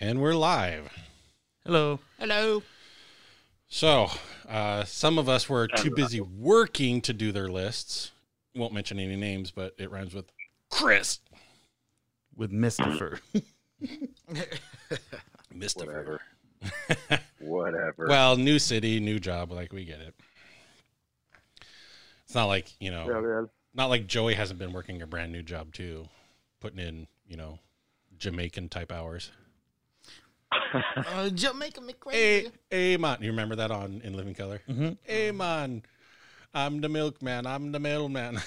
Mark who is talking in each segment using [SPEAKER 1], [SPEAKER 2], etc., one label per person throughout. [SPEAKER 1] And we're live.
[SPEAKER 2] Hello.
[SPEAKER 3] Hello.
[SPEAKER 1] So, uh, some of us were too busy working to do their lists. Won't mention any names, but it rhymes with Chris.
[SPEAKER 2] With Mistifer.
[SPEAKER 1] Mistifer.
[SPEAKER 4] Whatever. Whatever.
[SPEAKER 1] Well, new city, new job. Like, we get it. It's not like, you know,
[SPEAKER 4] Yeah, man.
[SPEAKER 1] not like Joey hasn't been working a brand new job, too, putting in, you know, Jamaican type hours.
[SPEAKER 3] Uh, Jamaica me
[SPEAKER 1] Hey,
[SPEAKER 3] crazy.
[SPEAKER 1] Amon. You remember that on In Living Color?
[SPEAKER 2] Mhm.
[SPEAKER 1] Amon. I'm the milkman. I'm the mailman.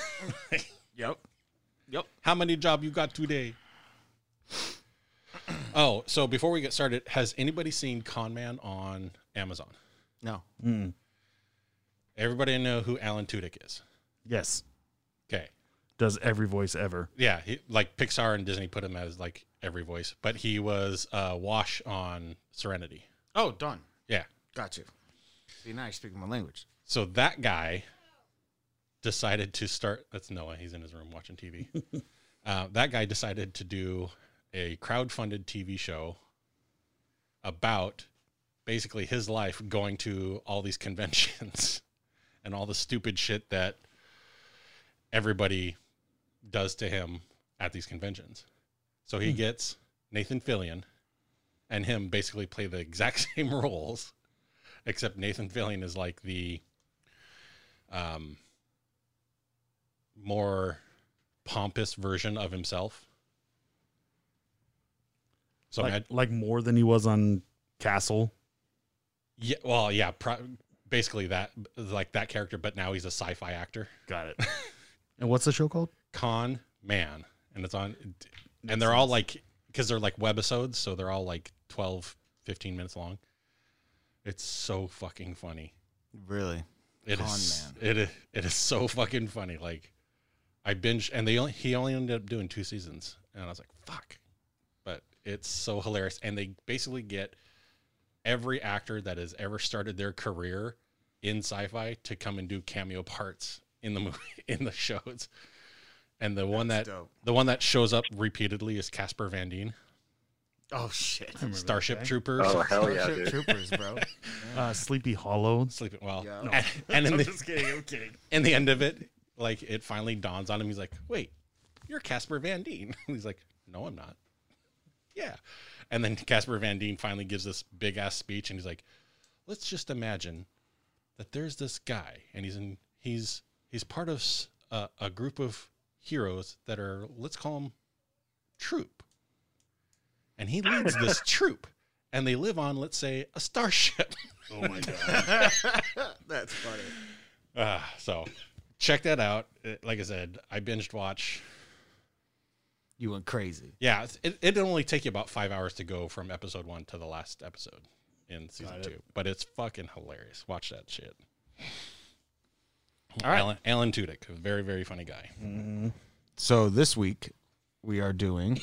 [SPEAKER 2] Yep.
[SPEAKER 1] How many job you got today? oh, so before we get started, has anybody seen Con Man on Amazon?
[SPEAKER 3] No.
[SPEAKER 2] Mm.
[SPEAKER 1] Everybody know who Alan Tudyk is.
[SPEAKER 2] Yes.
[SPEAKER 1] Okay.
[SPEAKER 2] Does every voice ever.
[SPEAKER 1] Yeah, he, like Pixar and Disney put him as like every voice, but he was uh, Wash on Serenity.
[SPEAKER 3] Oh, done.
[SPEAKER 1] Yeah.
[SPEAKER 3] Got you. See, now you're speaking my language.
[SPEAKER 1] So that guy decided to start. That's Noah. He's in his room watching TV. uh, that guy decided to do a crowdfunded TV show about basically his life going to all these conventions and all the stupid shit that everybody does to him at these conventions. So he gets Nathan Fillion and him basically play the exact same roles except Nathan Fillion is like the um more pompous version of himself. So
[SPEAKER 2] like,
[SPEAKER 1] imag-
[SPEAKER 2] like more than he was on Castle.
[SPEAKER 1] yeah, well, yeah, pro- basically that like that character, but now he's a sci-fi actor.
[SPEAKER 2] Got it. and what's the show called?
[SPEAKER 1] Con Man, and it's on, and they're all like because they're like webisodes, so they're all like 12, 15 minutes long. It's so fucking funny.
[SPEAKER 3] Really?
[SPEAKER 1] It is.
[SPEAKER 3] Con
[SPEAKER 1] It is. It is so fucking funny. Like, I binged, and they only he only ended up doing two seasons, and I was like, fuck. But it's so hilarious, and they basically get every actor that has ever started their career in sci-fi to come and do cameo parts in the movie in the shows. And the one that
[SPEAKER 3] That's dope.
[SPEAKER 1] the one that shows up repeatedly is Casper Van Dien,
[SPEAKER 3] Oh shit.
[SPEAKER 1] Starship
[SPEAKER 2] guy.
[SPEAKER 1] Troopers.
[SPEAKER 4] Oh hell yeah,
[SPEAKER 3] Starship
[SPEAKER 4] dude.
[SPEAKER 3] Troopers, bro.
[SPEAKER 2] Uh, Sleepy Hollow.
[SPEAKER 1] Sleeping well,
[SPEAKER 3] Yeah.
[SPEAKER 1] and, and in
[SPEAKER 2] I'm
[SPEAKER 1] the,
[SPEAKER 2] just kidding. I'm kidding.
[SPEAKER 1] and the end of it, like it finally dawns on him. He's like, "Wait, you're Casper Van Dien." he's like, "No, I'm not." Yeah, and then Casper Van Dien finally gives this big ass speech, and he's like, "Let's just imagine that there's this guy, and he's in he's he's part of s- a, a group of heroes that are let's call them troop, and he leads this troop, and they live on let's say a starship."
[SPEAKER 2] Oh my god.
[SPEAKER 3] That's funny.
[SPEAKER 1] Uh, so check that out. Uh, Like I said, I binged watch.
[SPEAKER 3] You went crazy.
[SPEAKER 1] Yeah, it's- it it only take you about five hours to go from episode one to the last episode in season
[SPEAKER 2] Got it.
[SPEAKER 1] two, but it's fucking hilarious. Watch that shit.
[SPEAKER 3] All right.
[SPEAKER 1] Alan, Alan Tudyk, a very very funny guy. Mm-hmm.
[SPEAKER 3] So this week we are doing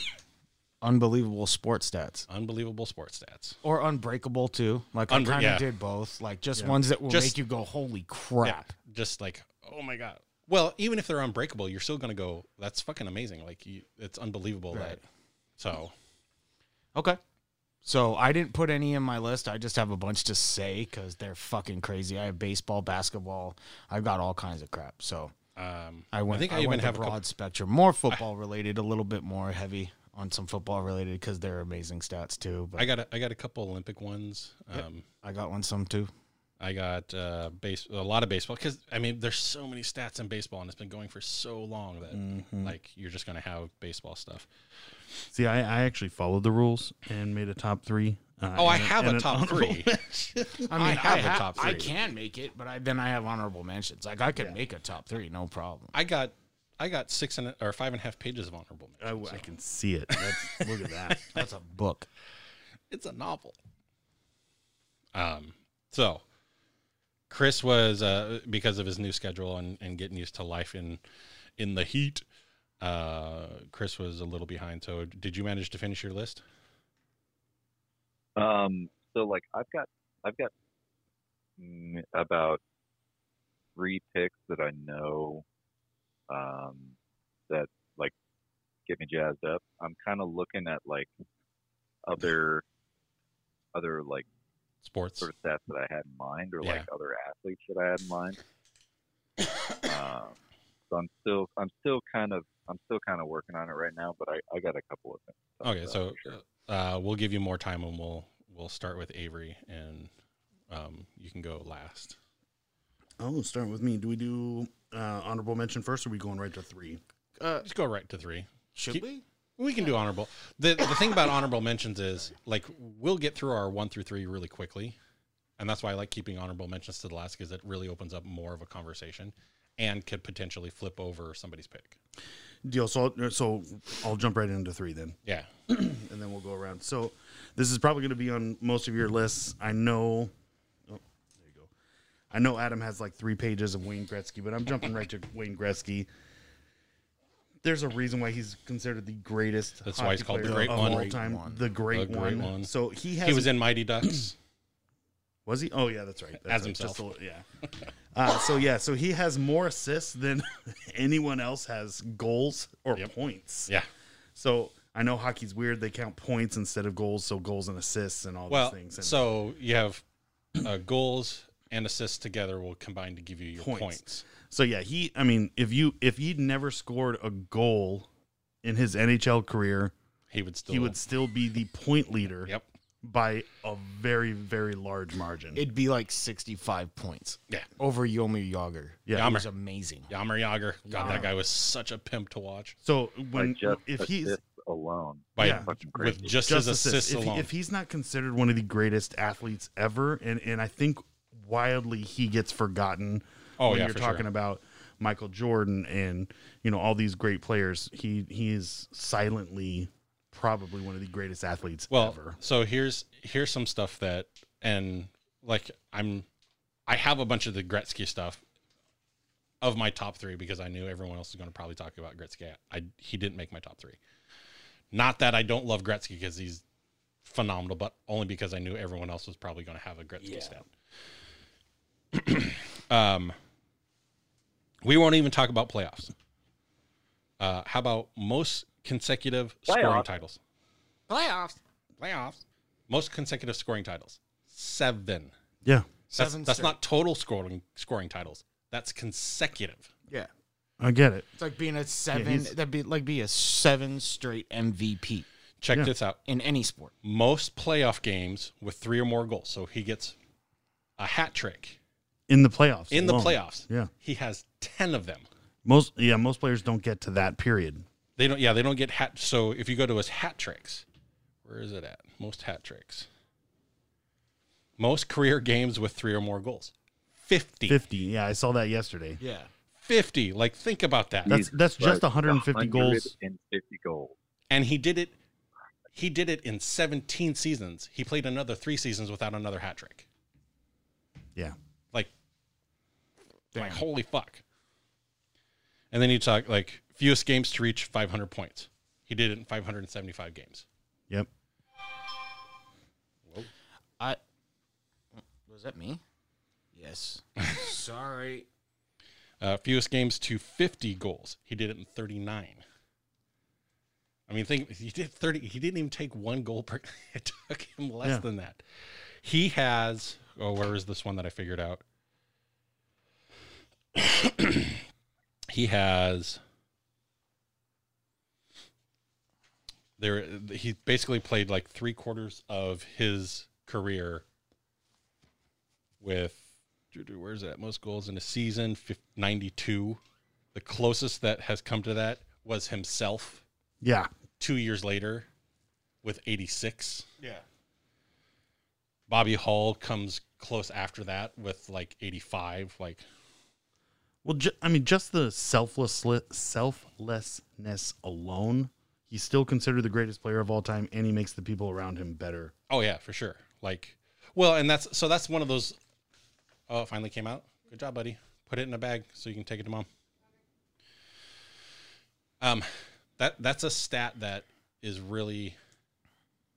[SPEAKER 3] unbelievable sports stats.
[SPEAKER 1] Unbelievable sports stats.
[SPEAKER 3] Or unbreakable too. Like I
[SPEAKER 1] Unbre-
[SPEAKER 3] kind of
[SPEAKER 1] yeah.
[SPEAKER 3] did both. Like just
[SPEAKER 2] Yeah.
[SPEAKER 3] ones that will
[SPEAKER 1] Just-
[SPEAKER 3] make you go, holy crap.
[SPEAKER 1] Yeah, just like oh my god. Well, even if they're unbreakable, you're still gonna go. That's fucking amazing. Like you, it's unbelievable that.
[SPEAKER 3] Right.
[SPEAKER 1] So
[SPEAKER 3] Okay. So I didn't put any in my list. I just have a bunch to say because they're fucking crazy. I have baseball, basketball. I've got all kinds of crap. So
[SPEAKER 1] um,
[SPEAKER 3] I went.
[SPEAKER 1] I think I, even
[SPEAKER 3] went the
[SPEAKER 1] have a
[SPEAKER 3] broad
[SPEAKER 1] couple-
[SPEAKER 3] spectrum, more football related, a little bit more heavy on some football related because they're amazing stats too. But
[SPEAKER 1] I got a, I got a couple Olympic ones. Um,
[SPEAKER 3] I got one some too.
[SPEAKER 1] I got uh, base a lot of baseball because I mean there's so many stats in baseball and it's been going for so long
[SPEAKER 3] Mm.
[SPEAKER 1] that like you're just gonna have baseball stuff.
[SPEAKER 2] Mm-hmm. See, I, I actually followed the rules and made a top three. Uh,
[SPEAKER 1] Oh, I
[SPEAKER 2] and-
[SPEAKER 1] have
[SPEAKER 2] and
[SPEAKER 1] a
[SPEAKER 2] an
[SPEAKER 1] top
[SPEAKER 2] honorable
[SPEAKER 1] three.
[SPEAKER 3] I mean, I,
[SPEAKER 1] have a
[SPEAKER 3] ha-
[SPEAKER 1] top
[SPEAKER 3] I
[SPEAKER 1] three.
[SPEAKER 3] can make it, but I, then I have honorable mentions. Like I could make a top three, no problem.
[SPEAKER 1] I got I got six and a- or five and a half pages of honorable
[SPEAKER 2] I,
[SPEAKER 1] mentions.
[SPEAKER 2] I can see it. That's, look at that.
[SPEAKER 3] That's a book.
[SPEAKER 1] It's a novel. Um, so Chris was uh, because of his new schedule and, and getting used to life in in the heat. Uh, Chris was a little behind. So did you manage to finish your list?
[SPEAKER 4] Um, so like I've got I've got mm, about three picks that I know um that like get me jazzed up. I'm kind of looking at like other other like
[SPEAKER 1] sports.
[SPEAKER 4] sort of stats that I had in mind, or like other athletes that I had in mind. um, so I'm still I'm still kind of I'm still kind of working on it right now, but I, I got a couple of things. to talk
[SPEAKER 1] Okay,
[SPEAKER 4] about
[SPEAKER 1] so
[SPEAKER 4] for sure.
[SPEAKER 1] uh, we'll give you more time, and we'll we'll start with Avery, and um, you can go last.
[SPEAKER 2] Oh, starting with me. Do we do uh, honorable mention first, or are we going right to three?
[SPEAKER 3] Uh,
[SPEAKER 1] Just go right to three.
[SPEAKER 3] should
[SPEAKER 1] Keep-
[SPEAKER 3] we?
[SPEAKER 1] We can do honorable. the The thing about honorable mentions is like we'll get through our one through three really quickly, and that's why I like keeping honorable mentions to the last because it really opens up more of a conversation, and could potentially flip over somebody's pick.
[SPEAKER 2] Deal. So, I'll, so I'll jump right into three then.
[SPEAKER 1] Yeah,
[SPEAKER 2] and then we'll go around. So this is probably going to be on most of your lists. I know. Oh, there you go. I know Adam has like three pages of Wayne Gretzky, but I'm jumping right to Wayne Gretzky. There's a reason why he's considered the greatest.
[SPEAKER 1] That's why he's
[SPEAKER 2] hockey
[SPEAKER 1] called the
[SPEAKER 2] player
[SPEAKER 1] Great
[SPEAKER 2] of
[SPEAKER 1] One.
[SPEAKER 2] all
[SPEAKER 1] Great
[SPEAKER 2] time.
[SPEAKER 3] One.
[SPEAKER 2] The great,
[SPEAKER 1] The Great
[SPEAKER 2] one.
[SPEAKER 1] One.
[SPEAKER 2] So he has.
[SPEAKER 1] he was in Mighty Ducks.
[SPEAKER 2] Was he? Oh yeah, that's right. That's
[SPEAKER 1] As
[SPEAKER 2] right.
[SPEAKER 1] himself.
[SPEAKER 2] Just a little- yeah. Uh, so yeah, so he has more assists than anyone else has goals or
[SPEAKER 1] Yep.
[SPEAKER 2] points.
[SPEAKER 1] yeah.
[SPEAKER 2] So I know hockey's weird. They count points instead of goals, so goals and assists and all
[SPEAKER 1] Well,
[SPEAKER 2] these things. And
[SPEAKER 1] so you have uh, goals and assists together will combine to give you your
[SPEAKER 2] Points.
[SPEAKER 1] points.
[SPEAKER 2] so yeah, he. I mean, if you if he'd never scored a goal in his NHL career,
[SPEAKER 1] He would still.
[SPEAKER 2] he would still be the point leader
[SPEAKER 1] Yep.
[SPEAKER 2] by a very very large margin.
[SPEAKER 3] It'd be like 65 points.
[SPEAKER 1] Yeah.
[SPEAKER 3] Over Yomi Yager.
[SPEAKER 2] Yeah.
[SPEAKER 3] It
[SPEAKER 1] Yammer.
[SPEAKER 3] was amazing.
[SPEAKER 1] Yammer Yager. God,
[SPEAKER 2] Yammer.
[SPEAKER 1] that guy was such a pimp to watch.
[SPEAKER 2] so
[SPEAKER 4] By
[SPEAKER 2] when
[SPEAKER 4] just
[SPEAKER 2] if he's Uh,
[SPEAKER 4] assists alone,
[SPEAKER 1] By
[SPEAKER 2] Yeah.
[SPEAKER 4] fucking crazy.
[SPEAKER 1] with just,
[SPEAKER 2] just
[SPEAKER 1] his assists,
[SPEAKER 2] assists, if, he-
[SPEAKER 1] alone.
[SPEAKER 2] if he's not considered one of the greatest athletes ever, and and I think wildly he gets forgotten.
[SPEAKER 1] oh
[SPEAKER 2] when
[SPEAKER 1] yeah,
[SPEAKER 2] you're
[SPEAKER 1] for
[SPEAKER 2] talking
[SPEAKER 1] sure.
[SPEAKER 2] about Michael Jordan and you know all these great players, he he is silently probably one of the greatest athletes
[SPEAKER 1] well,
[SPEAKER 2] ever.
[SPEAKER 1] so here's here's some stuff that and like I'm, I have a bunch of the Gretzky stuff of my top three because I knew everyone else was going to probably talk about Gretzky. I he didn't make my top three. Not that I don't love Gretzky because he's phenomenal, but only because I knew everyone else was probably going to have a Gretzky stat. um, we won't even talk about playoffs. Uh, how about most consecutive scoring
[SPEAKER 4] Playoffs?
[SPEAKER 1] titles?
[SPEAKER 3] Playoffs.
[SPEAKER 1] playoffs. Most consecutive scoring titles. Seven.
[SPEAKER 2] Yeah,
[SPEAKER 1] That's,
[SPEAKER 3] Seven
[SPEAKER 1] that's
[SPEAKER 3] straight.
[SPEAKER 1] not total scoring scoring titles. That's consecutive.
[SPEAKER 3] Yeah.
[SPEAKER 2] I get it.
[SPEAKER 3] It's like being a seven.
[SPEAKER 2] he's-
[SPEAKER 3] that'd be like be a seven straight MVP
[SPEAKER 1] Check
[SPEAKER 2] Yeah.
[SPEAKER 1] this out.
[SPEAKER 3] in any sport.
[SPEAKER 1] Most playoff games with three or more goals. So he gets a hat trick
[SPEAKER 2] In the playoffs,
[SPEAKER 1] in the
[SPEAKER 2] alone.
[SPEAKER 1] playoffs.
[SPEAKER 2] Yeah,
[SPEAKER 1] He has ten of them.
[SPEAKER 2] most yeah most players don't get to that period.
[SPEAKER 1] They don't. Yeah, they don't get hat. So if you go to his hat tricks, where is it at? Most hat tricks. Most career games with three or more goals. 50. 50.
[SPEAKER 2] Fifty. Yeah, I saw that yesterday.
[SPEAKER 3] Yeah.
[SPEAKER 1] Like think about that.
[SPEAKER 2] That's
[SPEAKER 4] Jesus
[SPEAKER 2] that's just
[SPEAKER 4] Christ,
[SPEAKER 2] 150 goals.
[SPEAKER 4] 150 goals.
[SPEAKER 1] and he did it he did it in 17 seasons he played another three seasons without another hat trick
[SPEAKER 2] Yeah,
[SPEAKER 1] like
[SPEAKER 3] Damn.
[SPEAKER 1] like holy fuck and then you talk like fewest games to reach 500 points he did it in 575 games
[SPEAKER 2] yep.
[SPEAKER 3] I was that me? Yes. Sorry.
[SPEAKER 1] uh, fewest games to 50 goals he did it in 39 i mean think he did 30 he didn't even take one goal per it took him less
[SPEAKER 2] Yeah.
[SPEAKER 1] than that he has oh where is this one that i figured out he has there he basically played like three quarters of his career with where's that most goals in a season fif- 92 the closest that has come to that was himself
[SPEAKER 2] Yeah,
[SPEAKER 1] two years later with 86
[SPEAKER 3] Yeah.
[SPEAKER 1] bobby hall comes close after that with like 85 like
[SPEAKER 2] Well, ju- I mean, just the selfless selflessness alone, he's still considered the greatest player of all time, and he makes the people around him better.
[SPEAKER 1] oh yeah for sure like well and that's so that's one of those oh it finally came out good job buddy put it in a bag so you can take it to mom um that that's a stat that is really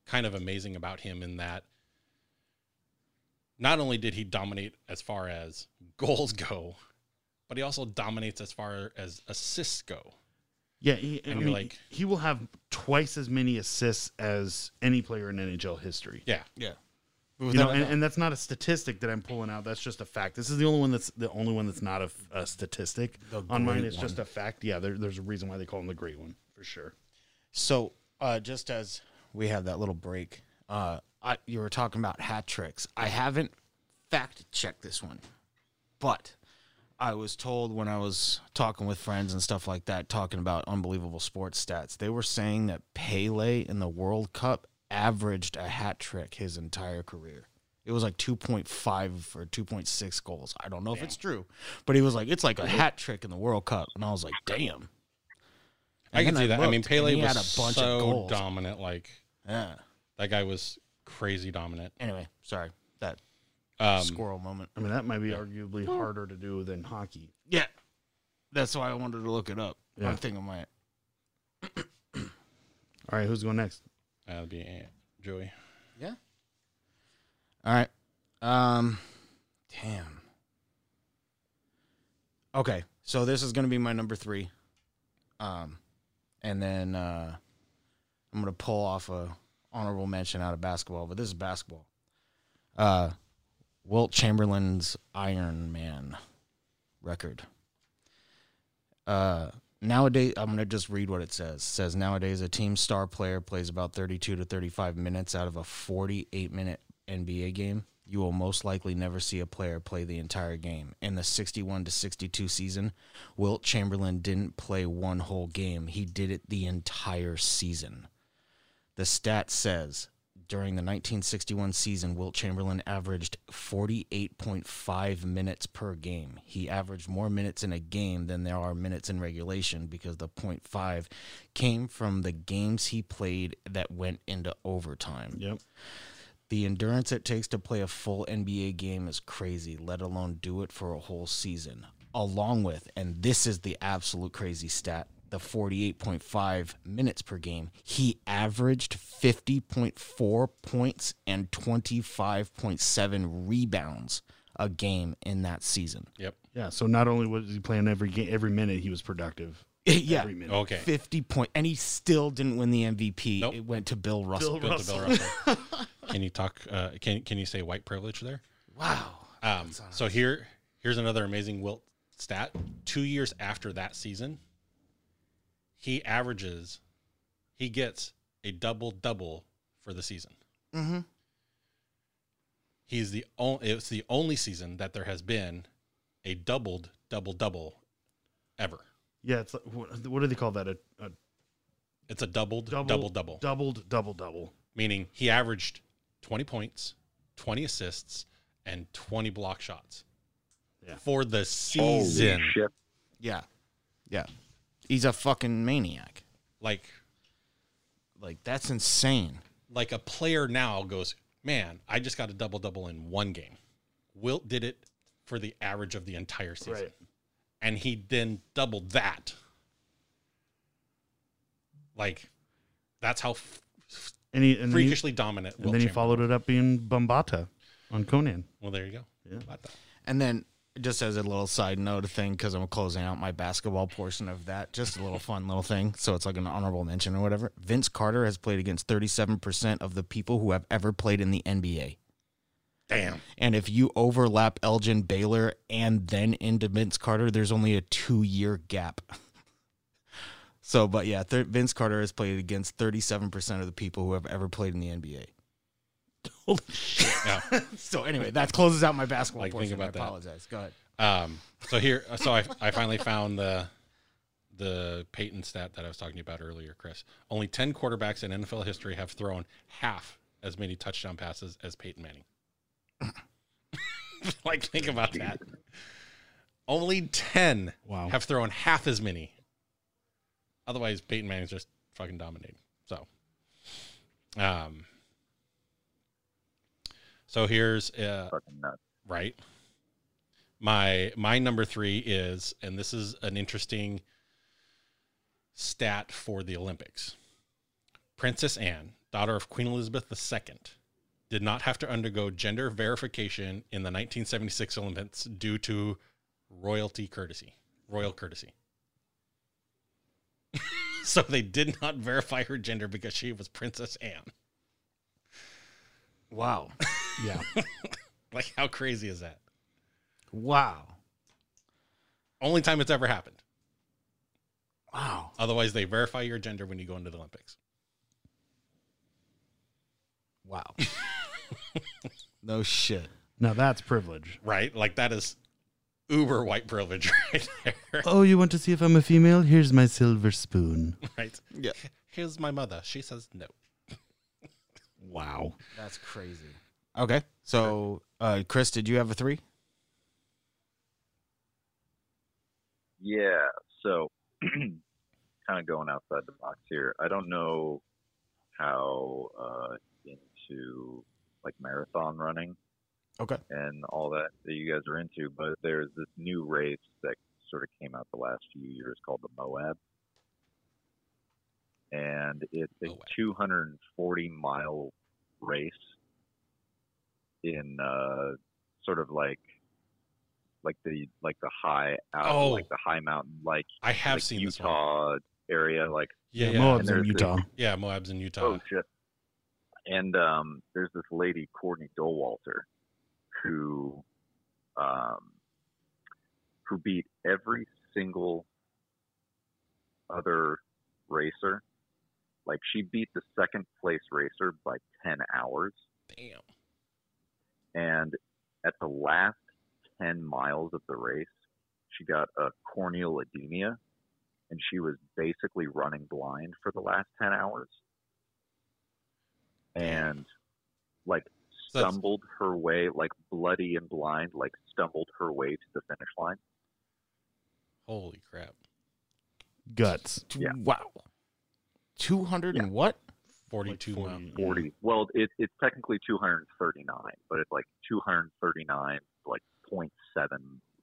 [SPEAKER 1] kind of amazing about him in that not only did he dominate as far as goals go but he also dominates as far as assists go
[SPEAKER 2] Yeah, he, I
[SPEAKER 1] And you're
[SPEAKER 2] mean,
[SPEAKER 1] like-
[SPEAKER 2] he will have twice as many assists as any player in NHL history.
[SPEAKER 1] yeah
[SPEAKER 3] Yeah. Without
[SPEAKER 2] you know,
[SPEAKER 3] a
[SPEAKER 2] and,
[SPEAKER 3] doubt.
[SPEAKER 2] and that's not a statistic that I'm pulling out. That's just a fact. This is the only one that's the only one that's not a, a statistic
[SPEAKER 3] The
[SPEAKER 2] on mine.
[SPEAKER 3] great
[SPEAKER 2] It's just
[SPEAKER 3] one.
[SPEAKER 2] a fact. Yeah, there, there's a reason why they call him the great one for sure.
[SPEAKER 3] So, uh, just as we have that little break, uh, I, you were talking about hat tricks. I haven't fact checked this one, but I was told when I was talking with friends and stuff like that, talking about unbelievable sports stats, they were saying that Pele in the World Cup averaged a hat trick his entire career. It was like 2.5 or 2.6 goals. I don't know if it's true, but he was like, it's like a hat trick in the World Cup. And I was like, damn.
[SPEAKER 1] I
[SPEAKER 3] And
[SPEAKER 1] can
[SPEAKER 3] then
[SPEAKER 1] see that. I mean,
[SPEAKER 3] looked, and
[SPEAKER 1] Pele
[SPEAKER 3] he
[SPEAKER 1] was
[SPEAKER 3] had a bunch
[SPEAKER 1] so
[SPEAKER 3] of goals.
[SPEAKER 1] dominant. Like
[SPEAKER 3] Yeah.
[SPEAKER 1] that guy was crazy dominant.
[SPEAKER 3] Anyway, sorry that
[SPEAKER 1] Um,
[SPEAKER 3] squirrel moment.
[SPEAKER 2] I mean, that might be arguably harder to do than hockey.
[SPEAKER 3] Yeah, that's why I wanted to look it up.
[SPEAKER 2] Yeah.
[SPEAKER 3] I'm thinking my
[SPEAKER 2] All right, who's going next?
[SPEAKER 1] that'd be Aunt Joey.
[SPEAKER 3] yeah. All right, um, damn. Okay, so this is gonna be my number three, um, and then uh, I'm gonna pull off a honorable mention out of basketball, but this is basketball. Uh, Wilt Chamberlain's Iron Man record. Uh, nowadays, I'm going to just read what it says. It says nowadays, a team star player plays about 32 to 35 minutes out of a 48 minute NBA game. You will most likely never see a player play the entire game. In the 61 to 62 season, Wilt Chamberlain didn't play one whole game. He did it the entire season. The stat says during the 1961 season, Wilt Chamberlain averaged 48.5 minutes per game. He averaged more minutes in a game than there are minutes in regulation because the 0.5 came from the games he played that went into overtime.
[SPEAKER 2] Yep.
[SPEAKER 3] The endurance it takes to play a full NBA game is crazy, let alone do it for a whole season. Along with, and this is the absolute crazy stat, the 48.5 minutes per game, he averaged 50.4 points and 25.7 rebounds a game in that season.
[SPEAKER 1] Yep.
[SPEAKER 2] Yeah. So not only was he playing every game, every minute he was productive.
[SPEAKER 3] yeah. Oh,
[SPEAKER 2] Every minute.
[SPEAKER 1] Okay.
[SPEAKER 3] 50 point and he still didn't win the MVP.
[SPEAKER 1] Nope.
[SPEAKER 3] It went to Bill Russell.
[SPEAKER 1] Bill to Bill Russell. can you talk? Uh, can Can you say white privilege there?
[SPEAKER 3] Wow.
[SPEAKER 1] Um, so here, here's another amazing Wilt stat. Two years after that season, he averages, he gets a double double for the season.
[SPEAKER 3] Mhm.
[SPEAKER 1] He's the only. It's the only season that there has been a doubled double double ever.
[SPEAKER 2] Yeah. It's like, what, what do they call that? A, a
[SPEAKER 1] It's a doubled
[SPEAKER 2] Double-
[SPEAKER 1] double double,
[SPEAKER 2] doubled double double.
[SPEAKER 1] meaning he averaged 20 points, 20 assists, and 20 block shots
[SPEAKER 2] Yeah.
[SPEAKER 1] for the season.
[SPEAKER 4] Holy shit.
[SPEAKER 3] Yeah. Yeah. He's a fucking maniac.
[SPEAKER 1] Like
[SPEAKER 3] Like that's insane.
[SPEAKER 1] like a player now goes, man, I just got a double double in one game. Wilt did it for the average of the entire season,
[SPEAKER 2] Right.
[SPEAKER 1] and he then doubled that. Like, that's how f-
[SPEAKER 2] And he and then he,
[SPEAKER 1] freakishly dominant.
[SPEAKER 2] and then he
[SPEAKER 1] Chamberlain-
[SPEAKER 2] followed it up being Bombata on Conan.
[SPEAKER 1] Well, there you go.
[SPEAKER 2] Yeah.
[SPEAKER 1] About that.
[SPEAKER 3] And then just as a little side note thing, because I'm closing out my basketball portion of that, just a little fun little thing. So it's like an honorable mention or whatever. Vince Carter has played against 37% of the people who have ever played in the NBA.
[SPEAKER 1] Damn.
[SPEAKER 3] And if you overlap Elgin Baylor and then into Vince Carter, there's only a two year gap. so, but yeah, thir- Vince Carter has played against 37% of the people who have ever played in the NBA.
[SPEAKER 2] Holy shit!
[SPEAKER 1] Yeah.
[SPEAKER 3] So anyway, that closes out my basketball
[SPEAKER 1] Like, think
[SPEAKER 3] portion.
[SPEAKER 1] about
[SPEAKER 3] I
[SPEAKER 1] that.
[SPEAKER 3] apologize. Go ahead.
[SPEAKER 1] Um, so here, so I, I finally found the the Peyton stat that I was talking to you about earlier, Chris. Only ten quarterbacks in NFL history have thrown half as many touchdown passes as Peyton Manning. like, think about that. Only ten
[SPEAKER 2] Wow.
[SPEAKER 1] have thrown half as many. Otherwise, Peyton Manning's just fucking dominating. So, um, so here's uh,
[SPEAKER 4] Fucking nuts.
[SPEAKER 1] right? My my number three is, and this is an interesting stat for the Olympics. Princess Anne, daughter of Queen Elizabeth II, did not have to undergo gender verification in the 1976 Olympics due to royalty courtesy, royal courtesy. so they did not verify her gender because she was Princess Anne.
[SPEAKER 3] Wow.
[SPEAKER 2] Yeah.
[SPEAKER 1] Like, how crazy is that?
[SPEAKER 3] Wow.
[SPEAKER 1] Only time it's ever happened.
[SPEAKER 3] Wow.
[SPEAKER 1] Otherwise, they verify your gender when you go into the Olympics.
[SPEAKER 3] Wow. no shit.
[SPEAKER 2] Now that's privilege.
[SPEAKER 1] Right? Like, that is uber white privilege right there.
[SPEAKER 2] Oh, you want to see if I'm a female? Here's my silver spoon.
[SPEAKER 1] Right?
[SPEAKER 3] Yeah.
[SPEAKER 1] Here's my mother. She says no.
[SPEAKER 2] Wow.
[SPEAKER 3] That's crazy. Okay. So, uh, Chris, did you have a three?
[SPEAKER 4] Yeah. So, kind of going outside the box here. I don't know how uh, into like marathon running
[SPEAKER 3] Okay.
[SPEAKER 4] and all that that you guys are into, but there's this new race that sort of came out the last few years called the Moab, and it's a
[SPEAKER 1] Moab.
[SPEAKER 4] 240 mile race in uh, sort of like like the like the high out
[SPEAKER 1] Oh.
[SPEAKER 4] like the high mountain like
[SPEAKER 1] I have
[SPEAKER 4] like
[SPEAKER 1] seen this one.
[SPEAKER 4] Utah area like
[SPEAKER 1] Yeah, yeah.
[SPEAKER 2] Moab's
[SPEAKER 4] And
[SPEAKER 2] in
[SPEAKER 4] there's
[SPEAKER 2] Utah.
[SPEAKER 1] yeah, Moab's in Utah.
[SPEAKER 4] Oh shit! And um, there's this lady Courtney Dolwalter, who, um, who beat every single other racer. Like she beat the second place racer by ten hours,
[SPEAKER 1] Damn.
[SPEAKER 4] and at the last ten miles of the race, she got a corneal edema, and she was basically running blind for the last ten hours. and like
[SPEAKER 1] So that's-
[SPEAKER 4] stumbled her way, like bloody and blind, like stumbled her way to the finish line.
[SPEAKER 1] Holy crap.
[SPEAKER 2] Guts.
[SPEAKER 4] Yeah.
[SPEAKER 3] Wow. 200 and what?
[SPEAKER 1] 42
[SPEAKER 2] Like
[SPEAKER 1] miles.
[SPEAKER 4] 40. Well, it, it's technically 239, but it's like 239, like 0.7.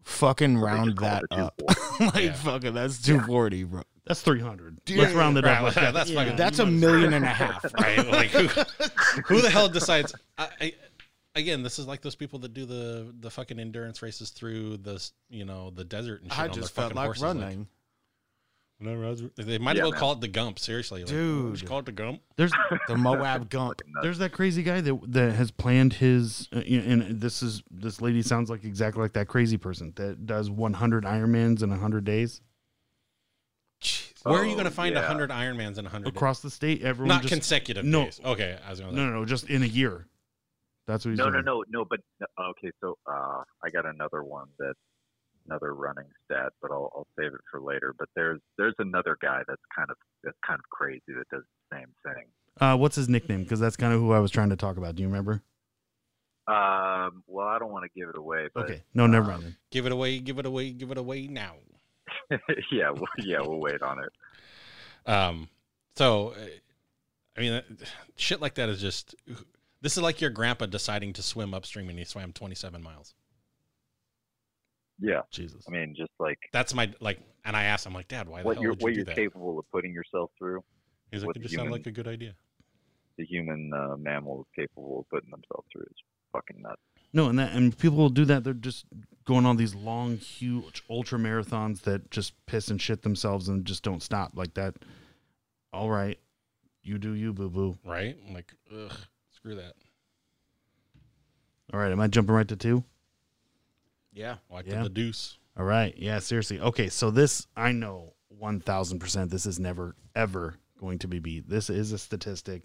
[SPEAKER 3] Fucking
[SPEAKER 4] They
[SPEAKER 3] round
[SPEAKER 4] just call
[SPEAKER 3] that
[SPEAKER 4] it the
[SPEAKER 3] up.
[SPEAKER 4] 240.
[SPEAKER 3] like,
[SPEAKER 1] Yeah.
[SPEAKER 3] fucking, that's 240, bro.
[SPEAKER 2] That's 300.
[SPEAKER 3] Dude.
[SPEAKER 2] Let's round it up.
[SPEAKER 1] Right,
[SPEAKER 2] like
[SPEAKER 1] yeah,
[SPEAKER 2] that.
[SPEAKER 1] that's fucking-
[SPEAKER 3] That's a million and a half.
[SPEAKER 1] right? Like who, who the hell decides? I, I, again, this is like those people that do the the fucking endurance races through the s- you know the desert and shit.
[SPEAKER 3] I
[SPEAKER 1] on their
[SPEAKER 3] just felt
[SPEAKER 1] fucking
[SPEAKER 3] like
[SPEAKER 1] horses,
[SPEAKER 3] running.
[SPEAKER 1] No, I was- they might as
[SPEAKER 4] Yeah,
[SPEAKER 1] well
[SPEAKER 4] man.
[SPEAKER 1] call it the Gump. Seriously, like,
[SPEAKER 3] Dude.
[SPEAKER 1] just call it the Gump.
[SPEAKER 2] There's
[SPEAKER 3] The Moab Gump.
[SPEAKER 2] there's that crazy guy that that has planned his uh, you know, and this is this lady sounds like exactly like that crazy person that does 100 Ironmans in 100 days
[SPEAKER 1] Where are you
[SPEAKER 4] Oh,
[SPEAKER 1] going to find a
[SPEAKER 4] yeah.
[SPEAKER 1] hundred Ironmans in a hundred?
[SPEAKER 2] across the state. Everyone
[SPEAKER 1] not
[SPEAKER 2] just
[SPEAKER 1] consecutive
[SPEAKER 2] no.
[SPEAKER 1] days. Okay, I was going to.
[SPEAKER 2] no, no, no, just in a year. That's what he's
[SPEAKER 4] No, no,
[SPEAKER 2] doing.
[SPEAKER 4] no, no. But okay, so uh, I got another one that's another running stat, but I'll, I'll save it for later. But there's there's another guy that's kind of that's kind of crazy that does the same thing.
[SPEAKER 2] Uh, what's his nickname? Because that's kind of who I was trying to talk about. Do you remember?
[SPEAKER 4] Um, well, I don't want to give it away, but
[SPEAKER 2] Okay, no, never
[SPEAKER 4] uh,
[SPEAKER 2] mind. then.
[SPEAKER 1] Give it away! Give it away! Give it away now.
[SPEAKER 4] yeah, well, yeah, we'll wait on it.
[SPEAKER 1] Um, so, uh, I mean, that- shit like that is just. This is like your grandpa deciding to swim upstream and he swam 27 miles.
[SPEAKER 4] Yeah,
[SPEAKER 2] Jesus.
[SPEAKER 4] uh, I mean, just like
[SPEAKER 1] That's my like, and I asked, I'm like, Dad, why the
[SPEAKER 4] what
[SPEAKER 1] hell
[SPEAKER 4] you're
[SPEAKER 1] would you
[SPEAKER 4] what
[SPEAKER 1] do
[SPEAKER 4] you're
[SPEAKER 1] that?
[SPEAKER 4] capable of putting yourself through,
[SPEAKER 1] He's like,
[SPEAKER 4] with
[SPEAKER 1] it just sounded
[SPEAKER 4] human-
[SPEAKER 1] like a good idea.
[SPEAKER 4] the human uh, mammal is capable of putting themselves through is fucking nuts.
[SPEAKER 2] No, and that and people will do that. They're just going on these long, huge ultra marathons that just piss and shit themselves and just don't stop like that. All right, you do you, boo boo.
[SPEAKER 1] Right? I'm like, ugh, screw that.
[SPEAKER 2] All right, am I jumping right to two?
[SPEAKER 3] Yeah.
[SPEAKER 1] Like
[SPEAKER 2] Yeah.
[SPEAKER 1] the deuce.
[SPEAKER 2] All right, yeah, seriously. Okay, so this I know one thousand percent. This is never ever going to be beat. This is a statistic.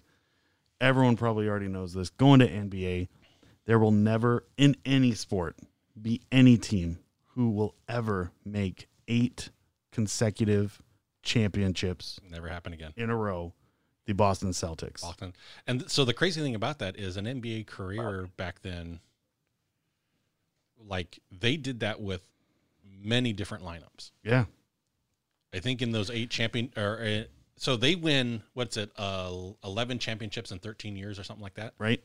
[SPEAKER 2] Everyone probably already knows this. Going to NBA, there will never in any sport be any team who will ever make eight consecutive championships
[SPEAKER 1] Never happen again.
[SPEAKER 2] in a row. The Boston Celtics.
[SPEAKER 1] Often. And th- so the crazy thing about that is an NBA career back then, like they did that with many different lineups.
[SPEAKER 2] Yeah,
[SPEAKER 1] I think in those eight champion or uh, so they win what's it, uh, eleven championships in thirteen years or something like that.
[SPEAKER 2] right.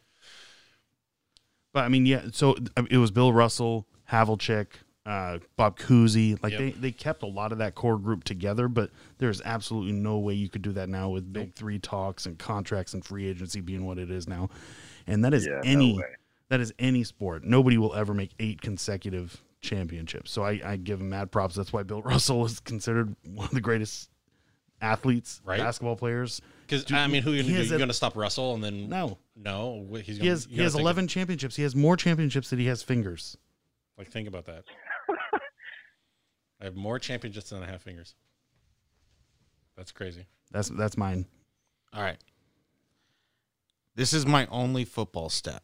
[SPEAKER 2] But I mean, yeah. So uh, it was Bill Russell, Havlicek, uh, Bob Cousy. Like
[SPEAKER 1] Yep.
[SPEAKER 2] they, they kept a lot of that core group together. But there's absolutely no way you could do that now with big three talks and contracts and free agency being what it is now. And that is
[SPEAKER 4] Yeah, no
[SPEAKER 2] any
[SPEAKER 4] way.
[SPEAKER 2] that is any sport. Nobody will ever make eight consecutive championships. So I, I give him mad props. That's why Bill Russell is considered one of the greatest athletes,
[SPEAKER 1] Right.
[SPEAKER 2] basketball players.
[SPEAKER 1] Because
[SPEAKER 2] Dude,
[SPEAKER 1] I mean, who are you
[SPEAKER 2] he
[SPEAKER 1] going to
[SPEAKER 2] has
[SPEAKER 1] do? You're
[SPEAKER 2] a-
[SPEAKER 1] going to stop Russell and then
[SPEAKER 2] No,
[SPEAKER 1] no, wh- he's
[SPEAKER 2] he
[SPEAKER 1] gonna,
[SPEAKER 2] has
[SPEAKER 1] you're
[SPEAKER 2] he
[SPEAKER 1] gonna
[SPEAKER 2] has
[SPEAKER 1] think-
[SPEAKER 2] eleven championships. He has more championships than he has fingers.
[SPEAKER 1] Like think about that. I have more championships than I have fingers. That's crazy.
[SPEAKER 2] That's that's mine.
[SPEAKER 3] All right. This is my only football stat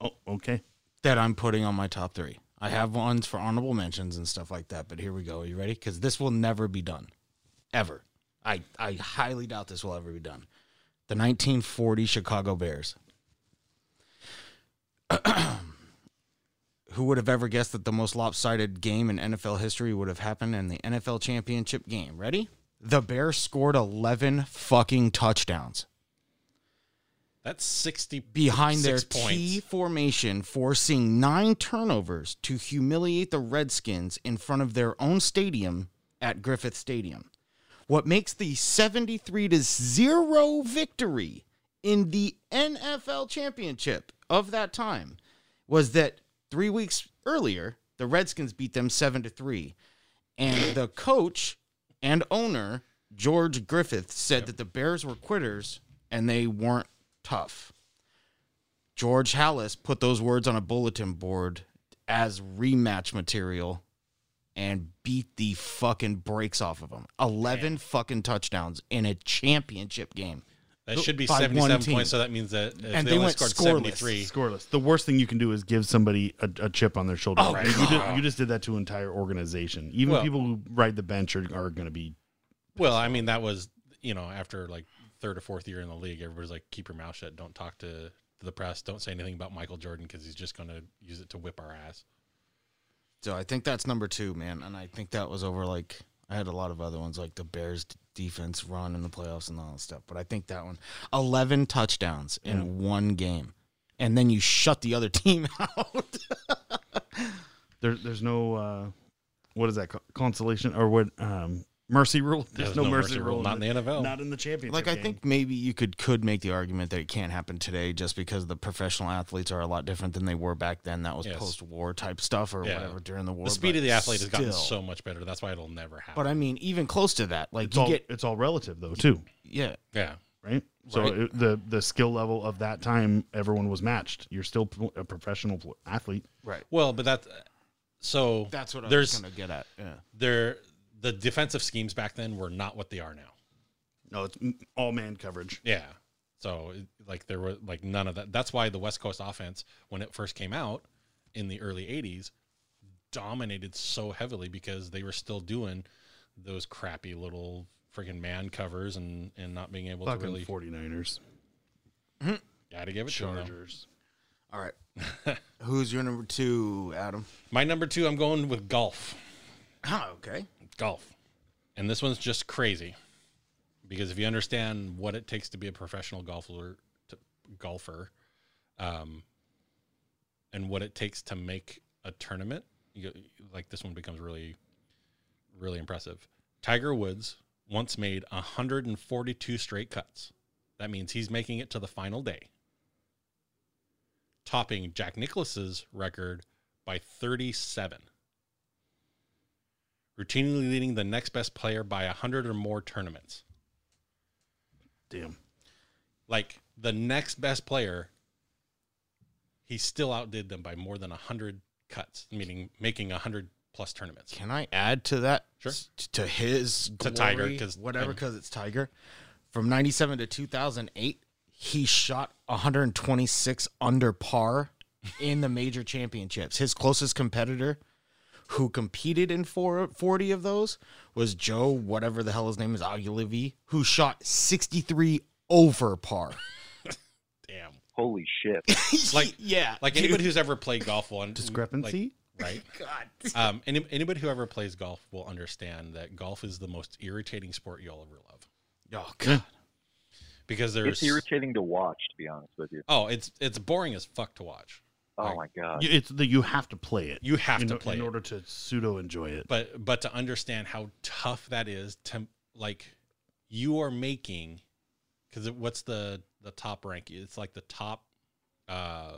[SPEAKER 2] Oh, okay.
[SPEAKER 3] that I'm putting on my top three. I have ones for honorable mentions and stuff like that, but here we go. Are you ready? Because this will never be done. Ever. I, I highly doubt this will ever be done. The 1940 Chicago Bears. Who would have ever guessed that the most lopsided game in NFL history would have happened in the NFL championship game? Ready? The Bears scored 11 fucking touchdowns
[SPEAKER 1] That's sixty
[SPEAKER 3] behind
[SPEAKER 1] six
[SPEAKER 3] their
[SPEAKER 1] points.
[SPEAKER 3] T formation, forcing nine turnovers to humiliate the Redskins in front of their own stadium at Griffith Stadium. What makes the 73 to 0 victory in the NFL championship of that time was that three weeks earlier, the Redskins beat them 7 to 3. And the coach and owner, George Griffith, said that the Bears were quitters and they weren't tough. George Hallis put those words on a bulletin board as rematch material and beat the fucking brakes off of them. 11 fucking touchdowns in a championship game.
[SPEAKER 1] That should be
[SPEAKER 3] by one
[SPEAKER 1] seventy-seven
[SPEAKER 3] team.
[SPEAKER 1] points. So that means that if
[SPEAKER 3] And
[SPEAKER 1] they,
[SPEAKER 3] they
[SPEAKER 1] only
[SPEAKER 3] went
[SPEAKER 1] scored
[SPEAKER 3] scoreless.
[SPEAKER 1] seventy-three,
[SPEAKER 2] Scoreless. The worst thing you can do is give somebody a, a chip on their shoulder.
[SPEAKER 3] Oh,
[SPEAKER 2] right? you, did, you just did that to an entire organization. Even
[SPEAKER 1] Well-
[SPEAKER 2] people who ride the bench are, are going to be.
[SPEAKER 1] Well, I mean, that was you know after like third or fourth year in the league, everybody's like, keep your mouth shut, don't talk to, to the press, don't say anything about Michael Jordan because he's just going to use it to whip our ass.
[SPEAKER 3] So I think that's number two, man. And I think that was over like I had a lot of other ones like the Bears d- defense run in the playoffs and all that stuff. But I think that one, eleven touchdowns in one game, and then you shut the other team out.
[SPEAKER 2] There, there's no. Uh, what is that co- consolation or what? Um, mercy rule. There's, no, mercy, rule.
[SPEAKER 1] not in the NFL.
[SPEAKER 2] Not in the championship.
[SPEAKER 3] like I
[SPEAKER 2] game.
[SPEAKER 3] think maybe you could could make the argument that it can't happen today just because the professional athletes are a lot different than they were back then. That was
[SPEAKER 1] Yes.
[SPEAKER 3] post war type stuff or
[SPEAKER 1] Yeah.
[SPEAKER 3] whatever during the war.
[SPEAKER 1] the speed
[SPEAKER 3] but
[SPEAKER 1] of the athlete has gotten
[SPEAKER 3] still.
[SPEAKER 1] so much better. That's why it'll never happen.
[SPEAKER 3] But I mean, even close to that, like
[SPEAKER 2] it's
[SPEAKER 3] you
[SPEAKER 2] all
[SPEAKER 3] get
[SPEAKER 2] it's all relative though too,
[SPEAKER 3] yeah.
[SPEAKER 1] yeah,
[SPEAKER 2] right? So
[SPEAKER 3] Right.
[SPEAKER 2] It, the the skill level of that time, everyone was matched. You're still pl- a professional pl- athlete.
[SPEAKER 1] well, but that's so
[SPEAKER 3] That's what I
[SPEAKER 1] There's-
[SPEAKER 3] was gonna get at. Yeah.
[SPEAKER 1] there. The defensive schemes back then were not what they are now.
[SPEAKER 2] No, it's m- all man coverage.
[SPEAKER 1] Yeah. So it- like there were like none of that. That's why the West Coast offense, when it first came out in the early '80s, dominated so heavily because they were still doing those crappy little freaking man covers and and not being able to
[SPEAKER 2] Fucking
[SPEAKER 1] really.
[SPEAKER 2] 49ers,
[SPEAKER 1] Gotta give it to them. though.
[SPEAKER 2] Chargers.
[SPEAKER 3] All right. Who's your number two, Adam?
[SPEAKER 1] My number two, I'm going with golf.
[SPEAKER 3] Oh, okay.
[SPEAKER 1] Golf, and this one's just crazy because if you understand what it takes to be a professional golfer, to, golfer, um, and what it takes to make a tournament, you, like this one becomes really, really impressive. Tiger Woods once made 142 straight cuts. That means he's making it to the final day, topping Jack Nicklaus's record by 37, routinely leading the next best player by 100 or more tournaments
[SPEAKER 2] Damn.
[SPEAKER 1] like the next best player, he still outdid them by more than 100 cuts, meaning making 100 plus tournaments.
[SPEAKER 3] Can I add to that?
[SPEAKER 1] Sure.
[SPEAKER 3] S- To his
[SPEAKER 1] To
[SPEAKER 3] glory,
[SPEAKER 1] Tiger, 'cause
[SPEAKER 3] whatever,
[SPEAKER 1] I'm-
[SPEAKER 3] because it's Tiger. From '97 to 2008, he shot 126 under par in the major championships. His closest competitor, who competed in four, 40 of those, was Joe, whatever the hell his name is, Ogilvy, who shot 63 over par.
[SPEAKER 1] Damn.
[SPEAKER 4] Holy shit.
[SPEAKER 1] Like-
[SPEAKER 3] yeah,
[SPEAKER 1] Like
[SPEAKER 3] dude.
[SPEAKER 1] anybody who's ever played golf will un-
[SPEAKER 2] Discrepancy.
[SPEAKER 1] like,
[SPEAKER 3] God.
[SPEAKER 1] right? Um, any, anybody who ever plays golf will understand that golf is the most irritating sport you'll ever love
[SPEAKER 3] Oh God.
[SPEAKER 1] because
[SPEAKER 4] It's
[SPEAKER 1] there's
[SPEAKER 4] irritating to watch, to be honest with you.
[SPEAKER 1] oh, it's it's boring as fuck to watch.
[SPEAKER 4] Oh
[SPEAKER 1] Like-
[SPEAKER 4] my god.
[SPEAKER 2] You- it's that you have to play it.
[SPEAKER 1] You have
[SPEAKER 2] in,
[SPEAKER 1] to play
[SPEAKER 2] in
[SPEAKER 1] it.
[SPEAKER 2] order to pseudo enjoy it.
[SPEAKER 1] but but to understand how tough that is to like you are making because what's the the top rank it's like the top uh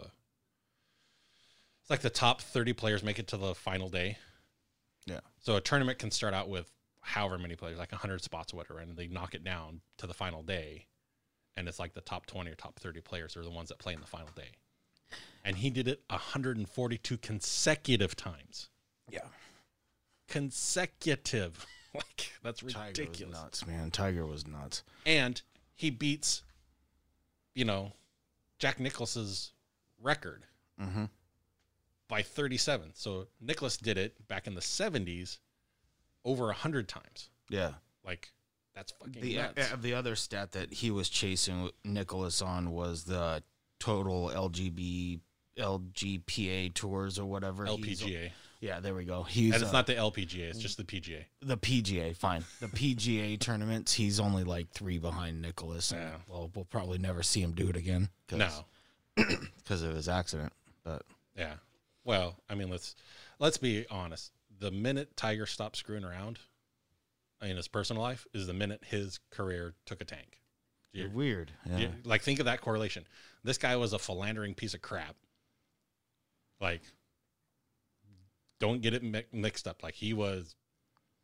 [SPEAKER 1] it's like the top 30 players make it to the final day
[SPEAKER 3] Yeah.
[SPEAKER 1] so a tournament can start out with however many players, like 100 spots or whatever, and they knock it down to the final day. And it's like the top 20 or top 30 players are the ones that play in the final day. And he did it 142 consecutive times.
[SPEAKER 3] Yeah.
[SPEAKER 1] Consecutive. like, that's
[SPEAKER 3] Tiger
[SPEAKER 1] ridiculous.
[SPEAKER 3] was nuts, man. Tiger was nuts.
[SPEAKER 1] And he beats, you know, Jack Nicklaus's record
[SPEAKER 3] Mm-hmm.
[SPEAKER 1] by 37. So Nicholas did it back in the 70s over 100 times.
[SPEAKER 3] Yeah.
[SPEAKER 1] Like, that's fucking
[SPEAKER 3] The
[SPEAKER 1] nuts.
[SPEAKER 3] uh, the other stat that he was chasing Nicholas on was the total LGB LGPA tours or whatever. He's-
[SPEAKER 1] LPGA.
[SPEAKER 3] yeah, there we go. He's
[SPEAKER 1] and it's
[SPEAKER 3] uh,
[SPEAKER 1] not the LPGA, it's just the PGA.
[SPEAKER 3] the PGA. Fine, the PGA tournaments. He's only like three behind Nicholas. And,
[SPEAKER 1] Yeah.
[SPEAKER 3] Well, we'll probably never see him do it again.
[SPEAKER 1] No.
[SPEAKER 3] because of his accident. But
[SPEAKER 1] Yeah. Well, I mean, let's let's be honest. The minute Tiger stopped screwing around in his personal life is the minute his career took a tank. Yeah.
[SPEAKER 3] weird. Yeah.
[SPEAKER 1] Yeah, Like think of that correlation. This guy was a philandering piece of crap. Like don't get it mi- mixed up. Like he was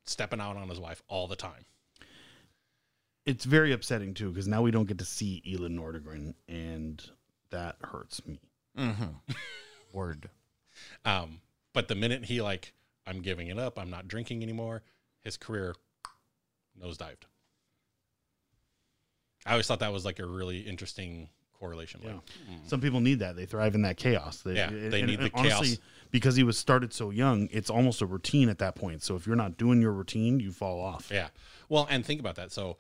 [SPEAKER 1] stepping out on his wife all the time.
[SPEAKER 2] It's very upsetting too because now we don't get to see Elin Nordegren, and that hurts me.
[SPEAKER 3] Mm-hmm. Word.
[SPEAKER 1] Um, but the minute he like, I'm giving it up, I'm not drinking anymore, his career nosedived. I always thought that was like a really interesting correlation. Like, mm,
[SPEAKER 2] Some people need that; they thrive in that chaos. They,
[SPEAKER 1] Yeah, they need the chaos.
[SPEAKER 2] because he was started so young. It's almost a routine at that point. So if you're not doing your routine, you fall off.
[SPEAKER 1] yeah. Well, and think about that. So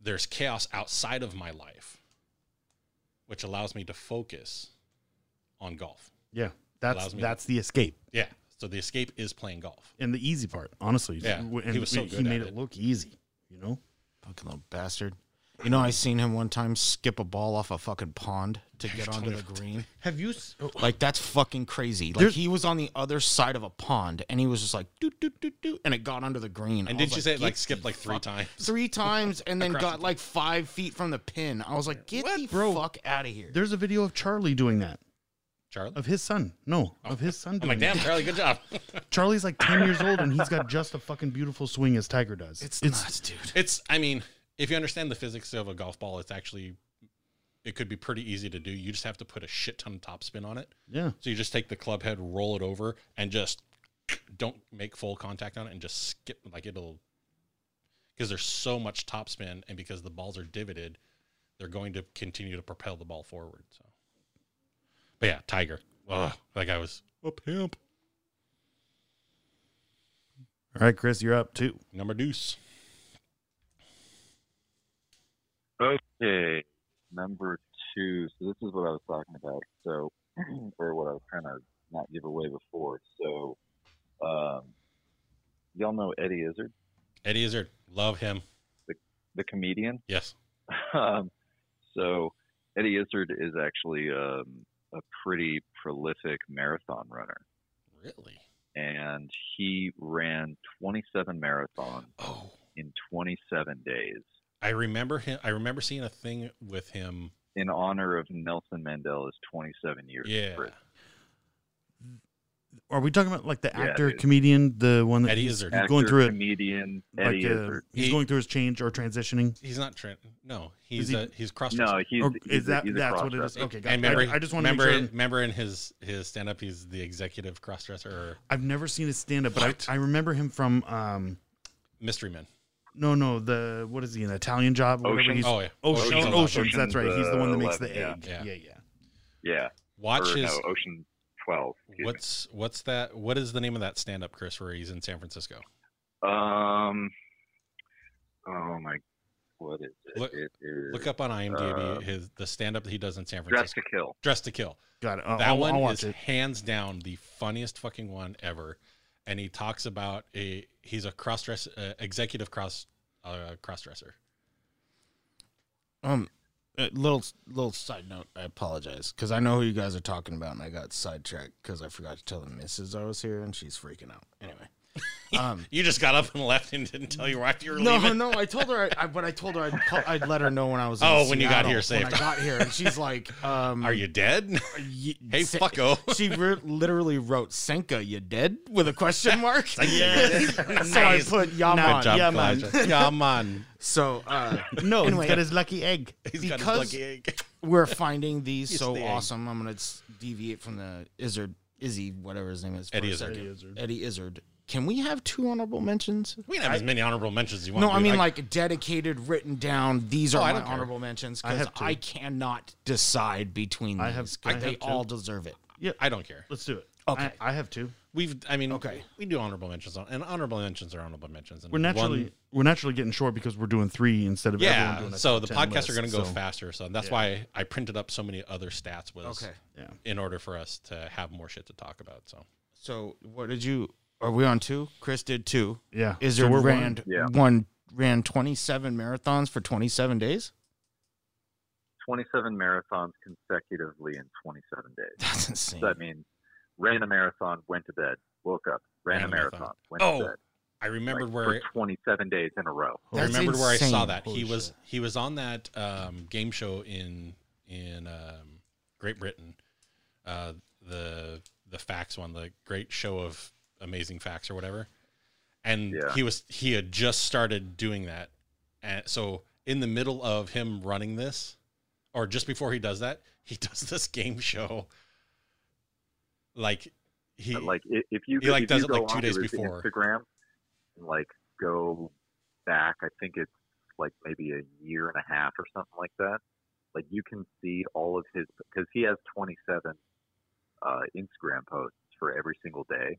[SPEAKER 1] there's chaos outside of my life, which allows me to focus on golf.
[SPEAKER 2] Yeah, that's
[SPEAKER 1] Allows me-
[SPEAKER 2] that's the escape
[SPEAKER 1] Yeah. So the escape is playing golf.
[SPEAKER 2] and the easy part, honestly.
[SPEAKER 1] Yeah,
[SPEAKER 2] W-
[SPEAKER 1] he
[SPEAKER 2] and
[SPEAKER 1] was so
[SPEAKER 2] he
[SPEAKER 1] good
[SPEAKER 2] made
[SPEAKER 1] at
[SPEAKER 2] it.
[SPEAKER 1] it.
[SPEAKER 2] look easy. You know,
[SPEAKER 3] Fucking little bastard. You know, I seen him one time skip a ball off a fucking pond to get
[SPEAKER 1] told
[SPEAKER 3] onto
[SPEAKER 1] me
[SPEAKER 3] the green.
[SPEAKER 2] have you? s- oh,
[SPEAKER 3] Like that's fucking crazy. Like
[SPEAKER 2] There's-
[SPEAKER 3] he was on the other side of a pond and he was just like doot doot doot doot and it got onto the green.
[SPEAKER 1] And
[SPEAKER 3] I was
[SPEAKER 1] did you say it like
[SPEAKER 3] "Get
[SPEAKER 1] skipped
[SPEAKER 3] the
[SPEAKER 1] like three
[SPEAKER 3] fuck-"
[SPEAKER 1] times?
[SPEAKER 3] Three times and then
[SPEAKER 1] Across
[SPEAKER 3] got
[SPEAKER 1] the-
[SPEAKER 3] like five feet from the pin. I was like, get the
[SPEAKER 2] bro?
[SPEAKER 3] fuck out of here.
[SPEAKER 2] There's a video of Charlie doing that
[SPEAKER 1] Charlie?
[SPEAKER 2] of his son. No, of his son.
[SPEAKER 1] I'm
[SPEAKER 2] Doing
[SPEAKER 1] like, damn,
[SPEAKER 2] that.
[SPEAKER 1] Charlie, good job.
[SPEAKER 2] Charlie's like ten years old and he's got just a fucking beautiful swing as Tiger does.
[SPEAKER 3] it's, nuts, dude.
[SPEAKER 1] It's, I mean, if you understand the physics of a golf ball, it's actually, it could be pretty easy to do. You just have to put a shit ton of topspin on it.
[SPEAKER 2] yeah.
[SPEAKER 1] So you just take the club head, roll it over, and just don't make full contact on it and just skip. Like it'll, because there's so much topspin, and because the balls are divoted, they're going to continue to propel the ball forward. So, but yeah, Tiger. Ugh, that guy was a pimp.
[SPEAKER 2] All right, Chris, you're up too.
[SPEAKER 1] Number deuce.
[SPEAKER 4] Okay. Number two. So this is what I was talking about. So, or what I was trying to not give away before. So, um, y'all know Eddie Izzard,
[SPEAKER 1] Eddie Izzard. Love him.
[SPEAKER 4] the comedian.
[SPEAKER 1] Yes.
[SPEAKER 4] um, so, Eddie Izzard is actually um, a pretty prolific marathon runner,
[SPEAKER 1] Really?
[SPEAKER 4] and he ran 27 marathons
[SPEAKER 1] Oh.
[SPEAKER 4] in 27 days
[SPEAKER 1] I remember him. I remember seeing a thing with him.
[SPEAKER 4] in honor of Nelson Mandela's 27 years. in
[SPEAKER 1] Yeah.
[SPEAKER 4] prison.
[SPEAKER 2] Are we talking about like the
[SPEAKER 4] Yeah,
[SPEAKER 2] actor,
[SPEAKER 4] dude.
[SPEAKER 2] comedian, the one that
[SPEAKER 1] Eddie
[SPEAKER 2] he's-
[SPEAKER 1] Izzard.
[SPEAKER 2] he's going through it,
[SPEAKER 4] comedian
[SPEAKER 2] like
[SPEAKER 4] Eddie
[SPEAKER 2] uh,
[SPEAKER 4] Izzard.
[SPEAKER 2] he's
[SPEAKER 1] He-
[SPEAKER 2] going through his change or transitioning?
[SPEAKER 1] He's not Trent. No, he's
[SPEAKER 2] he-
[SPEAKER 1] uh, he's cross.
[SPEAKER 4] No, he's,
[SPEAKER 2] Or
[SPEAKER 4] he's
[SPEAKER 2] Oh, is
[SPEAKER 4] a-
[SPEAKER 2] that
[SPEAKER 4] he's a
[SPEAKER 2] that's what it is?
[SPEAKER 4] cross-dresser.
[SPEAKER 2] Okay,
[SPEAKER 1] And
[SPEAKER 2] it.
[SPEAKER 1] remember,
[SPEAKER 2] I, I just want to make
[SPEAKER 1] remember,
[SPEAKER 2] sure.
[SPEAKER 1] in, remember in his his stand up, he's the executive cross dresser or
[SPEAKER 2] I've never seen his stand up, but
[SPEAKER 1] What?
[SPEAKER 2] I, I remember him from um
[SPEAKER 1] mystery man.
[SPEAKER 2] no no the what is he an Italian job or whatever
[SPEAKER 4] Ocean.
[SPEAKER 2] he's
[SPEAKER 1] Oh yeah,
[SPEAKER 2] Ocean,
[SPEAKER 1] Ocean's
[SPEAKER 2] Oceans,
[SPEAKER 1] Eleven.
[SPEAKER 2] that's right. He's the one that makes the
[SPEAKER 4] Eleven,
[SPEAKER 2] egg.
[SPEAKER 1] yeah.
[SPEAKER 2] Yeah, yeah.
[SPEAKER 4] Yeah,
[SPEAKER 1] Watch
[SPEAKER 4] or
[SPEAKER 1] his
[SPEAKER 4] no, Ocean Twelve. excuse me.
[SPEAKER 1] what's what's that? What is the name of that stand up, Chris? Where he's in San Francisco.
[SPEAKER 4] Um, oh my, what is it?
[SPEAKER 1] Look-
[SPEAKER 4] it is
[SPEAKER 1] Look up on IMDb
[SPEAKER 4] Uh,
[SPEAKER 1] his the stand up that he does in San
[SPEAKER 4] Dress
[SPEAKER 1] Francisco.
[SPEAKER 4] to Kill.
[SPEAKER 1] Dress to Kill.
[SPEAKER 2] Got it. I'll,
[SPEAKER 1] that
[SPEAKER 2] I'll-
[SPEAKER 1] one
[SPEAKER 2] I'll
[SPEAKER 1] is
[SPEAKER 2] watch it.
[SPEAKER 1] hands down the funniest fucking one ever. And he talks about a he's a cross dress uh, executive cross uh, cross dresser.
[SPEAKER 3] Um, a little little side note. I apologize because I know who you guys are talking about, and I got sidetracked because I forgot to tell the missus I was here, and she's freaking out. Anyway, Um,
[SPEAKER 1] You just got up and left and didn't tell your wife you were
[SPEAKER 3] no,
[SPEAKER 1] leaving.
[SPEAKER 3] no, I told her, I, I, but I told her I'd, call, I'd let her know when I was.
[SPEAKER 1] Oh,
[SPEAKER 3] in
[SPEAKER 1] when you got
[SPEAKER 3] Seattle,
[SPEAKER 1] here,
[SPEAKER 3] When
[SPEAKER 1] saved.
[SPEAKER 3] I got here, and she's like, um,
[SPEAKER 1] Are you dead?
[SPEAKER 3] ye-
[SPEAKER 1] hey,
[SPEAKER 3] se-
[SPEAKER 1] fucko.
[SPEAKER 3] She re- literally wrote Senka, you dead with a question mark. so I
[SPEAKER 1] Nice.
[SPEAKER 3] put Yaman.
[SPEAKER 1] Good job,
[SPEAKER 2] yeah, man.
[SPEAKER 1] Kalasha. Yeah, man.
[SPEAKER 3] So uh,
[SPEAKER 2] No,
[SPEAKER 3] Anyway.
[SPEAKER 2] he's got his lucky egg.
[SPEAKER 1] He's got his
[SPEAKER 3] Because-
[SPEAKER 1] lucky egg.
[SPEAKER 3] we're finding these
[SPEAKER 1] It's
[SPEAKER 3] so
[SPEAKER 1] the egg.
[SPEAKER 3] awesome. I'm gonna s- deviate from the Izzard, Izzy, whatever his name is. for
[SPEAKER 1] Eddie
[SPEAKER 3] a
[SPEAKER 1] Izzard.
[SPEAKER 3] second.
[SPEAKER 2] Eddie Izzard.
[SPEAKER 3] Eddie Izzard. Can we have two honorable mentions?
[SPEAKER 1] We can have as many honorable mentions as you want.
[SPEAKER 3] No, I
[SPEAKER 1] dude.
[SPEAKER 3] mean like dedicated, written down. These are
[SPEAKER 1] I
[SPEAKER 3] my
[SPEAKER 1] don't care.
[SPEAKER 3] honorable mentions
[SPEAKER 2] I
[SPEAKER 3] because
[SPEAKER 2] have two.
[SPEAKER 3] I, cannot decide between these.
[SPEAKER 2] I have- I
[SPEAKER 3] they
[SPEAKER 2] have two.
[SPEAKER 3] all deserve it.
[SPEAKER 1] I don't care.
[SPEAKER 2] Let's do it.
[SPEAKER 3] Okay.
[SPEAKER 2] I, I have two.
[SPEAKER 1] We've, I mean, okay.
[SPEAKER 3] Okay.
[SPEAKER 1] We do honorable mentions, on, and honorable mentions are honorable mentions. And
[SPEAKER 2] We're naturally
[SPEAKER 1] one-
[SPEAKER 2] we're naturally getting short because we're doing three instead of everyone
[SPEAKER 1] yeah.
[SPEAKER 2] doing a
[SPEAKER 1] So the
[SPEAKER 2] top 10
[SPEAKER 1] podcasts are going to
[SPEAKER 2] list,
[SPEAKER 1] go
[SPEAKER 2] so,
[SPEAKER 1] faster. So that's why I printed up so many other stats was
[SPEAKER 3] Okay.
[SPEAKER 2] Yeah.
[SPEAKER 1] in order for us to have more shit to talk about. So
[SPEAKER 3] So what did you? Are we on two? Chris did two.
[SPEAKER 2] Yeah.
[SPEAKER 3] Izzard
[SPEAKER 2] we're one.
[SPEAKER 3] ran
[SPEAKER 4] Yeah.
[SPEAKER 3] one ran 27 marathons for 27 days.
[SPEAKER 4] 27 marathons consecutively in 27 days.
[SPEAKER 3] That's insane.
[SPEAKER 4] So that means ran a marathon, went to bed, woke up, ran, a marathon, went
[SPEAKER 1] Oh,
[SPEAKER 4] to bed.
[SPEAKER 1] I remembered
[SPEAKER 4] like,
[SPEAKER 1] where
[SPEAKER 4] for 27 days in a row.
[SPEAKER 1] I
[SPEAKER 3] That's
[SPEAKER 1] remembered where I saw
[SPEAKER 3] insane.
[SPEAKER 1] that. he
[SPEAKER 2] Holy
[SPEAKER 1] was
[SPEAKER 2] shit.
[SPEAKER 1] he was on that um, game show in in um, Great Britain, uh, the the facts one, the Great Show of Amazing Facts or whatever. And
[SPEAKER 4] Yeah.
[SPEAKER 1] he was he had just started doing that, and so in the middle of him running this, or just before he does that, he does this game show. Like he
[SPEAKER 4] But, like i- if you
[SPEAKER 1] he,
[SPEAKER 4] go-
[SPEAKER 1] like,
[SPEAKER 4] if
[SPEAKER 1] does
[SPEAKER 4] you
[SPEAKER 1] it, like,
[SPEAKER 4] go
[SPEAKER 1] two
[SPEAKER 4] onto
[SPEAKER 1] days
[SPEAKER 4] his
[SPEAKER 1] before.
[SPEAKER 4] Instagram, and, like go back. I think it's like maybe a year and a half or something like that. Like you can see all of his because he has 27 uh, Instagram posts for every single day,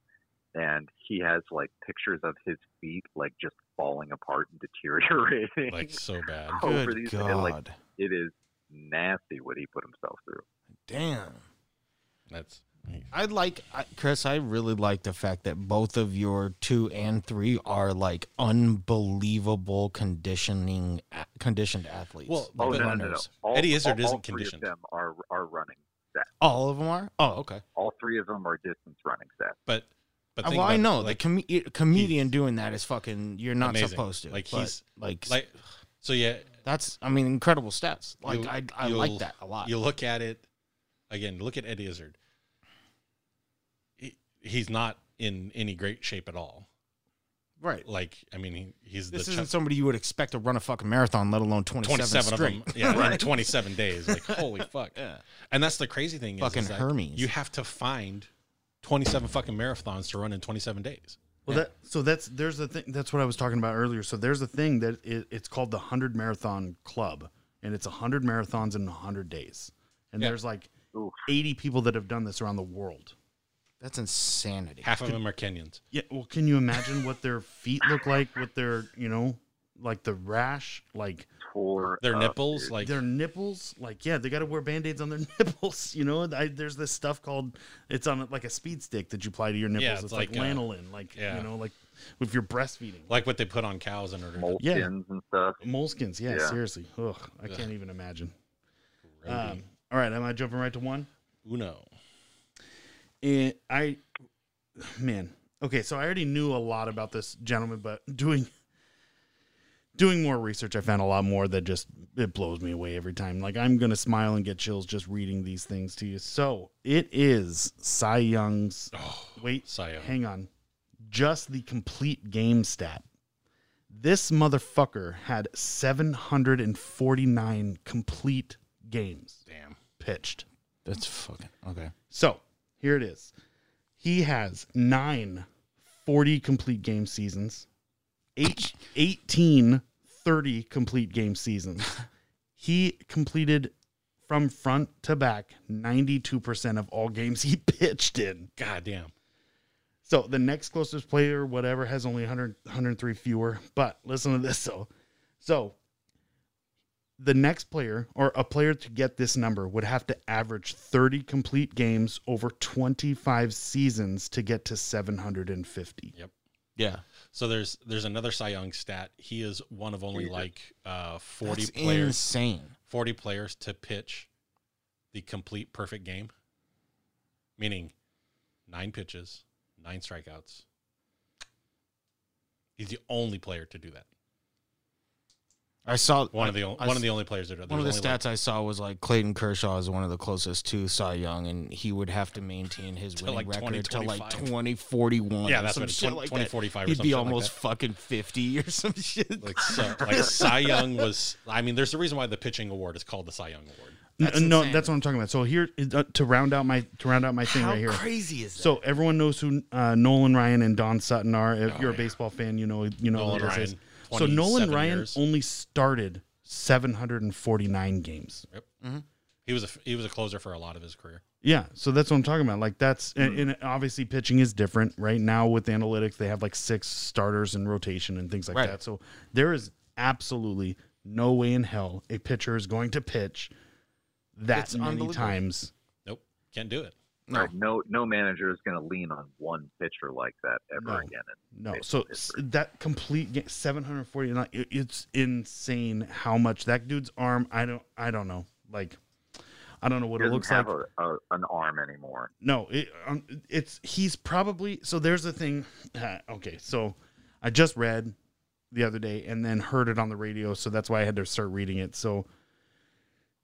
[SPEAKER 4] and he has like pictures of his feet like just falling apart and deteriorating.
[SPEAKER 1] like so bad.
[SPEAKER 4] over
[SPEAKER 3] Good
[SPEAKER 4] these
[SPEAKER 3] God.
[SPEAKER 4] and, like it is nasty what he put himself through.
[SPEAKER 3] Damn.
[SPEAKER 1] That's
[SPEAKER 3] I'd like, I, Chris, I really like the fact that both of your two and three are like unbelievable conditioning, a- conditioned athletes.
[SPEAKER 1] Well,
[SPEAKER 3] like
[SPEAKER 4] Oh no, no, no, no!
[SPEAKER 3] runners.
[SPEAKER 4] All,
[SPEAKER 1] Eddie Izzard
[SPEAKER 4] all, all
[SPEAKER 1] isn't
[SPEAKER 4] three
[SPEAKER 1] conditioned.
[SPEAKER 4] Of them are are running.
[SPEAKER 3] All of them are? Oh, okay.
[SPEAKER 4] all three of them are distance running sets.
[SPEAKER 1] But but
[SPEAKER 3] Uh,
[SPEAKER 1] think
[SPEAKER 3] well, I
[SPEAKER 1] about it,
[SPEAKER 3] know
[SPEAKER 1] like
[SPEAKER 3] the com- comedian doing that is fucking, you're not
[SPEAKER 1] Amazing.
[SPEAKER 3] supposed to.
[SPEAKER 1] Like,
[SPEAKER 3] but,
[SPEAKER 1] he's-
[SPEAKER 3] like,
[SPEAKER 1] like so yeah
[SPEAKER 3] that's, I mean, incredible stats. Like,
[SPEAKER 1] You-
[SPEAKER 3] I, I
[SPEAKER 1] you'll-
[SPEAKER 3] like that a lot.
[SPEAKER 1] you look at it again look at eddie izzard he, he's not in any great shape at all
[SPEAKER 3] Right.
[SPEAKER 1] like i mean he, he's
[SPEAKER 3] This
[SPEAKER 1] the
[SPEAKER 3] isn't
[SPEAKER 1] ch-
[SPEAKER 3] somebody you would expect to run a fucking marathon, let alone 27,
[SPEAKER 1] 27 of
[SPEAKER 3] straight.
[SPEAKER 1] them yeah in
[SPEAKER 4] Right.
[SPEAKER 1] 27 days like holy fuck
[SPEAKER 3] Yeah.
[SPEAKER 1] and that's the crazy thing is,
[SPEAKER 3] Fucking
[SPEAKER 1] is that
[SPEAKER 3] Hermes.
[SPEAKER 1] you have to find 27 fucking marathons to run in 27 days
[SPEAKER 2] Well,
[SPEAKER 3] Yeah.
[SPEAKER 2] that so that's there's the thing that's what I was talking about earlier. So there's a thing that it, it's called the Hundred Marathon Club, and it's hundred marathons in hundred days, and
[SPEAKER 1] Yeah.
[SPEAKER 2] there's like
[SPEAKER 4] Oof.
[SPEAKER 2] eighty people that have done this around the world.
[SPEAKER 3] That's insanity.
[SPEAKER 1] half of them are kenyans
[SPEAKER 2] Yeah, well, can you imagine what their feet look like? What their you know, like the rash, like
[SPEAKER 4] Tore
[SPEAKER 1] their
[SPEAKER 3] Uh,
[SPEAKER 4] up,
[SPEAKER 1] nipples
[SPEAKER 4] uh, dude.
[SPEAKER 1] like
[SPEAKER 2] their nipples. Like yeah, they got to wear band aids on their nipples. You know, I, there's this stuff called it's on like a speed stick that you apply to your nipples.
[SPEAKER 1] it's
[SPEAKER 2] it's, like,
[SPEAKER 1] like, uh,
[SPEAKER 2] lanolin, like
[SPEAKER 1] yeah.
[SPEAKER 2] you know, like if you're breastfeeding.
[SPEAKER 1] like what they put on cows in order to
[SPEAKER 4] moleskins and stuff.
[SPEAKER 2] Moleskins, yeah,
[SPEAKER 4] Yeah.
[SPEAKER 2] seriously. Ugh, I
[SPEAKER 1] Ugh.
[SPEAKER 2] can't even imagine.
[SPEAKER 1] Roadie.
[SPEAKER 2] Um, all right, am I jumping right to one?
[SPEAKER 3] Ah.
[SPEAKER 1] uno
[SPEAKER 2] Eh, I, man, okay. So I already knew a lot about this gentleman, but doing doing more research, I found a lot more that just it blows me away every time. Like I'm gonna smile and get chills just reading these things to you. So it is Cy Young's.
[SPEAKER 1] oh
[SPEAKER 2] Wait,
[SPEAKER 1] Cy Young.
[SPEAKER 2] hang on. Just the complete game stat. This motherfucker had 749 complete games
[SPEAKER 1] damn
[SPEAKER 2] pitched.
[SPEAKER 3] That's fucking okay.
[SPEAKER 2] So here it is. He has nine 40 complete game seasons, eight, 18 30 complete game seasons. He completed from front to back 92% of all games he pitched in.
[SPEAKER 1] god damn
[SPEAKER 2] So the next closest player, whatever, has only 100, 103 fewer. But listen to this, though. So the next player or a player to get this number would have to average 30 complete games over 25 seasons to get to 750.
[SPEAKER 3] Yeah.
[SPEAKER 1] So there's there's another Cy Young stat. He is one of only
[SPEAKER 4] Jesus.
[SPEAKER 1] like uh, 40
[SPEAKER 3] That's
[SPEAKER 1] players
[SPEAKER 3] insane.
[SPEAKER 1] 40 players to pitch the complete perfect game, meaning nine pitches, nine strikeouts, He's the only player to do that.
[SPEAKER 3] I saw
[SPEAKER 1] One of the on-
[SPEAKER 3] I
[SPEAKER 1] one
[SPEAKER 3] s-
[SPEAKER 1] of the only players that do that.
[SPEAKER 3] One of the
[SPEAKER 1] There's only, like,
[SPEAKER 3] stats I saw was like Clayton Kershaw is one of the closest to Cy Young, and he would have to maintain his
[SPEAKER 1] Till,
[SPEAKER 3] winning
[SPEAKER 1] like,
[SPEAKER 3] record till like
[SPEAKER 1] 2045.
[SPEAKER 3] 2041.
[SPEAKER 1] yeah,
[SPEAKER 3] or
[SPEAKER 1] that's
[SPEAKER 3] some
[SPEAKER 1] what it's
[SPEAKER 3] shit
[SPEAKER 1] 20,
[SPEAKER 3] like that.
[SPEAKER 1] 2045 or
[SPEAKER 3] He'd
[SPEAKER 1] something
[SPEAKER 3] be
[SPEAKER 1] like
[SPEAKER 3] almost
[SPEAKER 1] that.
[SPEAKER 3] fucking 50 or some shit.
[SPEAKER 1] like so, like Cy Young was. I mean, there's a reason why the pitching award is called the Cy Young Award.
[SPEAKER 3] That's
[SPEAKER 2] N- no,
[SPEAKER 3] insane.
[SPEAKER 2] that's what I'm talking about. So here uh, to round out my to round out my thing
[SPEAKER 3] How
[SPEAKER 2] right here.
[SPEAKER 3] crazy is that?
[SPEAKER 2] So everyone knows who uh, Nolan Ryan and Don Sutton are. If you're a baseball fan, you know you know
[SPEAKER 1] Nolan
[SPEAKER 2] who this is.
[SPEAKER 1] Ryan.
[SPEAKER 2] So Nolan
[SPEAKER 1] 27
[SPEAKER 2] Ryan
[SPEAKER 1] years.
[SPEAKER 2] only started 749 games.
[SPEAKER 1] He was a f- he was a closer for a lot of his career.
[SPEAKER 2] Yeah, so that's what I'm talking about. Like that's and, and obviously pitching is different right now with analytics. They have like six starters in rotation and things like
[SPEAKER 3] Right.
[SPEAKER 2] that. So there is absolutely no way in hell a pitcher is going to pitch that
[SPEAKER 3] It's
[SPEAKER 2] many
[SPEAKER 3] unbelievable.
[SPEAKER 2] times.
[SPEAKER 1] Nope, can't do it.
[SPEAKER 3] No.
[SPEAKER 4] Right. No, no manager is going to lean on one pitcher like that ever
[SPEAKER 2] No.
[SPEAKER 4] again.
[SPEAKER 2] No,
[SPEAKER 4] It's-
[SPEAKER 2] so
[SPEAKER 4] it's-
[SPEAKER 2] s- that complete ga- 749. it- It's insane how much that dude's arm. I don't. I don't know. Like, I don't know what
[SPEAKER 4] He
[SPEAKER 2] it
[SPEAKER 4] doesn't
[SPEAKER 2] looks
[SPEAKER 4] have
[SPEAKER 2] like.
[SPEAKER 4] a, a, an arm anymore.
[SPEAKER 2] No, it, um, it's he's probably so. There's the thing. uh, okay, so I just read the other day and then heard it on the radio, so that's why I had to start reading it. So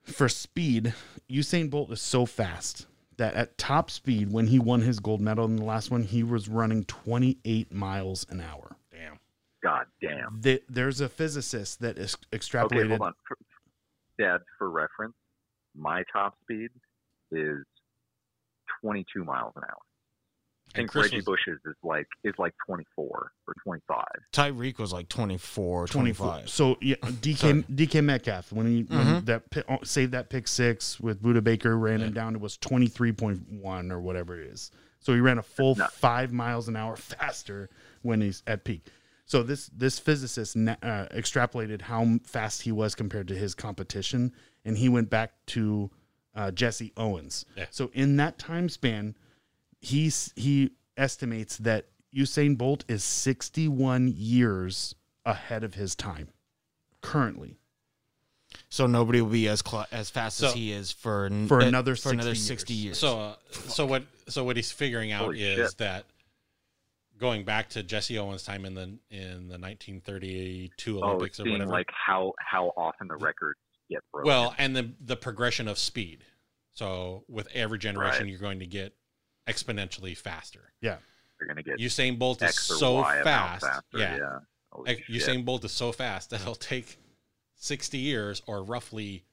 [SPEAKER 2] for speed, Usain Bolt is so fast that at top speed, when he won his gold medal in the last one, he was running 28 miles an hour.
[SPEAKER 1] Damn.
[SPEAKER 4] God damn.
[SPEAKER 2] Th- there's a physicist that is
[SPEAKER 4] Okay,
[SPEAKER 2] extrapolated.
[SPEAKER 4] hold on. For, Dad, for reference, my top speed is 22 miles an hour. I
[SPEAKER 1] And
[SPEAKER 4] think
[SPEAKER 1] Chris
[SPEAKER 4] Reggie
[SPEAKER 1] was,
[SPEAKER 4] Bush's is like is like 24 or 25.
[SPEAKER 3] Tyreek was like 24,
[SPEAKER 2] 24.
[SPEAKER 3] 25.
[SPEAKER 2] So yeah, DK
[SPEAKER 3] Sorry.
[SPEAKER 2] DK Metcalf when he when that pi- oh, saved that pick six with Buda Baker ran him
[SPEAKER 1] Mm-hmm. Yeah.
[SPEAKER 2] down. It was twenty three point one or whatever it is. So he ran a full
[SPEAKER 4] nuts.
[SPEAKER 2] five miles an hour faster when he's at peak. So this this physicist na- uh, extrapolated how m- fast he was compared to his competition, and he went back to uh, Jesse Owens.
[SPEAKER 1] Yeah.
[SPEAKER 2] So in that time span, he's he estimates that Usain Bolt is 61 years ahead of his time currently.
[SPEAKER 3] So nobody will be as cl- as fast as
[SPEAKER 1] So-
[SPEAKER 3] he is for n-
[SPEAKER 2] For
[SPEAKER 3] eh,
[SPEAKER 2] another
[SPEAKER 3] for another
[SPEAKER 2] 60
[SPEAKER 3] 60
[SPEAKER 2] years.
[SPEAKER 3] years.
[SPEAKER 1] So uh, so what so what he's figuring out
[SPEAKER 4] Holy
[SPEAKER 1] is
[SPEAKER 4] shit.
[SPEAKER 1] that going back to Jesse Owens' time in the in the 1932
[SPEAKER 4] Oh,
[SPEAKER 1] Olympics or
[SPEAKER 4] seeing
[SPEAKER 1] whatever.
[SPEAKER 4] like how how often the records get broken.
[SPEAKER 1] well, and the the progression of speed. So with every generation,
[SPEAKER 4] Right.
[SPEAKER 1] you're going to get exponentially faster.
[SPEAKER 4] they're gonna get
[SPEAKER 1] Usain Bolt is
[SPEAKER 4] X or
[SPEAKER 1] so
[SPEAKER 4] Y amount
[SPEAKER 1] fast.
[SPEAKER 4] faster,
[SPEAKER 1] yeah.
[SPEAKER 4] Holy
[SPEAKER 1] Like,
[SPEAKER 4] shit.
[SPEAKER 1] Usain Bolt is so fast that it'll take 60 years or roughly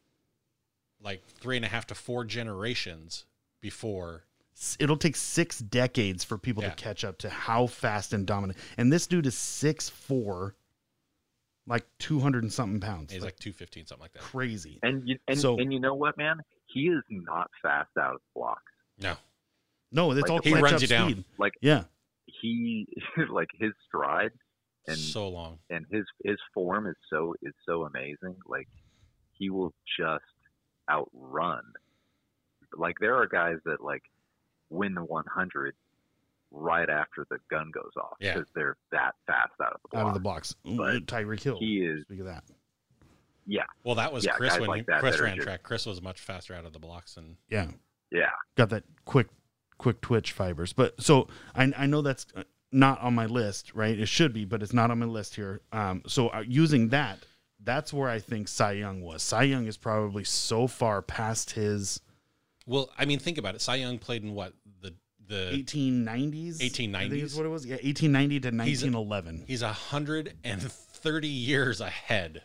[SPEAKER 1] like three and a half to four generations before.
[SPEAKER 2] S- It'll take six decades for people
[SPEAKER 1] Yeah.
[SPEAKER 2] to catch up to how fast and dominant. And this dude is 6'4, like 200 and something pounds.
[SPEAKER 1] He's
[SPEAKER 2] like,
[SPEAKER 1] like 215, something like that.
[SPEAKER 2] crazy.
[SPEAKER 4] and you and,
[SPEAKER 2] So-
[SPEAKER 4] and you know what, man? He is not fast out of the block.
[SPEAKER 1] No.
[SPEAKER 2] No, that's
[SPEAKER 4] Like,
[SPEAKER 2] all
[SPEAKER 4] he
[SPEAKER 2] catch
[SPEAKER 1] runs
[SPEAKER 2] up
[SPEAKER 1] you down.
[SPEAKER 2] speed.
[SPEAKER 4] Like
[SPEAKER 2] Yeah.
[SPEAKER 4] he like his stride and
[SPEAKER 1] so long.
[SPEAKER 4] and his his form is so is so amazing. Like he will just outrun. Like there are guys that like win the 100 right after the gun goes off
[SPEAKER 1] Yeah.
[SPEAKER 4] because they're that fast out of the block.
[SPEAKER 2] Out of the blocks.
[SPEAKER 4] But
[SPEAKER 2] Tyreek Hill.
[SPEAKER 4] He is
[SPEAKER 2] Speak of that.
[SPEAKER 4] yeah
[SPEAKER 1] Well, that was
[SPEAKER 4] Yeah,
[SPEAKER 1] Chris
[SPEAKER 4] guys
[SPEAKER 1] when
[SPEAKER 4] like
[SPEAKER 1] he-
[SPEAKER 4] that
[SPEAKER 1] Chris
[SPEAKER 4] that are
[SPEAKER 1] ran
[SPEAKER 4] just-
[SPEAKER 1] track. Chris was much faster out of the blocks and
[SPEAKER 2] Yeah.
[SPEAKER 4] yeah
[SPEAKER 2] got that quick quick twitch fibers but so i, I know that's uh, not on my list right it should be but it's not on my list here um, so uh, using that that's where i think cy young was cy young is probably so far past his
[SPEAKER 1] well, I mean, think about it. Cy Young played in what the the
[SPEAKER 2] 1890s
[SPEAKER 1] 1890s?
[SPEAKER 2] i think is what it was yeah 1890 to 1911
[SPEAKER 1] he's a hundred and thirty years ahead.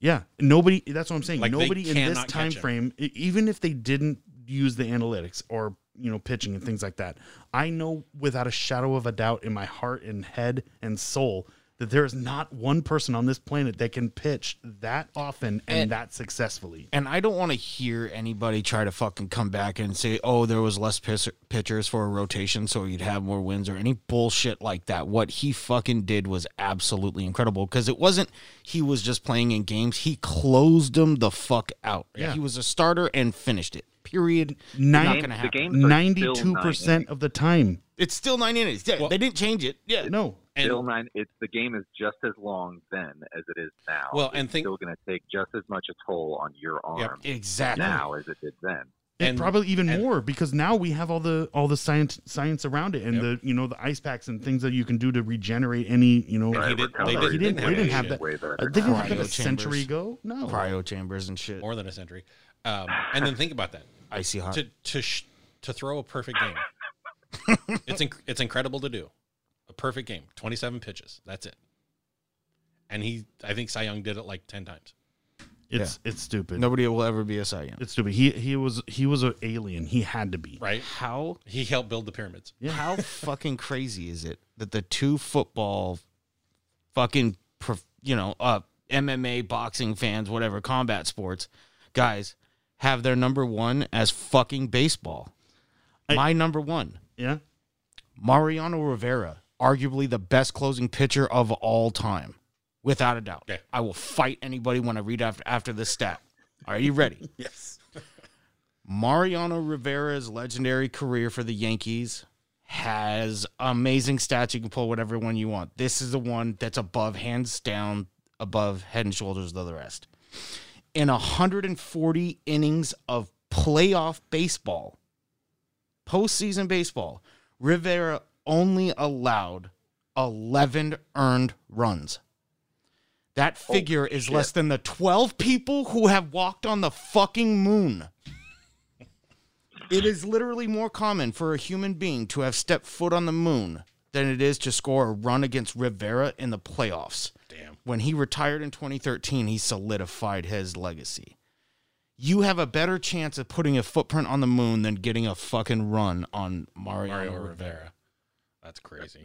[SPEAKER 2] yeah nobody that's what i'm saying
[SPEAKER 1] Like, they
[SPEAKER 2] nobody in this
[SPEAKER 1] cannot catch
[SPEAKER 2] time
[SPEAKER 1] him.
[SPEAKER 2] frame e- even if they didn't use the analytics or you know pitching and things like that i know without a shadow of a doubt in my heart and head and soul that there is not one person on this planet that can pitch that often and,
[SPEAKER 3] And-
[SPEAKER 2] that successfully
[SPEAKER 3] and I don't want to hear anybody try to fucking come back and say, "Oh, there was less piss- pitchers for a rotation, so you'd have more wins," or any bullshit like that. What he fucking did was absolutely incredible because it wasn't he was just playing in games. He closed them the fuck out.
[SPEAKER 2] Yeah.
[SPEAKER 3] He was a starter and finished it. Period.
[SPEAKER 2] Nine-
[SPEAKER 3] not gonna happen.
[SPEAKER 4] games are still
[SPEAKER 2] 92% of the time
[SPEAKER 3] It's still nine innings. Yeah,
[SPEAKER 1] Well-
[SPEAKER 3] they didn't change it. Yeah,
[SPEAKER 2] no
[SPEAKER 4] nine,
[SPEAKER 1] And
[SPEAKER 4] still nine it's the game is just as long then as it is now
[SPEAKER 1] Well,
[SPEAKER 4] It's
[SPEAKER 1] and think-
[SPEAKER 4] still going to take just as much a toll on your arm
[SPEAKER 1] Yep.
[SPEAKER 3] exactly.
[SPEAKER 4] now as it did then
[SPEAKER 2] And,
[SPEAKER 1] And-
[SPEAKER 2] probably even
[SPEAKER 1] and-
[SPEAKER 2] more because now we have all the all the science science around it and the you know the ice packs and things that you can do to regenerate any you know.
[SPEAKER 1] And he
[SPEAKER 4] Right,
[SPEAKER 1] did-
[SPEAKER 4] recovery
[SPEAKER 1] they
[SPEAKER 2] did- he didn't-
[SPEAKER 4] is
[SPEAKER 2] we didn't
[SPEAKER 4] way-
[SPEAKER 2] have that.
[SPEAKER 4] way better
[SPEAKER 2] I think it was
[SPEAKER 4] now.
[SPEAKER 2] like a
[SPEAKER 3] Cryo
[SPEAKER 2] century
[SPEAKER 3] chambers.
[SPEAKER 2] ago. No,
[SPEAKER 3] cryo chambers and shit,
[SPEAKER 1] more than a century. Um, and then think about that
[SPEAKER 3] icy hot.
[SPEAKER 1] to to sh- to throw a perfect game. it's inc- it's incredible to do a perfect game, twenty seven pitches. That's it. And he, I think Cy Young did it like ten times.
[SPEAKER 2] it's it's stupid.
[SPEAKER 3] Nobody will ever be a Cy Young.
[SPEAKER 2] It's stupid. He he was he was an alien. He had to be.
[SPEAKER 1] Right?
[SPEAKER 3] How
[SPEAKER 1] He helped build the pyramids.
[SPEAKER 2] Yeah.
[SPEAKER 3] how fucking crazy is it that the two football, fucking prof- you know, uh, MMA boxing fans, whatever combat sports guys, have their number one as fucking baseball.
[SPEAKER 2] I-
[SPEAKER 3] My number one,
[SPEAKER 2] Yeah.
[SPEAKER 3] Mariano Rivera, arguably the best closing pitcher of all time, without a doubt.
[SPEAKER 1] Yeah.
[SPEAKER 3] I will fight anybody when I read after after this stat. Are you ready?
[SPEAKER 2] Yes.
[SPEAKER 3] Mariano Rivera's legendary career for the Yankees has amazing stats. You can pull whatever one you want. This is the one that's above, hands down, above head and shoulders of the rest. In 140 innings of playoff baseball, postseason baseball, Rivera only allowed 11 earned runs. That figure is less than the 12 people who have walked on the fucking moon. It is literally more common for a human being to have stepped foot on the moon than it is to score a run against Rivera in the playoffs.
[SPEAKER 1] Damn.
[SPEAKER 3] When he retired in 2013, he solidified his legacy. You have a better chance of putting a footprint on the moon than getting a fucking run on Mario,
[SPEAKER 1] Mario
[SPEAKER 3] Rivera.
[SPEAKER 1] Rivera. That's crazy.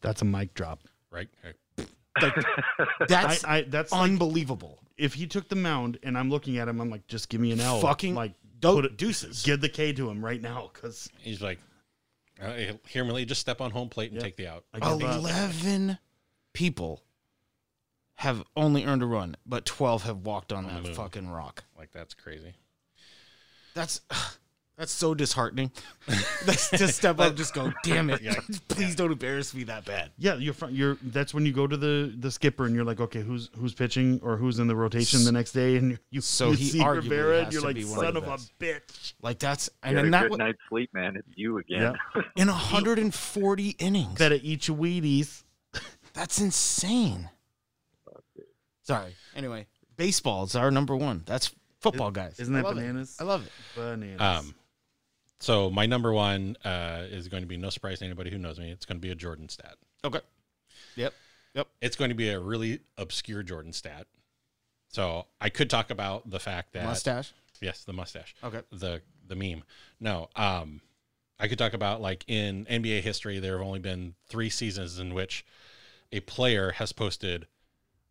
[SPEAKER 2] That's a mic drop.
[SPEAKER 1] Right? Uh, Right.
[SPEAKER 2] I,
[SPEAKER 3] That's
[SPEAKER 2] I that's
[SPEAKER 3] unbelievable.
[SPEAKER 2] if he took the mound and I'm looking at him, I'm like, just give me an L.
[SPEAKER 3] Fucking
[SPEAKER 2] like
[SPEAKER 3] do-
[SPEAKER 2] put it-
[SPEAKER 3] deuces.
[SPEAKER 2] Give the K to him right now because
[SPEAKER 1] He's like, uh, here, Millie, just step on home plate and
[SPEAKER 2] Yeah.
[SPEAKER 1] take the out.
[SPEAKER 2] I give up.
[SPEAKER 3] 11 people have only earned a run, but 12 have walked
[SPEAKER 1] On
[SPEAKER 3] on
[SPEAKER 1] the
[SPEAKER 3] that
[SPEAKER 1] moon.
[SPEAKER 3] fucking rock.
[SPEAKER 1] Like, that's crazy.
[SPEAKER 3] That's that's so disheartening. That's to step up, just go, damn it! Please don't embarrass me that bad.
[SPEAKER 2] Yeah, you're front. You're that's when you go to the the skipper and you're like, okay, who's who's pitching or who's in the rotation the next day, and you
[SPEAKER 3] So
[SPEAKER 2] you
[SPEAKER 3] he
[SPEAKER 2] see
[SPEAKER 3] arguably
[SPEAKER 2] Rivera
[SPEAKER 3] has
[SPEAKER 2] and you're
[SPEAKER 3] to
[SPEAKER 2] like,
[SPEAKER 3] be one of
[SPEAKER 2] son
[SPEAKER 3] the
[SPEAKER 2] of a
[SPEAKER 3] best."
[SPEAKER 2] bitch.
[SPEAKER 3] Like that's
[SPEAKER 4] You
[SPEAKER 3] and
[SPEAKER 4] had
[SPEAKER 3] then
[SPEAKER 4] a
[SPEAKER 3] that
[SPEAKER 4] good
[SPEAKER 3] wa-
[SPEAKER 4] night's sleep, man. It's you again.
[SPEAKER 3] in 140 innings.
[SPEAKER 2] Better eat your Wheaties.
[SPEAKER 3] that's insane. Sorry. Anyway, baseball is our number one. That's football, guys.
[SPEAKER 2] Isn't
[SPEAKER 3] I
[SPEAKER 2] that
[SPEAKER 3] love it.
[SPEAKER 2] bananas?
[SPEAKER 3] I love it.
[SPEAKER 2] Bananas.
[SPEAKER 1] Um, so, my number one uh, is going to be no surprise to anybody who knows me. It's going to be a Jordan stat.
[SPEAKER 3] Okay. Yep.
[SPEAKER 1] It's going to be a really obscure Jordan stat. So, I could talk about the fact that.
[SPEAKER 3] Mustache.
[SPEAKER 1] Yes, the mustache.
[SPEAKER 3] Okay.
[SPEAKER 1] the the meme. No, um, I could talk about like in NBA history, there have only been three seasons in which a player has posted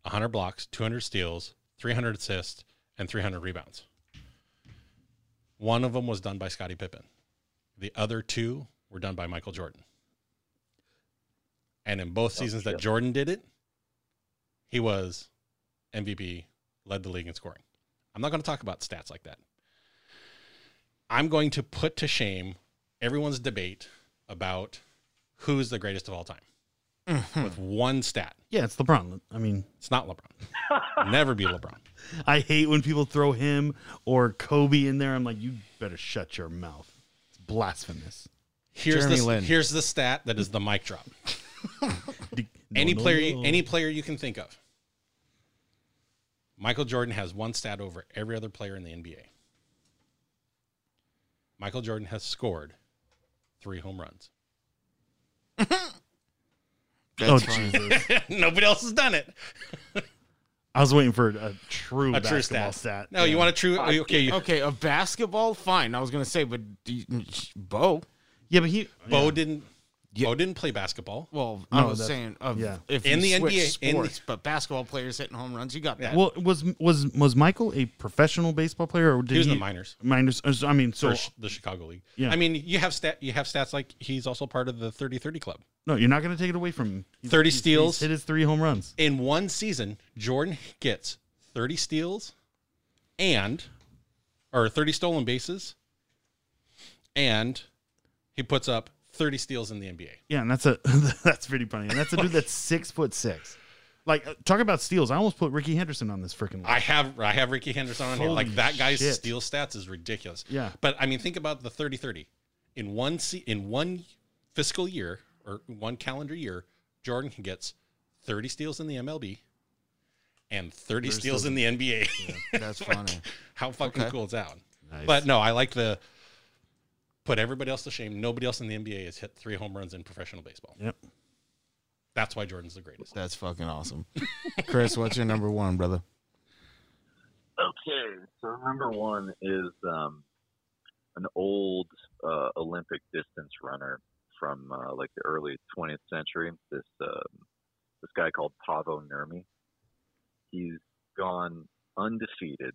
[SPEAKER 1] 100 blocks, 200 steals, 300 assists, and 300 rebounds. One of them was done by Scottie Pippen. The other two were done by Michael Jordan. And in both seasons that
[SPEAKER 4] shit.
[SPEAKER 1] Jordan did it, he was MVP, led the league in scoring. I'm not going to talk about stats like that. I'm going to put to shame everyone's debate about who's the greatest of all time
[SPEAKER 2] Mm-hmm.
[SPEAKER 1] with one stat.
[SPEAKER 2] yeah, it's LeBron. I mean,
[SPEAKER 1] It's not LeBron. Never be LeBron.
[SPEAKER 2] I hate when people throw him or Kobe in there. I'm like, you better shut your mouth. It's blasphemous.
[SPEAKER 1] Here's
[SPEAKER 3] Jeremy
[SPEAKER 1] the
[SPEAKER 3] Lin.
[SPEAKER 1] here's the stat that is the mic drop.
[SPEAKER 2] D- no,
[SPEAKER 1] any
[SPEAKER 2] no,
[SPEAKER 1] player
[SPEAKER 2] no.
[SPEAKER 1] any player you can think of. Michael Jordan has one stat over every other player in the NBA. Michael Jordan has scored 3 home runs.
[SPEAKER 2] Oh
[SPEAKER 3] That's fine.
[SPEAKER 2] Jesus!
[SPEAKER 1] Nobody else has done it.
[SPEAKER 2] I was waiting for a true
[SPEAKER 1] A
[SPEAKER 2] basketball
[SPEAKER 1] true
[SPEAKER 2] stat.
[SPEAKER 1] stat. No, you want a true okay, you,
[SPEAKER 3] Okay, a basketball, fine. I was gonna say, but do you- Bo.
[SPEAKER 2] Yeah, but he
[SPEAKER 1] Bo didn't
[SPEAKER 3] Yeah.
[SPEAKER 1] Bo didn't play baskall.
[SPEAKER 3] Well, I
[SPEAKER 2] No,
[SPEAKER 3] was
[SPEAKER 2] that's-
[SPEAKER 3] saying of
[SPEAKER 2] yeah.
[SPEAKER 3] if
[SPEAKER 1] In
[SPEAKER 3] you
[SPEAKER 1] the
[SPEAKER 3] switch
[SPEAKER 1] NBA in the-
[SPEAKER 3] sports, but basketball players hitting home runs, you got that.
[SPEAKER 1] Yeah.
[SPEAKER 2] Well, was was was Michael a professional baseball player, or did
[SPEAKER 1] He was in
[SPEAKER 2] he
[SPEAKER 1] the minors.
[SPEAKER 2] Minors. uh, so- I mean, so
[SPEAKER 1] for sh- the Chicago League.
[SPEAKER 2] Yeah.
[SPEAKER 1] I mean, you have stat you have stats like he's also part of the 30-30 club.
[SPEAKER 2] no, you're not going to take it away from him. He's-
[SPEAKER 1] 30
[SPEAKER 2] he's-
[SPEAKER 1] steals.
[SPEAKER 2] He's hit his three home runs.
[SPEAKER 1] In one season, Jordan gets 30 steals and or 30 stolen bases and he puts up 30 steals in the NBA.
[SPEAKER 2] Yeah, and that's a that's pretty funny. And that's a dude that's six foot six. Like uh, talk about steals. I almost put Ricky Henderson on this freaking.
[SPEAKER 1] I have I have Ricky Henderson on here.
[SPEAKER 2] Holy
[SPEAKER 1] Like that guy's
[SPEAKER 2] shit.
[SPEAKER 1] steal stats is ridiculous.
[SPEAKER 2] Yeah.
[SPEAKER 1] But I mean, think about the 30-30. In one se- in one fiscal year or one calendar year, Jordan can gets 30 steals in the MLB and 30 steals in the NBA.
[SPEAKER 3] That's funny.
[SPEAKER 1] How fucking
[SPEAKER 3] Okay.
[SPEAKER 1] cool is that?
[SPEAKER 2] Nice.
[SPEAKER 1] But no, I like the put everybody else to shame. Nobody else in the NBA has hit three home runs in professional baseball.
[SPEAKER 2] Yep.
[SPEAKER 1] That's why Jordan's the greatest.
[SPEAKER 3] That's fucking awesome. Chris, what's your number one, brother?
[SPEAKER 4] Okay, so number one is um, an old uh, Olympic distance runner from uh, like the early 20th century. This um, this guy called Pavo Nurmi. He's gone undefeated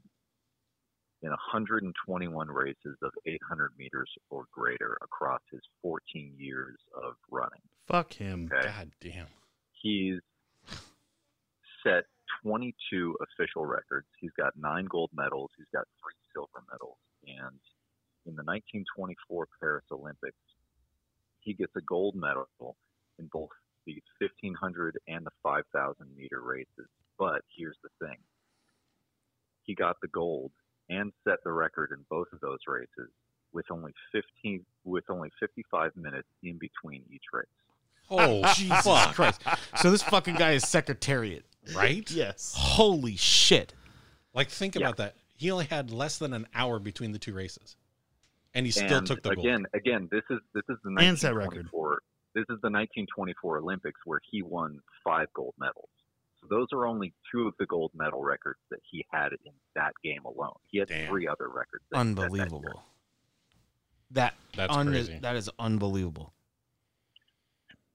[SPEAKER 4] in 121 races of 800 meters or greater across his 14 years of running.
[SPEAKER 2] Fuck him.
[SPEAKER 4] Okay
[SPEAKER 1] God damn.
[SPEAKER 4] he's set 22 official records. He's got nine gold medals. He's got three silver medals. And in the 1924 Paris Olympics, he gets a gold medal in both the 1500 and the 5000 meter races. But here's the thing he got the gold and set the record in both of those races with only 15 with only 55 minutes in between each race.
[SPEAKER 1] Oh
[SPEAKER 3] Jesus
[SPEAKER 1] fuck.
[SPEAKER 3] Christ. So this fucking guy is Secretariat.
[SPEAKER 1] Right?
[SPEAKER 2] Yes.
[SPEAKER 3] Holy shit.
[SPEAKER 1] Like think
[SPEAKER 4] Yeah.
[SPEAKER 1] about that. He only had less than an hour between the two races, and he still
[SPEAKER 4] And
[SPEAKER 1] took the
[SPEAKER 4] again. Again, this is this is the
[SPEAKER 2] And set record.
[SPEAKER 4] 1924. This is the 1924 Olympics where he won five gold medals. So those are only two of the gold medal records that he had in that game alone. He had
[SPEAKER 1] Damn.
[SPEAKER 4] three other records. that he set that year.
[SPEAKER 3] Unbelievable. That
[SPEAKER 1] That's
[SPEAKER 3] un-
[SPEAKER 1] crazy.
[SPEAKER 3] that is unbelievable.
[SPEAKER 1] gold.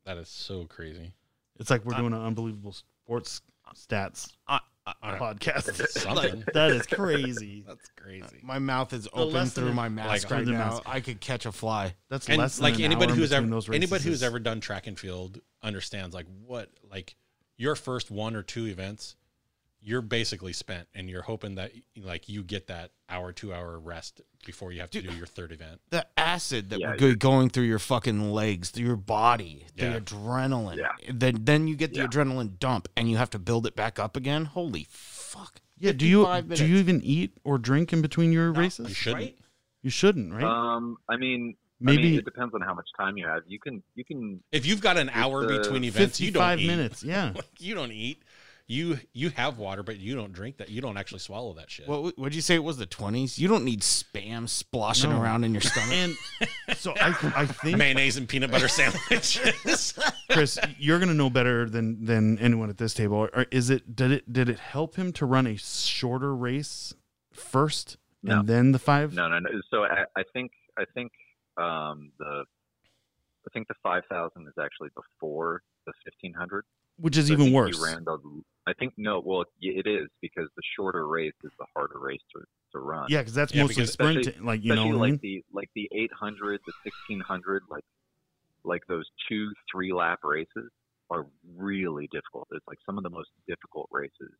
[SPEAKER 1] That is so crazy.
[SPEAKER 2] It's like we're doing an unbelievable sports stats
[SPEAKER 3] I, I,
[SPEAKER 1] I don't-
[SPEAKER 2] podcast.
[SPEAKER 1] Something.
[SPEAKER 2] that is crazy.
[SPEAKER 1] That's crazy.
[SPEAKER 3] my mouth is open
[SPEAKER 2] lesson
[SPEAKER 3] through
[SPEAKER 2] in-
[SPEAKER 3] my mask
[SPEAKER 1] Like,
[SPEAKER 3] right
[SPEAKER 2] through the
[SPEAKER 3] now.
[SPEAKER 2] mask.
[SPEAKER 3] I could catch a fly.
[SPEAKER 2] That's
[SPEAKER 1] And
[SPEAKER 2] less than
[SPEAKER 1] like
[SPEAKER 2] an
[SPEAKER 1] anybody
[SPEAKER 2] hour in
[SPEAKER 1] who's
[SPEAKER 2] between
[SPEAKER 1] ever
[SPEAKER 2] those
[SPEAKER 1] anybody
[SPEAKER 2] races
[SPEAKER 1] who's
[SPEAKER 2] is-
[SPEAKER 1] ever done track and field understands like what like your first one or two events, you're basically spent, and you're hoping that like you get that hour two hour rest before you have to
[SPEAKER 3] Dude.
[SPEAKER 1] do your third event.
[SPEAKER 3] The acid that
[SPEAKER 4] Yeah,
[SPEAKER 3] would be going through your fucking legs, through your body,
[SPEAKER 1] Yeah.
[SPEAKER 3] the adrenaline.
[SPEAKER 4] Yeah.
[SPEAKER 3] Then then you get the
[SPEAKER 4] Yeah.
[SPEAKER 3] adrenaline dump and you have to build it back up again. Holy fuck.
[SPEAKER 2] Yeah. Do you
[SPEAKER 3] 55
[SPEAKER 2] do you
[SPEAKER 3] minutes.
[SPEAKER 2] even eat or drink in between your races?
[SPEAKER 1] You shouldn't.
[SPEAKER 2] You shouldn't, right?
[SPEAKER 4] Um, I mean, I mean,
[SPEAKER 2] Maybe
[SPEAKER 4] it depends on how much time you have. You can you can
[SPEAKER 1] If you've got an hour
[SPEAKER 4] the
[SPEAKER 1] between events, you don't
[SPEAKER 2] uh, fifty-five
[SPEAKER 1] eat.
[SPEAKER 2] minutes. Yeah.
[SPEAKER 1] Like, you don't eat. You you have water, but you don't drink that. You don't actually swallow that shit.
[SPEAKER 3] What would you say it was the 20s? You don't need spam splashing
[SPEAKER 2] No.
[SPEAKER 3] around in your stomach.
[SPEAKER 2] And so I, I think
[SPEAKER 1] mayonnaise and peanut butter sandwiches.
[SPEAKER 2] Chris, you're gonna know better than than anyone at this table. Or is it did it did it help him to run a shorter race first
[SPEAKER 4] No.
[SPEAKER 2] and then the five?
[SPEAKER 4] no no no. So I, I think I think um, the I think the 5,000 is actually before the 1500.
[SPEAKER 2] Which is
[SPEAKER 4] I
[SPEAKER 2] even
[SPEAKER 4] think he
[SPEAKER 2] worse.
[SPEAKER 4] ran the- I think no. Well, y- it is because the shorter race is the harder race to, to run.
[SPEAKER 2] Yeah, because that's
[SPEAKER 1] Yeah,
[SPEAKER 2] mostly
[SPEAKER 1] because-
[SPEAKER 2] sprint.
[SPEAKER 4] Especially-
[SPEAKER 2] like you know,
[SPEAKER 4] especially
[SPEAKER 2] what I
[SPEAKER 4] like
[SPEAKER 2] mean?
[SPEAKER 4] the like the 800, the 1600, like like those two three lap races are really difficult. It's like some of the most difficult races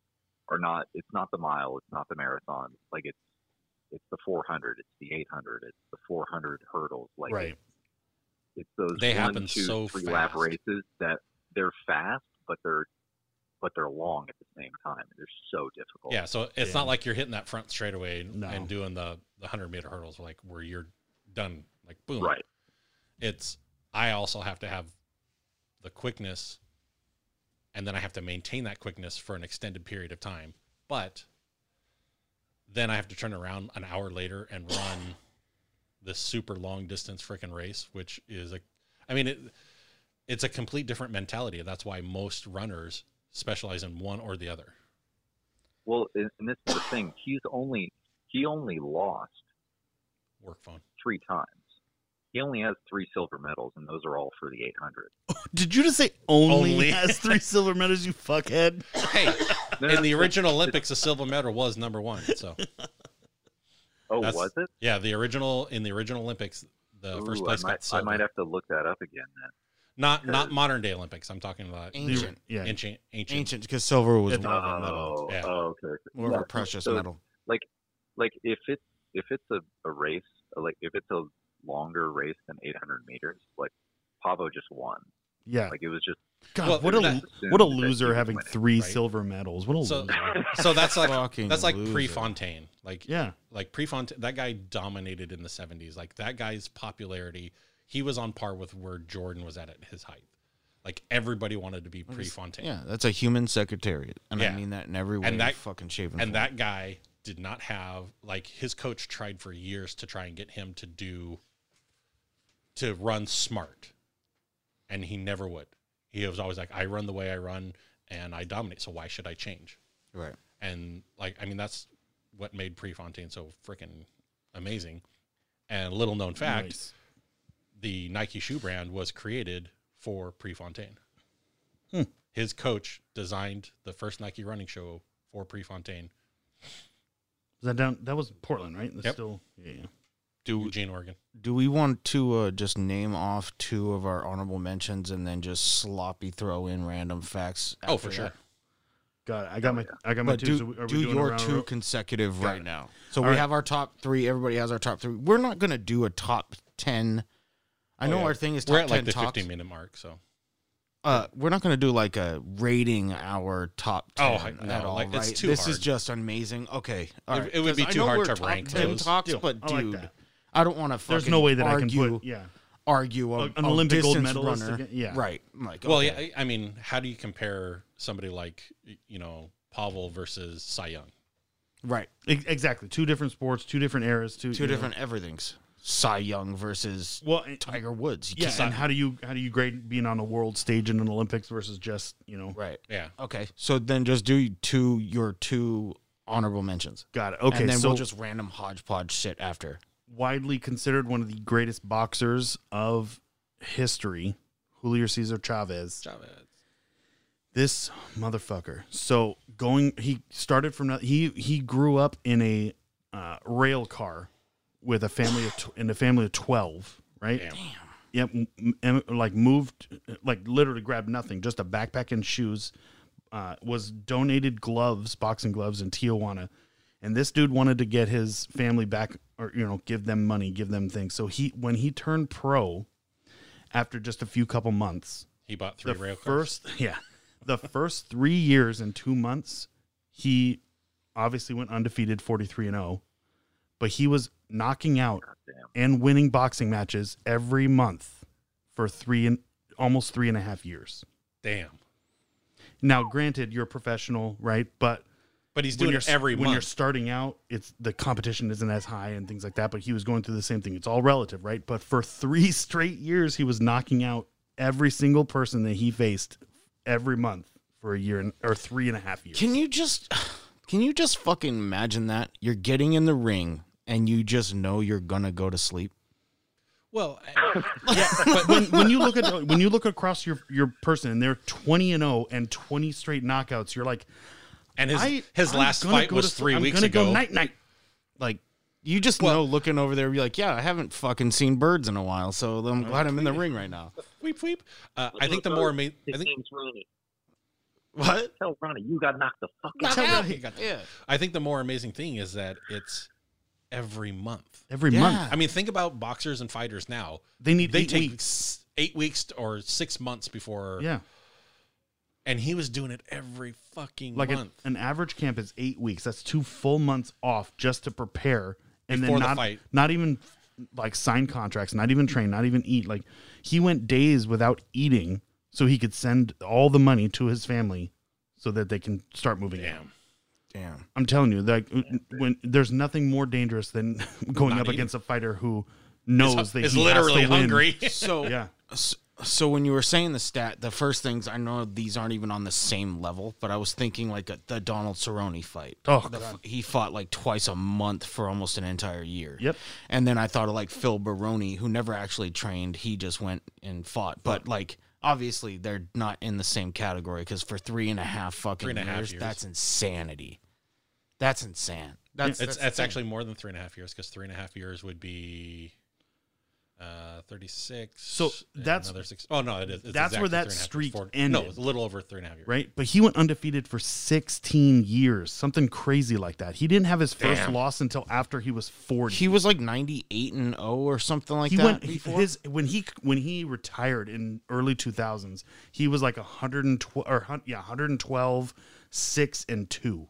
[SPEAKER 4] are not. It's not the mile. It's not the marathon. Like it's it's the 400. It's the 800. It's the 400 hurdles. Like
[SPEAKER 2] right.
[SPEAKER 4] it's those
[SPEAKER 1] They
[SPEAKER 2] one,
[SPEAKER 1] happen
[SPEAKER 4] two,
[SPEAKER 1] so
[SPEAKER 4] three
[SPEAKER 1] fast.
[SPEAKER 4] lap races that they're fast, but they're but they're long at the same time. They're so difficult.
[SPEAKER 1] Yeah, so it's
[SPEAKER 2] Yeah.
[SPEAKER 1] not like you're hitting that front straightaway and,
[SPEAKER 2] No.
[SPEAKER 1] and doing the the hundred meter hurdles like where you're done, like boom.
[SPEAKER 4] Right.
[SPEAKER 1] It's I also have to have the quickness, and then I have to maintain that quickness for an extended period of time. But then I have to turn around an hour later and run this super long distance freaking race, which is a, I mean it, it's a complete different mentality. That's why most runners specialize in one or the other.
[SPEAKER 4] Well, and and this is the thing. He's only he only lost
[SPEAKER 1] Work phone.
[SPEAKER 4] three times. He only has three silver medals, and those are all for the 800.
[SPEAKER 2] Did you just say only,
[SPEAKER 1] Only.
[SPEAKER 2] has three silver medals? You fuckhead.
[SPEAKER 1] Hey,
[SPEAKER 4] No, no,
[SPEAKER 1] in the
[SPEAKER 4] no.
[SPEAKER 1] original Olympics, a silver medal was number one. So
[SPEAKER 4] oh,
[SPEAKER 1] that's-
[SPEAKER 4] was it?
[SPEAKER 1] yeah, the original in the original Olympics, the
[SPEAKER 4] Ooh,
[SPEAKER 1] first place
[SPEAKER 4] I might,
[SPEAKER 1] got silver.
[SPEAKER 4] I might have to look that up again then.
[SPEAKER 1] not not modern day Olympics. I'm talking about
[SPEAKER 3] ancient.
[SPEAKER 2] Yeah.
[SPEAKER 1] ancient, ancient.
[SPEAKER 3] Ancient because silver was
[SPEAKER 2] It's
[SPEAKER 3] more of a metal.
[SPEAKER 4] Oh,
[SPEAKER 1] Yeah.
[SPEAKER 4] oh, okay.
[SPEAKER 3] More of
[SPEAKER 4] Yeah,
[SPEAKER 3] a precious
[SPEAKER 4] so-
[SPEAKER 3] metal.
[SPEAKER 4] like if it's if it's a, a race like if it's a longer race than 800 meters like pavo just won
[SPEAKER 2] Yeah.
[SPEAKER 4] Like it was just
[SPEAKER 2] God,
[SPEAKER 1] Well,
[SPEAKER 2] what a
[SPEAKER 1] that-
[SPEAKER 2] what a
[SPEAKER 4] assumed that he
[SPEAKER 2] loser
[SPEAKER 4] would
[SPEAKER 2] having
[SPEAKER 4] win it,
[SPEAKER 2] three
[SPEAKER 1] right?
[SPEAKER 2] silver medals. What a
[SPEAKER 1] So-
[SPEAKER 2] loser.
[SPEAKER 1] So that's like
[SPEAKER 3] Fucking
[SPEAKER 1] that's like
[SPEAKER 3] loser.
[SPEAKER 1] pre Fontaine. Like
[SPEAKER 2] Yeah.
[SPEAKER 1] like pre Fontaine, that guy dominated in the seventies. Like that guy's popularity, he was on par with where Jordan was at at his height. Like everybody wanted to be pre Fontaine,
[SPEAKER 3] Yeah, that's a human secretariat, and
[SPEAKER 1] Yeah.
[SPEAKER 3] I mean that in every way.
[SPEAKER 1] And that-
[SPEAKER 3] fucking shaving.
[SPEAKER 1] and that guy did not have like his coach tried for years to try and get him to do to run smart, and he never would. He was always like, "I run the way I run, and I dominate. So why should I change?"
[SPEAKER 3] right.
[SPEAKER 1] and like I mean that's what made Prefontaine so freaking amazing. And little known fact,
[SPEAKER 2] Nice.
[SPEAKER 1] the Nike shoe brand was created for Prefontaine. His coach designed the first Nike running shoe for Prefontaine,
[SPEAKER 2] Was that down? That was Portland, right? That's
[SPEAKER 1] Yep.
[SPEAKER 2] Still, yeah. yeah.
[SPEAKER 1] Do Eugene, Oregon.
[SPEAKER 3] Do we want to uh, just name off two of our honorable mentions and then just sloppy throw in random facts?
[SPEAKER 1] Oh,
[SPEAKER 3] after
[SPEAKER 1] for sure.
[SPEAKER 3] that?
[SPEAKER 2] God, I got my I got my
[SPEAKER 3] But
[SPEAKER 2] two.
[SPEAKER 3] do,
[SPEAKER 2] so are we
[SPEAKER 3] do
[SPEAKER 2] doing
[SPEAKER 3] your
[SPEAKER 2] around the
[SPEAKER 3] two
[SPEAKER 2] room?
[SPEAKER 3] consecutive
[SPEAKER 2] Got
[SPEAKER 3] right
[SPEAKER 2] it.
[SPEAKER 3] now. So
[SPEAKER 2] All
[SPEAKER 3] we
[SPEAKER 2] right.
[SPEAKER 3] have our top three. Everybody has our top three. We're not gonna do a top ten. I
[SPEAKER 1] Oh,
[SPEAKER 3] know
[SPEAKER 1] yeah.
[SPEAKER 3] our thing is top
[SPEAKER 1] We're at like
[SPEAKER 3] ten
[SPEAKER 1] the
[SPEAKER 3] tops.
[SPEAKER 1] 15 minute mark, so
[SPEAKER 3] uh, we're not going to do like a rating our top
[SPEAKER 1] Oh,
[SPEAKER 3] 10
[SPEAKER 1] I- no,
[SPEAKER 3] at all,
[SPEAKER 1] like, it's
[SPEAKER 3] right?
[SPEAKER 1] too
[SPEAKER 3] this is
[SPEAKER 1] hard.
[SPEAKER 3] just amazing. Okay. all
[SPEAKER 1] It-
[SPEAKER 3] right,
[SPEAKER 1] it would be
[SPEAKER 3] 'cause I
[SPEAKER 1] too
[SPEAKER 3] know
[SPEAKER 1] hard
[SPEAKER 3] we're
[SPEAKER 1] to
[SPEAKER 3] top
[SPEAKER 1] rank
[SPEAKER 3] 10
[SPEAKER 1] those.
[SPEAKER 3] talks,
[SPEAKER 2] Still,
[SPEAKER 3] but
[SPEAKER 2] I like
[SPEAKER 3] dude,
[SPEAKER 2] that.
[SPEAKER 3] I don't want to fucking
[SPEAKER 2] There's no way that
[SPEAKER 3] argue,
[SPEAKER 2] I can put. Yeah.
[SPEAKER 3] argue a,
[SPEAKER 2] An
[SPEAKER 3] a
[SPEAKER 2] Olympic gold
[SPEAKER 3] distance
[SPEAKER 2] medalist
[SPEAKER 3] runner.
[SPEAKER 2] again- yeah.
[SPEAKER 3] Right. I'm Like,
[SPEAKER 1] well,
[SPEAKER 3] okay.
[SPEAKER 1] yeah. I, I mean, how do you compare somebody like y- you know Pavel versus Cy Young?
[SPEAKER 3] Right.
[SPEAKER 2] E- Exactly. Two different sports, two different eras, two
[SPEAKER 3] Two
[SPEAKER 2] you know.
[SPEAKER 3] different everythings. Cy Young versus
[SPEAKER 2] Well, and-
[SPEAKER 3] Tiger Woods. You
[SPEAKER 2] yeah.
[SPEAKER 3] can't-
[SPEAKER 2] And how do you how do you grade being on a world stage in an Olympics versus just you know?
[SPEAKER 3] Right.
[SPEAKER 1] Yeah,
[SPEAKER 3] Okay. So then just do two your two honorable mentions.
[SPEAKER 2] Got it. Okay.
[SPEAKER 3] and then
[SPEAKER 2] so
[SPEAKER 3] we'll just random hodgepodge shit after.
[SPEAKER 2] widely considered one of the greatest boxers of history, Julio Cesar Chavez.
[SPEAKER 1] Chavez.
[SPEAKER 2] This motherfucker. So going, he started from no- he he grew up in a uh, rail car with a family of tw- in a family of twelve. Right.
[SPEAKER 1] Damn.
[SPEAKER 2] Yep. m- m- like moved, like literally grabbed nothing, just a backpack and shoes. Uh, was donated gloves, boxing gloves in Tijuana, and this dude wanted to get his family back, or you know, give them money, give them things. So he, when he turned pro, after just a few couple months,
[SPEAKER 1] He bought three
[SPEAKER 2] the
[SPEAKER 1] rail cars.
[SPEAKER 2] first, yeah, the first three years and two months, he obviously went undefeated, forty three and zero, but he was knocking out
[SPEAKER 4] goddamn.
[SPEAKER 2] and winning boxing matches every month for three and almost three and a half years.
[SPEAKER 1] Damn.
[SPEAKER 2] Now, granted, you're a professional, right? But
[SPEAKER 1] But he's
[SPEAKER 2] when
[SPEAKER 1] doing
[SPEAKER 2] you're
[SPEAKER 1] it every
[SPEAKER 2] when
[SPEAKER 1] month.
[SPEAKER 2] you're starting out, it's the competition isn't as high and things like that. But he was going through the same thing. It's all relative, right? But for three straight years, he was knocking out every single person that he faced every month for a year and, or three and a half years.
[SPEAKER 3] Can you just can you just fucking imagine that? You're getting in the ring and you just know you're gonna go to sleep.
[SPEAKER 1] Well, I-
[SPEAKER 2] when, when you look at when you look across your your person and they're twenty and zero and twenty straight knockouts, you're like,
[SPEAKER 1] and his
[SPEAKER 2] I,
[SPEAKER 1] his
[SPEAKER 2] I'm
[SPEAKER 1] last
[SPEAKER 2] gonna
[SPEAKER 1] fight
[SPEAKER 2] go to
[SPEAKER 1] was
[SPEAKER 2] sl-
[SPEAKER 1] three
[SPEAKER 2] I'm
[SPEAKER 1] weeks
[SPEAKER 2] gonna
[SPEAKER 1] ago.
[SPEAKER 2] Go night night.
[SPEAKER 3] Like you just know looking over there, you're like, yeah, I haven't fucking seen birds in a while, so I'm glad I'm in the ring right now.
[SPEAKER 1] Weep weep. Uh, I think the more amazing. I think
[SPEAKER 4] name's Ronnie.
[SPEAKER 3] What?
[SPEAKER 4] Tell Ronnie you got knocked the fuck out.
[SPEAKER 3] Yeah.
[SPEAKER 1] I think the more amazing thing is that it's every month.
[SPEAKER 2] Every
[SPEAKER 3] Yeah.
[SPEAKER 2] month
[SPEAKER 1] I mean, think about boxers and fighters now.
[SPEAKER 2] they need
[SPEAKER 1] They
[SPEAKER 2] eight
[SPEAKER 1] take
[SPEAKER 2] weeks.
[SPEAKER 1] s- eight weeks t- or six months before.
[SPEAKER 2] Yeah,
[SPEAKER 1] And he was doing it every fucking
[SPEAKER 2] like an,
[SPEAKER 1] month
[SPEAKER 2] an average camp is eight weeks. That's two full months off just to prepare and
[SPEAKER 1] Before the
[SPEAKER 2] then not
[SPEAKER 1] fight.
[SPEAKER 2] not even like sign contracts, not even train, not even eat. Like he went days without eating so he could send all the money to his family so that they can start moving. out.
[SPEAKER 1] Damn.
[SPEAKER 3] Damn.
[SPEAKER 2] I'm telling you, like when there's nothing more dangerous than going
[SPEAKER 1] Not
[SPEAKER 2] up
[SPEAKER 1] eating.
[SPEAKER 2] against a fighter who knows
[SPEAKER 1] Is,
[SPEAKER 2] that
[SPEAKER 1] is
[SPEAKER 2] he has to
[SPEAKER 1] literally
[SPEAKER 2] win.
[SPEAKER 1] hungry.
[SPEAKER 3] So
[SPEAKER 2] Yeah,
[SPEAKER 3] S- so when you were saying the stat, the first things I know these aren't even on the same level, but I was thinking like a, the Donald Cerrone fight.
[SPEAKER 2] Oh,
[SPEAKER 3] The
[SPEAKER 2] God.
[SPEAKER 3] f- he fought like twice a month for almost an entire year.
[SPEAKER 2] Yep.
[SPEAKER 3] And then I thought of like Phil Baroni, who never actually trained; he just went and fought. But like obviously they're not in the same category because for three and a half fucking
[SPEAKER 1] Three and a half
[SPEAKER 3] years,
[SPEAKER 1] years.
[SPEAKER 3] that's insanity. That's insane. That's
[SPEAKER 1] it's
[SPEAKER 3] the
[SPEAKER 1] that's
[SPEAKER 3] thing.
[SPEAKER 1] actually more than three and a half years because three and a half years would be. uh, 36.
[SPEAKER 2] So
[SPEAKER 1] and
[SPEAKER 2] that's-
[SPEAKER 1] another six. Oh, no, it is. It's
[SPEAKER 2] that's where
[SPEAKER 1] exactly
[SPEAKER 2] that
[SPEAKER 1] three and a half years.
[SPEAKER 2] streak
[SPEAKER 1] Four-
[SPEAKER 2] ended.
[SPEAKER 1] No, it's a little over three and a half years.
[SPEAKER 2] right? But he went undefeated for 16 years, something crazy like that. He didn't have his first
[SPEAKER 1] Damn.
[SPEAKER 2] loss until after he was 40.
[SPEAKER 3] He was like 98 and 0 or something like
[SPEAKER 2] he
[SPEAKER 3] that
[SPEAKER 2] went
[SPEAKER 3] before.
[SPEAKER 2] his when he when he retired in early 2000s, he was like 112 or hun- yeah, 112 6 and 2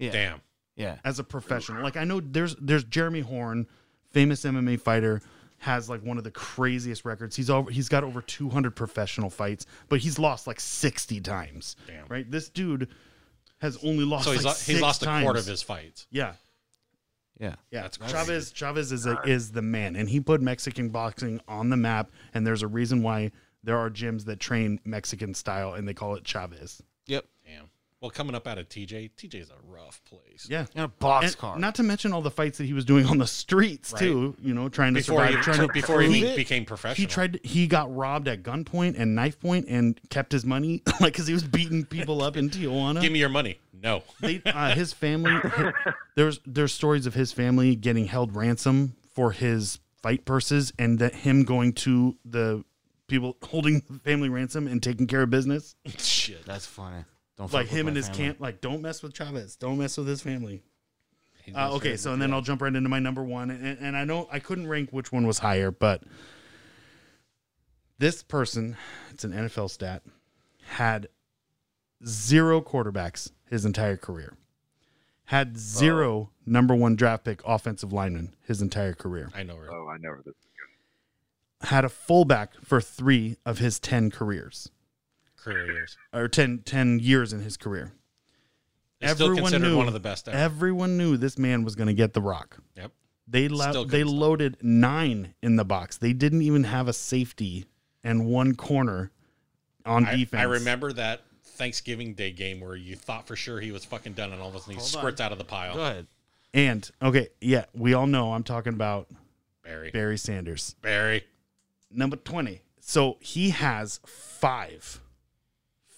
[SPEAKER 3] yeah.
[SPEAKER 1] Damn.
[SPEAKER 3] Yeah.
[SPEAKER 2] as a professional. Like I know there's there's Jeremy Horn, famous MMA fighter, has like one of the craziest records. He's over he's got over 200 professional fights, but he's lost like 60 times.
[SPEAKER 1] Damn.
[SPEAKER 2] Right? This dude has only lost
[SPEAKER 1] So he's, lo-
[SPEAKER 2] like
[SPEAKER 1] he's
[SPEAKER 2] six
[SPEAKER 1] lost a quarter
[SPEAKER 2] times.
[SPEAKER 1] of his fights.
[SPEAKER 2] Yeah.
[SPEAKER 3] Yeah.
[SPEAKER 2] Yeah,
[SPEAKER 1] That's crazy.
[SPEAKER 2] Chavez. Chavez is a, is the man, and he put Mexican boxing on the map. And there's a reason why there are gyms that train Mexican style, and they call it Chavez.
[SPEAKER 3] Yep.
[SPEAKER 1] Damn. Well, coming up out of TJ, TJ's a rough place.
[SPEAKER 2] Yeah,
[SPEAKER 3] In a box
[SPEAKER 2] And
[SPEAKER 3] car.
[SPEAKER 2] Not to mention all the fights that he was doing on the streets
[SPEAKER 1] Right.
[SPEAKER 2] too. You know, trying to
[SPEAKER 1] Before
[SPEAKER 2] survive.
[SPEAKER 1] he,
[SPEAKER 2] trying to
[SPEAKER 1] before he,
[SPEAKER 2] prove it.
[SPEAKER 1] became professional.
[SPEAKER 2] He tried. He got robbed at gunpoint and knife point, and kept his money, like because he was beating people up in Tijuana.
[SPEAKER 1] Give me your money. No.
[SPEAKER 2] they, uh, his family there's there's stories of his family getting held ransom for his fight purses and that him going to the people holding the family ransom and taking care of business
[SPEAKER 1] Shit.
[SPEAKER 3] That's funny. Don't
[SPEAKER 2] like
[SPEAKER 3] fuck with
[SPEAKER 2] him
[SPEAKER 3] my
[SPEAKER 2] and his
[SPEAKER 3] family.
[SPEAKER 2] camp like don't mess with chavez don't mess with his family
[SPEAKER 1] He's
[SPEAKER 2] uh,
[SPEAKER 1] been
[SPEAKER 2] okay
[SPEAKER 1] straight
[SPEAKER 2] so
[SPEAKER 1] up
[SPEAKER 2] and then
[SPEAKER 1] to
[SPEAKER 2] i'll jump right into my number one and, and i know i couldn't rank which one was higher but this person it's an nfl stat had zero quarterbacks his entire career had zero number one draft pick offensive lineman his entire career
[SPEAKER 1] that. I know her.
[SPEAKER 4] Oh, I know this.
[SPEAKER 2] had a fullback for three of his 10 careers
[SPEAKER 1] Career years.
[SPEAKER 2] or 10, 10 years in his career
[SPEAKER 1] He's still
[SPEAKER 2] Everyone
[SPEAKER 1] considered
[SPEAKER 2] knew.
[SPEAKER 1] one of the best ever.
[SPEAKER 2] everyone knew this man was going to get the rock
[SPEAKER 1] Yep.
[SPEAKER 2] They lo-
[SPEAKER 1] Still
[SPEAKER 2] they
[SPEAKER 1] couldn't stop.
[SPEAKER 2] loaded nine in the box. They didn't even have a safety and one corner on
[SPEAKER 1] I,
[SPEAKER 2] defense.
[SPEAKER 1] I remember that Thanksgiving Day game where you thought for sure he was fucking done and all of a sudden he
[SPEAKER 3] Hold
[SPEAKER 1] squirts out of the pile.
[SPEAKER 3] Go ahead.
[SPEAKER 2] And okay, yeah, we all know I'm talking about
[SPEAKER 1] Barry. Barry.
[SPEAKER 2] Barry Sanders, number 20. So he has five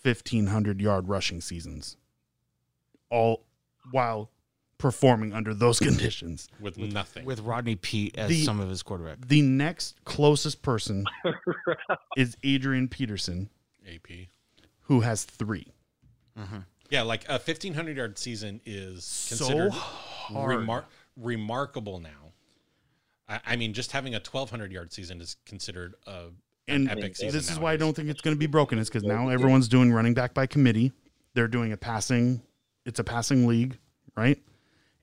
[SPEAKER 2] 1500 yard rushing seasons. All while performing under those conditions.
[SPEAKER 1] With, nothing.
[SPEAKER 3] With Rodney Pete as
[SPEAKER 2] The-
[SPEAKER 3] some of his quarterback.
[SPEAKER 2] The next closest person is Adrian Peterson,
[SPEAKER 1] AP.
[SPEAKER 2] who has 3.
[SPEAKER 1] Yeah, like a 1500 yard season is
[SPEAKER 2] So
[SPEAKER 1] considered
[SPEAKER 2] hard.
[SPEAKER 1] remar- remarkable now. I, I mean, just having a 1200 yard season is considered a
[SPEAKER 2] and
[SPEAKER 1] epic
[SPEAKER 2] this
[SPEAKER 1] season
[SPEAKER 2] is why I
[SPEAKER 1] nowadays.
[SPEAKER 2] don't think it's going to be broken. Is because now everyone's doing running back by committee. They're doing a passing. It's a passing league, right?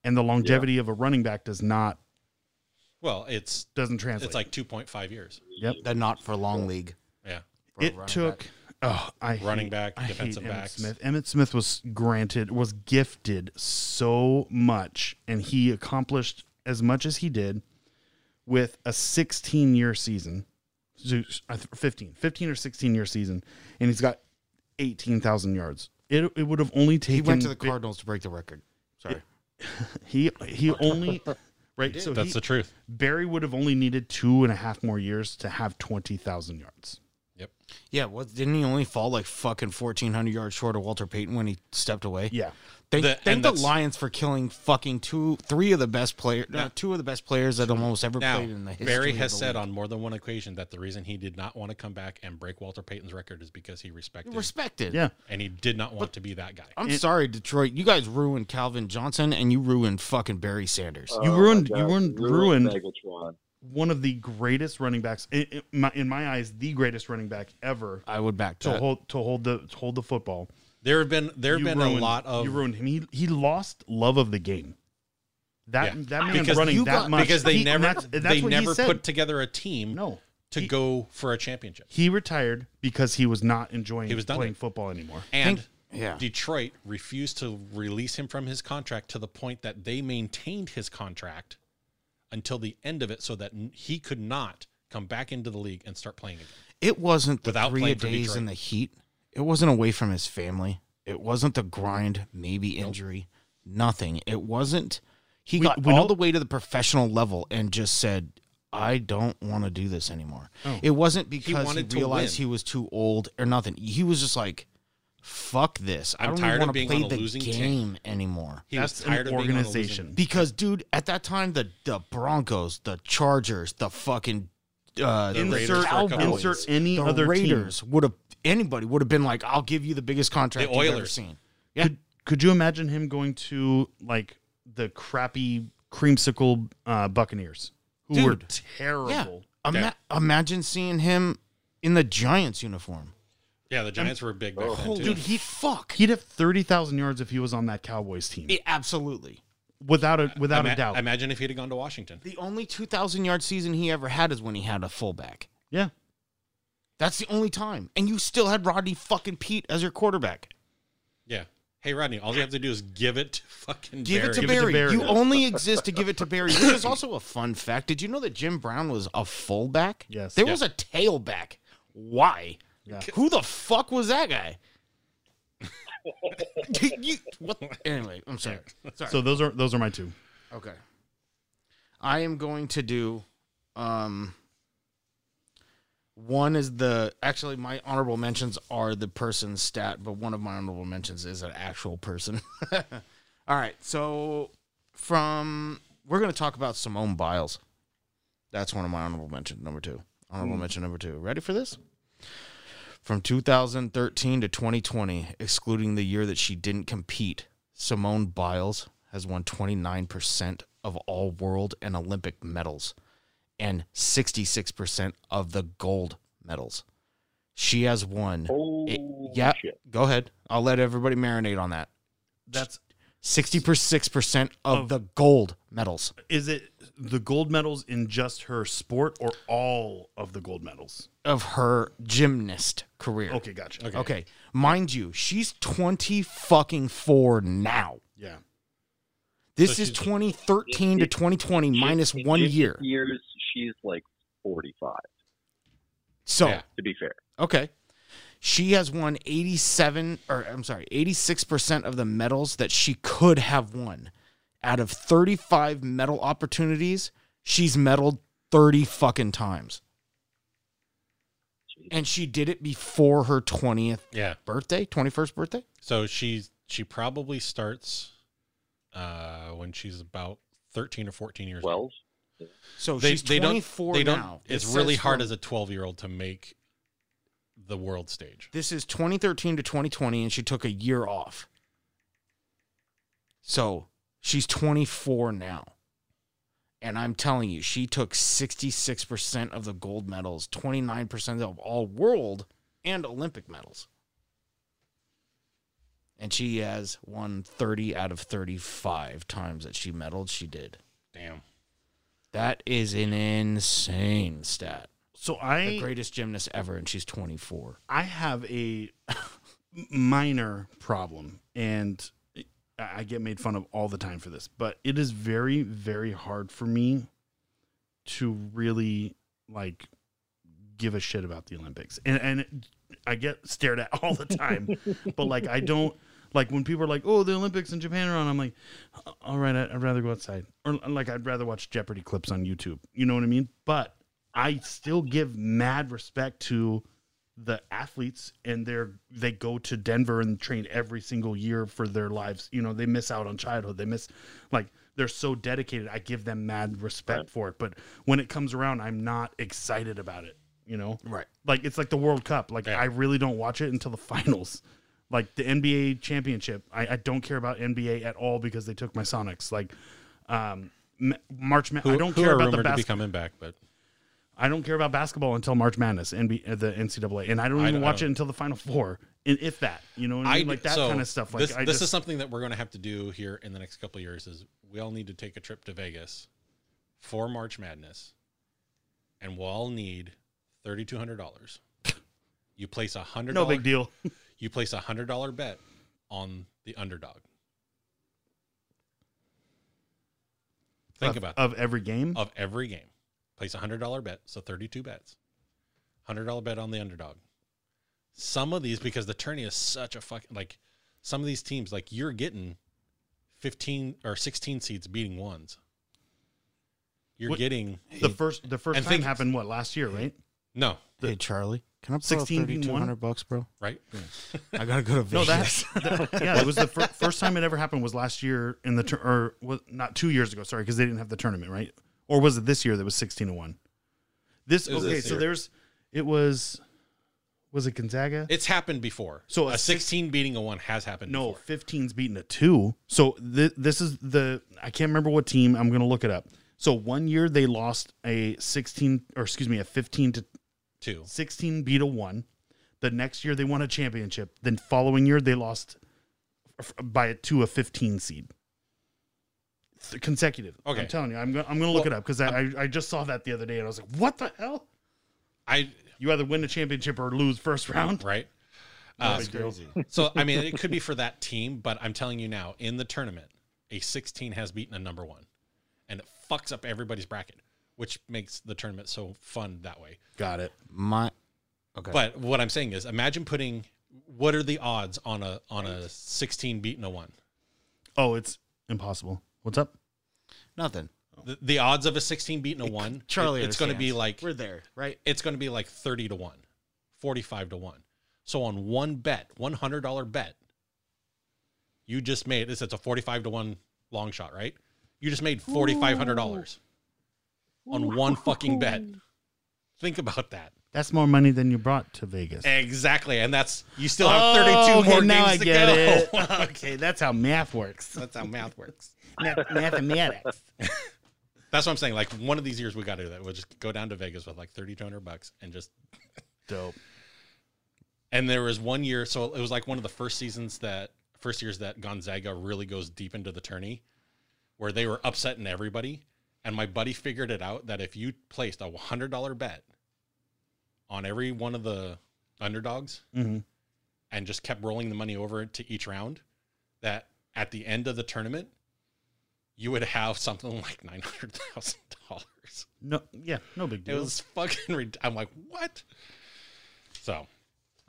[SPEAKER 2] And the longevity of a running back does not
[SPEAKER 1] well, it's
[SPEAKER 2] doesn't translate.
[SPEAKER 1] it's like 2.5 years.
[SPEAKER 2] yep,
[SPEAKER 3] The not for long league.
[SPEAKER 1] Yeah.
[SPEAKER 3] For a
[SPEAKER 2] it
[SPEAKER 3] running
[SPEAKER 2] took.
[SPEAKER 3] back.
[SPEAKER 2] Oh, I
[SPEAKER 1] Running
[SPEAKER 2] hate-
[SPEAKER 1] back,
[SPEAKER 2] I hate
[SPEAKER 1] defensive
[SPEAKER 2] Emmitt
[SPEAKER 1] backs.
[SPEAKER 2] Smith. Emmett Smith was granted was gifted so much, and he accomplished as much as he did with a 16 year season, So, I th- 15, 15 or 16 year season, and he's got 18,000 yards. It, it would have only taken
[SPEAKER 3] He went to the Cardinals to break the record. Sorry.
[SPEAKER 2] he he only right so
[SPEAKER 1] That's
[SPEAKER 2] he-
[SPEAKER 1] the truth.
[SPEAKER 2] Barry would have only needed two and a half more years to have 20,000 yards.
[SPEAKER 1] Yep.
[SPEAKER 3] Yeah, what didn't he only fall like fucking fourteen hundred yards short of Walter Payton when he stepped away?
[SPEAKER 2] Yeah.
[SPEAKER 3] Thank,
[SPEAKER 1] The-
[SPEAKER 3] thank
[SPEAKER 1] and
[SPEAKER 3] the
[SPEAKER 1] that's-
[SPEAKER 3] Lions for killing fucking two, three of the best players, no, two of the best players that almost ever
[SPEAKER 1] Now,
[SPEAKER 3] played in the history.
[SPEAKER 1] Barry
[SPEAKER 3] of
[SPEAKER 1] has
[SPEAKER 3] the
[SPEAKER 1] said
[SPEAKER 3] league.
[SPEAKER 1] on more than one occasion that the reason he did not want to come back and break Walter Payton's record is because he respected
[SPEAKER 3] respected.
[SPEAKER 2] Yeah.
[SPEAKER 1] and he did not want to be that guy.
[SPEAKER 3] I'm sorry, Detroit. You guys ruined Calvin Johnson and you ruined fucking Barry Sanders.
[SPEAKER 2] You
[SPEAKER 4] Oh, my
[SPEAKER 2] ruined-
[SPEAKER 4] God,
[SPEAKER 2] you ruined- ruined-
[SPEAKER 4] Megatron.
[SPEAKER 2] one of the greatest running backs in, in, my, in my eyes, the greatest running back ever
[SPEAKER 3] I would back
[SPEAKER 2] to
[SPEAKER 3] that.
[SPEAKER 2] hold to hold the to hold the football.
[SPEAKER 1] There have been there have
[SPEAKER 2] You
[SPEAKER 1] been a
[SPEAKER 2] ruined-
[SPEAKER 1] lot of
[SPEAKER 2] you ruined him. He he lost love of the game. That
[SPEAKER 1] Yeah.
[SPEAKER 2] that man
[SPEAKER 1] Because
[SPEAKER 2] running
[SPEAKER 3] you
[SPEAKER 2] that
[SPEAKER 3] got-
[SPEAKER 2] much
[SPEAKER 1] because they
[SPEAKER 2] he- and
[SPEAKER 1] never
[SPEAKER 2] that's, and that's
[SPEAKER 1] they
[SPEAKER 2] what he
[SPEAKER 1] never
[SPEAKER 2] said.
[SPEAKER 1] put together a team
[SPEAKER 2] no.
[SPEAKER 1] to
[SPEAKER 2] he,
[SPEAKER 1] go for a championship.
[SPEAKER 2] He retired because he was not enjoying
[SPEAKER 1] He was done
[SPEAKER 2] playing
[SPEAKER 1] with
[SPEAKER 2] football anymore.
[SPEAKER 1] And
[SPEAKER 3] yeah.
[SPEAKER 1] Detroit refused to release him from his contract to the point that they maintained his contract until the end of it so that n- he could not come back into the league and start playing again.
[SPEAKER 3] It wasn't the
[SPEAKER 1] Without
[SPEAKER 3] three
[SPEAKER 1] playing for
[SPEAKER 3] days
[SPEAKER 1] Detroit.
[SPEAKER 3] in the heat. It wasn't away from his family. It wasn't the grind, maybe injury, nothing. It wasn't. He
[SPEAKER 2] We-
[SPEAKER 3] got
[SPEAKER 2] we
[SPEAKER 3] all
[SPEAKER 2] know-
[SPEAKER 3] the way to the professional level and just said, "I don't want to do this anymore."
[SPEAKER 2] Oh.
[SPEAKER 3] It wasn't because he,
[SPEAKER 1] wanted to
[SPEAKER 3] realized
[SPEAKER 1] win.
[SPEAKER 3] he was too old or nothing. He was just like, "Fuck this! I
[SPEAKER 1] I'm
[SPEAKER 3] don't
[SPEAKER 1] tired of
[SPEAKER 3] want to
[SPEAKER 1] being
[SPEAKER 3] play
[SPEAKER 1] on a
[SPEAKER 3] the
[SPEAKER 1] losing team."
[SPEAKER 3] game anymore."
[SPEAKER 1] He
[SPEAKER 2] that's
[SPEAKER 1] was tired
[SPEAKER 2] an
[SPEAKER 1] of being on a losing-
[SPEAKER 2] organization.
[SPEAKER 3] Because, dude, at that time, the the Broncos, the Chargers, the fucking uh,
[SPEAKER 1] The Raiders
[SPEAKER 2] insert
[SPEAKER 1] for a couple
[SPEAKER 3] Cowboys,
[SPEAKER 2] insert any
[SPEAKER 3] the
[SPEAKER 2] other
[SPEAKER 3] Raiders would have anybody would have been like, "I'll give you the biggest contract
[SPEAKER 1] The
[SPEAKER 3] you've ever
[SPEAKER 1] Oilers.
[SPEAKER 3] seen."
[SPEAKER 2] Team. Could could you imagine him going to like the crappy creamsicle uh, Buccaneers, who were
[SPEAKER 3] Dude.
[SPEAKER 2] terrible?
[SPEAKER 3] Ima-
[SPEAKER 1] Yeah.
[SPEAKER 3] Imagine seeing him in the Giants uniform.
[SPEAKER 1] Yeah, the Giants were big back then too.
[SPEAKER 3] Dude, he fuck.
[SPEAKER 2] He'd have thirty thousand yards if he was on that Cowboys team,
[SPEAKER 3] Yeah, absolutely.
[SPEAKER 2] without a without
[SPEAKER 1] Ima-
[SPEAKER 2] a doubt.
[SPEAKER 1] Imagine if he'd have gone to Washington.
[SPEAKER 3] The only 2,000 yard season he ever had is when he had a fullback.
[SPEAKER 2] yeah,
[SPEAKER 3] That's the only time. And you still had Rodney fucking Pete as your quarterback.
[SPEAKER 1] Yeah. Hey Rodney, all you have to do is give it to fucking
[SPEAKER 3] Give it
[SPEAKER 1] Barry.
[SPEAKER 2] it
[SPEAKER 3] to
[SPEAKER 2] to
[SPEAKER 3] Barry.
[SPEAKER 2] Barry.
[SPEAKER 3] You only exist to give it to Barry, which is also a fun fact. Did you know that Jim Brown was a fullback?
[SPEAKER 2] Yes.
[SPEAKER 3] There
[SPEAKER 1] Yeah.
[SPEAKER 3] was a tailback. Why?
[SPEAKER 2] Yeah.
[SPEAKER 3] Who the fuck was that guy? You- what? Anyway, I'm sorry. Sorry.
[SPEAKER 2] So those are those are my two.
[SPEAKER 3] Okay. I am going to do um one is the actually my honorable mentions are the person's stat, but one of my honorable mentions is an actual person. All right. So from we're going to talk about Simone Biles. That's one of my honorable mentions number 2. Honorable mention number 2. Ready for this? From 2013 to 2020, excluding the year that she didn't compete, Simone Biles has won 29% of all world and Olympic medals and 66% of the gold medals. She has won. It- yeah,
[SPEAKER 4] shit.
[SPEAKER 3] go ahead. I'll let everybody marinate on that.
[SPEAKER 2] That's
[SPEAKER 3] 66% of the gold medals.
[SPEAKER 2] is it the gold medals in just her sport or all of the gold medals?
[SPEAKER 3] of her gymnast career.
[SPEAKER 2] Okay, gotcha.
[SPEAKER 1] Okay.
[SPEAKER 3] Okay. Mind you, she's 20 fucking 4 now.
[SPEAKER 2] Yeah.
[SPEAKER 3] This
[SPEAKER 1] So
[SPEAKER 3] is
[SPEAKER 1] she's-
[SPEAKER 3] 2013 to 2020 minus
[SPEAKER 4] In
[SPEAKER 3] 1
[SPEAKER 4] fifty
[SPEAKER 3] year.
[SPEAKER 4] Years. She's like 45.
[SPEAKER 3] So,
[SPEAKER 1] Yeah.
[SPEAKER 4] To be fair,
[SPEAKER 3] okay. She has won 87 or I'm sorry, 86% of the medals that she could have won. Out of 35 medal opportunities, she's medaled 30 fucking times.
[SPEAKER 4] Jeez.
[SPEAKER 3] And she did it before her 20th
[SPEAKER 1] Yeah.
[SPEAKER 3] birthday, 21st birthday.
[SPEAKER 1] So she's she probably starts uh when she's about 13 or 14 years old.
[SPEAKER 4] 12.
[SPEAKER 3] So
[SPEAKER 1] They,
[SPEAKER 3] Oh, she's
[SPEAKER 1] they don't
[SPEAKER 3] 24
[SPEAKER 1] they don't
[SPEAKER 3] now.
[SPEAKER 1] it's
[SPEAKER 3] It
[SPEAKER 1] really
[SPEAKER 3] says
[SPEAKER 1] hard
[SPEAKER 3] from-
[SPEAKER 1] as a 12-year-old to make the world stage.
[SPEAKER 3] This is 2013 to 2020 and she took a year off. So, she's 24 now. And I'm telling you, she took 66% of the gold medals, 29% of all world and Olympic medals. And she has won 30 out of 35 times that she medaled. She did.
[SPEAKER 1] Damn.
[SPEAKER 3] That is an insane stat.
[SPEAKER 2] So
[SPEAKER 3] The
[SPEAKER 2] I
[SPEAKER 3] greatest gymnast ever, and she's 24.
[SPEAKER 2] I have a minor problem, and I I get made fun of all the time for this, but it is very very hard for me to really like give a shit about the Olympics, and and I get stared at all the time, but like I don't. Like when people are like, "Oh, the Olympics in Japan are on," I'm like, "All right, I'd I'd rather go outside," or like, "I'd rather watch Jeopardy clips on YouTube." You know what I mean? But I still give mad respect to the athletes and they're they go to Denver and train every single year for their lives. You know, they miss out on childhood. They miss like they're so dedicated. I give them mad respect for it. But when it comes around, I'm not excited about it. You know?
[SPEAKER 3] Right.
[SPEAKER 2] Like it's like the World Cup. Like
[SPEAKER 1] Yeah.
[SPEAKER 2] I really don't watch it until the finals. Like the NBA championship. I, I don't care about NBA at all because they took my Sonics. Like um Ma- March Ma-
[SPEAKER 1] Who,
[SPEAKER 2] I don't
[SPEAKER 1] who
[SPEAKER 2] care
[SPEAKER 1] are
[SPEAKER 2] about the
[SPEAKER 1] rumored to be
[SPEAKER 2] basketball.
[SPEAKER 1] coming back, but
[SPEAKER 2] I don't care about basketball until March Madness and be, uh, the NCAA, and I don't
[SPEAKER 1] I
[SPEAKER 2] even
[SPEAKER 1] don't- I
[SPEAKER 2] watch it
[SPEAKER 1] don't-
[SPEAKER 2] until the Final Four, and if that, you know, what I mean? like
[SPEAKER 1] d-
[SPEAKER 2] that
[SPEAKER 1] so
[SPEAKER 2] kind of stuff. Like
[SPEAKER 1] this,
[SPEAKER 2] I
[SPEAKER 1] this
[SPEAKER 2] just,
[SPEAKER 1] is something that we're going to have to do here in the next couple of years. Is we all need to take a trip to Vegas for March Madness, and we'll all need thirty two hundred dollars. you place a hundred.
[SPEAKER 2] no big deal.
[SPEAKER 1] You place a hundred dollar bet on the underdog. Think
[SPEAKER 2] of,
[SPEAKER 1] about Uh, that.
[SPEAKER 2] of every game.
[SPEAKER 1] of every game. Place a hundred dollar bet, so thirty two bets. Hundred dollar bet on the underdog. Some of these because the tourney is such a fucking like some of these teams like you're getting fifteen or sixteen seeds beating ones. You're
[SPEAKER 2] What-
[SPEAKER 1] getting
[SPEAKER 2] the first, the first
[SPEAKER 1] and
[SPEAKER 2] time
[SPEAKER 1] think-
[SPEAKER 2] happened what last year, right?
[SPEAKER 1] no
[SPEAKER 3] hey Charlie, can I borrow
[SPEAKER 2] 16
[SPEAKER 3] thirty
[SPEAKER 2] being
[SPEAKER 3] two
[SPEAKER 2] one?
[SPEAKER 3] hundred bucks, bro?
[SPEAKER 1] right.
[SPEAKER 3] I gotta go to
[SPEAKER 2] No,
[SPEAKER 3] Vegas.
[SPEAKER 2] that, that- yeah, it was the fir- first time it ever happened was last year in the tur- or was not two years ago. Sorry, because they didn't have the tournament, right? Or was it this year that was sixteen to one? This
[SPEAKER 1] It was
[SPEAKER 2] okay,
[SPEAKER 1] this
[SPEAKER 2] so
[SPEAKER 1] year.
[SPEAKER 2] there's it was was it Gonzaga?
[SPEAKER 1] It's happened before.
[SPEAKER 2] So
[SPEAKER 1] So
[SPEAKER 2] a
[SPEAKER 1] a,
[SPEAKER 2] six-
[SPEAKER 1] 16 beating a one has happened.
[SPEAKER 2] no,
[SPEAKER 1] before.
[SPEAKER 2] 15's beaten a two. So th- this is the I can't remember what team. I'm gonna look it up. So one year they lost a 16 or excuse me a 15 to
[SPEAKER 1] two.
[SPEAKER 2] 16 beat a one. The next year they won a championship. Then following year they lost f- by a two a 15 seed. Th- consecutive.
[SPEAKER 1] Okay.
[SPEAKER 2] I'm telling you, I'm gonna I'm gonna look
[SPEAKER 1] Well,
[SPEAKER 2] it up because I, I I just saw that the other day and I was like, what the hell?
[SPEAKER 1] I
[SPEAKER 2] You either win a championship or lose first round.
[SPEAKER 1] right. Uh,
[SPEAKER 2] That's crazy.
[SPEAKER 1] so I mean, it could be for that team, but I'm telling you now, in the tournament, a 16 has beaten a number one, and it fucks up everybody's bracket, which makes the tournament so fun that way.
[SPEAKER 2] Got it.
[SPEAKER 3] My okay.
[SPEAKER 1] But what I'm saying is, imagine putting what are the odds on a on a 16 beating a one?
[SPEAKER 2] Oh, it's impossible. What's up?
[SPEAKER 3] Nothing.
[SPEAKER 1] The, the odds of a 16 beating a one,
[SPEAKER 3] Oh. Charlie,
[SPEAKER 1] it- it's going to be
[SPEAKER 3] understands.
[SPEAKER 1] like
[SPEAKER 3] we're there, right?
[SPEAKER 1] it's going to be like 30 to 1, 45 to 1. So on one bet, $100 bet, you just made this. It's a 45 to 1 long shot, right? You just made $4,500 on one fucking bet. Think about that.
[SPEAKER 2] That's more money than you brought to Vegas.
[SPEAKER 1] Exactly. And that's, you still
[SPEAKER 2] Oh,
[SPEAKER 1] have 32 more games to go.
[SPEAKER 2] it. okay, that's how math works.
[SPEAKER 1] that's how math works.
[SPEAKER 2] Math- mathematics.
[SPEAKER 1] That's what I'm saying. Like one of these years, we got to do that. We'll just go down to Vegas with like 30 to 100 bucks and just
[SPEAKER 2] Dope.
[SPEAKER 1] And there was one year, so it was like one of the first seasons that first years that Gonzaga really goes deep into the tourney, where they were upsetting everybody. And my buddy figured it out that if you placed a hundred dollar bet on every one of the underdogs
[SPEAKER 2] Mhm.
[SPEAKER 1] and just kept rolling the money over to each round, that at the end of the tournament, you would have something like nine hundred thousand dollars.
[SPEAKER 2] No, yeah, no big
[SPEAKER 1] It
[SPEAKER 2] deal.
[SPEAKER 1] was fucking. rid- I'm like, what? So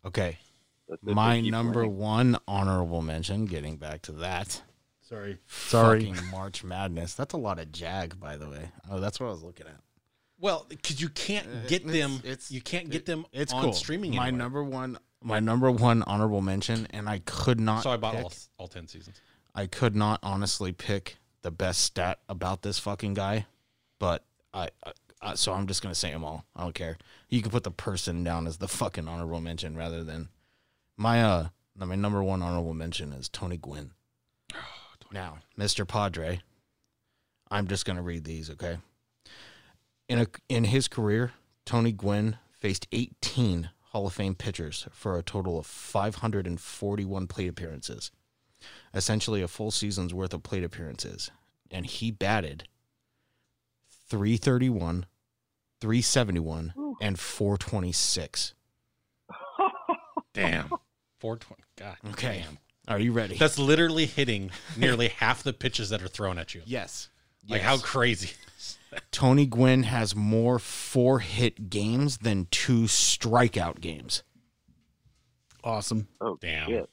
[SPEAKER 3] Okay.
[SPEAKER 4] That's if they
[SPEAKER 3] My
[SPEAKER 4] keep
[SPEAKER 3] number
[SPEAKER 4] winning.
[SPEAKER 3] one honorable mention. Getting back to that.
[SPEAKER 2] Sorry, sorry.
[SPEAKER 3] Fucking March Madness. That's a lot of jag, by the way. Oh, that's what I was looking at.
[SPEAKER 1] Well, because you can't get
[SPEAKER 3] Uh, It's-
[SPEAKER 1] them.
[SPEAKER 3] it's-
[SPEAKER 1] you can't get
[SPEAKER 3] it-
[SPEAKER 1] them.
[SPEAKER 3] It's
[SPEAKER 1] on
[SPEAKER 3] cool.
[SPEAKER 1] streaming.
[SPEAKER 3] My
[SPEAKER 1] anywhere.
[SPEAKER 3] number one. My number one honorable mention, and I could not.
[SPEAKER 1] So I bought
[SPEAKER 3] pick-
[SPEAKER 1] all, all ten seasons.
[SPEAKER 3] I could not honestly pick the best stat about this fucking guy, but I, I, I so I'm just gonna say them all. I don't care. You can put the person down as the fucking honorable mention rather than my uh no, my number one honorable mention is Tony Gwynn. now, Mr. Padre, I'm just gonna read these, okay? In a in his career, Tony Gwynn faced 18 Hall of Fame pitchers for a total of 541 plate appearances essentially a full season's worth of plate appearances. And he batted 331, 371, and 426.
[SPEAKER 1] Damn. Four twenty. God.
[SPEAKER 3] Okay.
[SPEAKER 1] damn.
[SPEAKER 3] Are you ready?
[SPEAKER 1] That's literally hitting nearly half the pitches that are thrown at you.
[SPEAKER 3] yes.
[SPEAKER 1] Like how crazy.
[SPEAKER 3] Tony Gwynn has more four hit games than two strikeout games.
[SPEAKER 2] Awesome.
[SPEAKER 4] Oh,
[SPEAKER 1] Damn.
[SPEAKER 4] shit.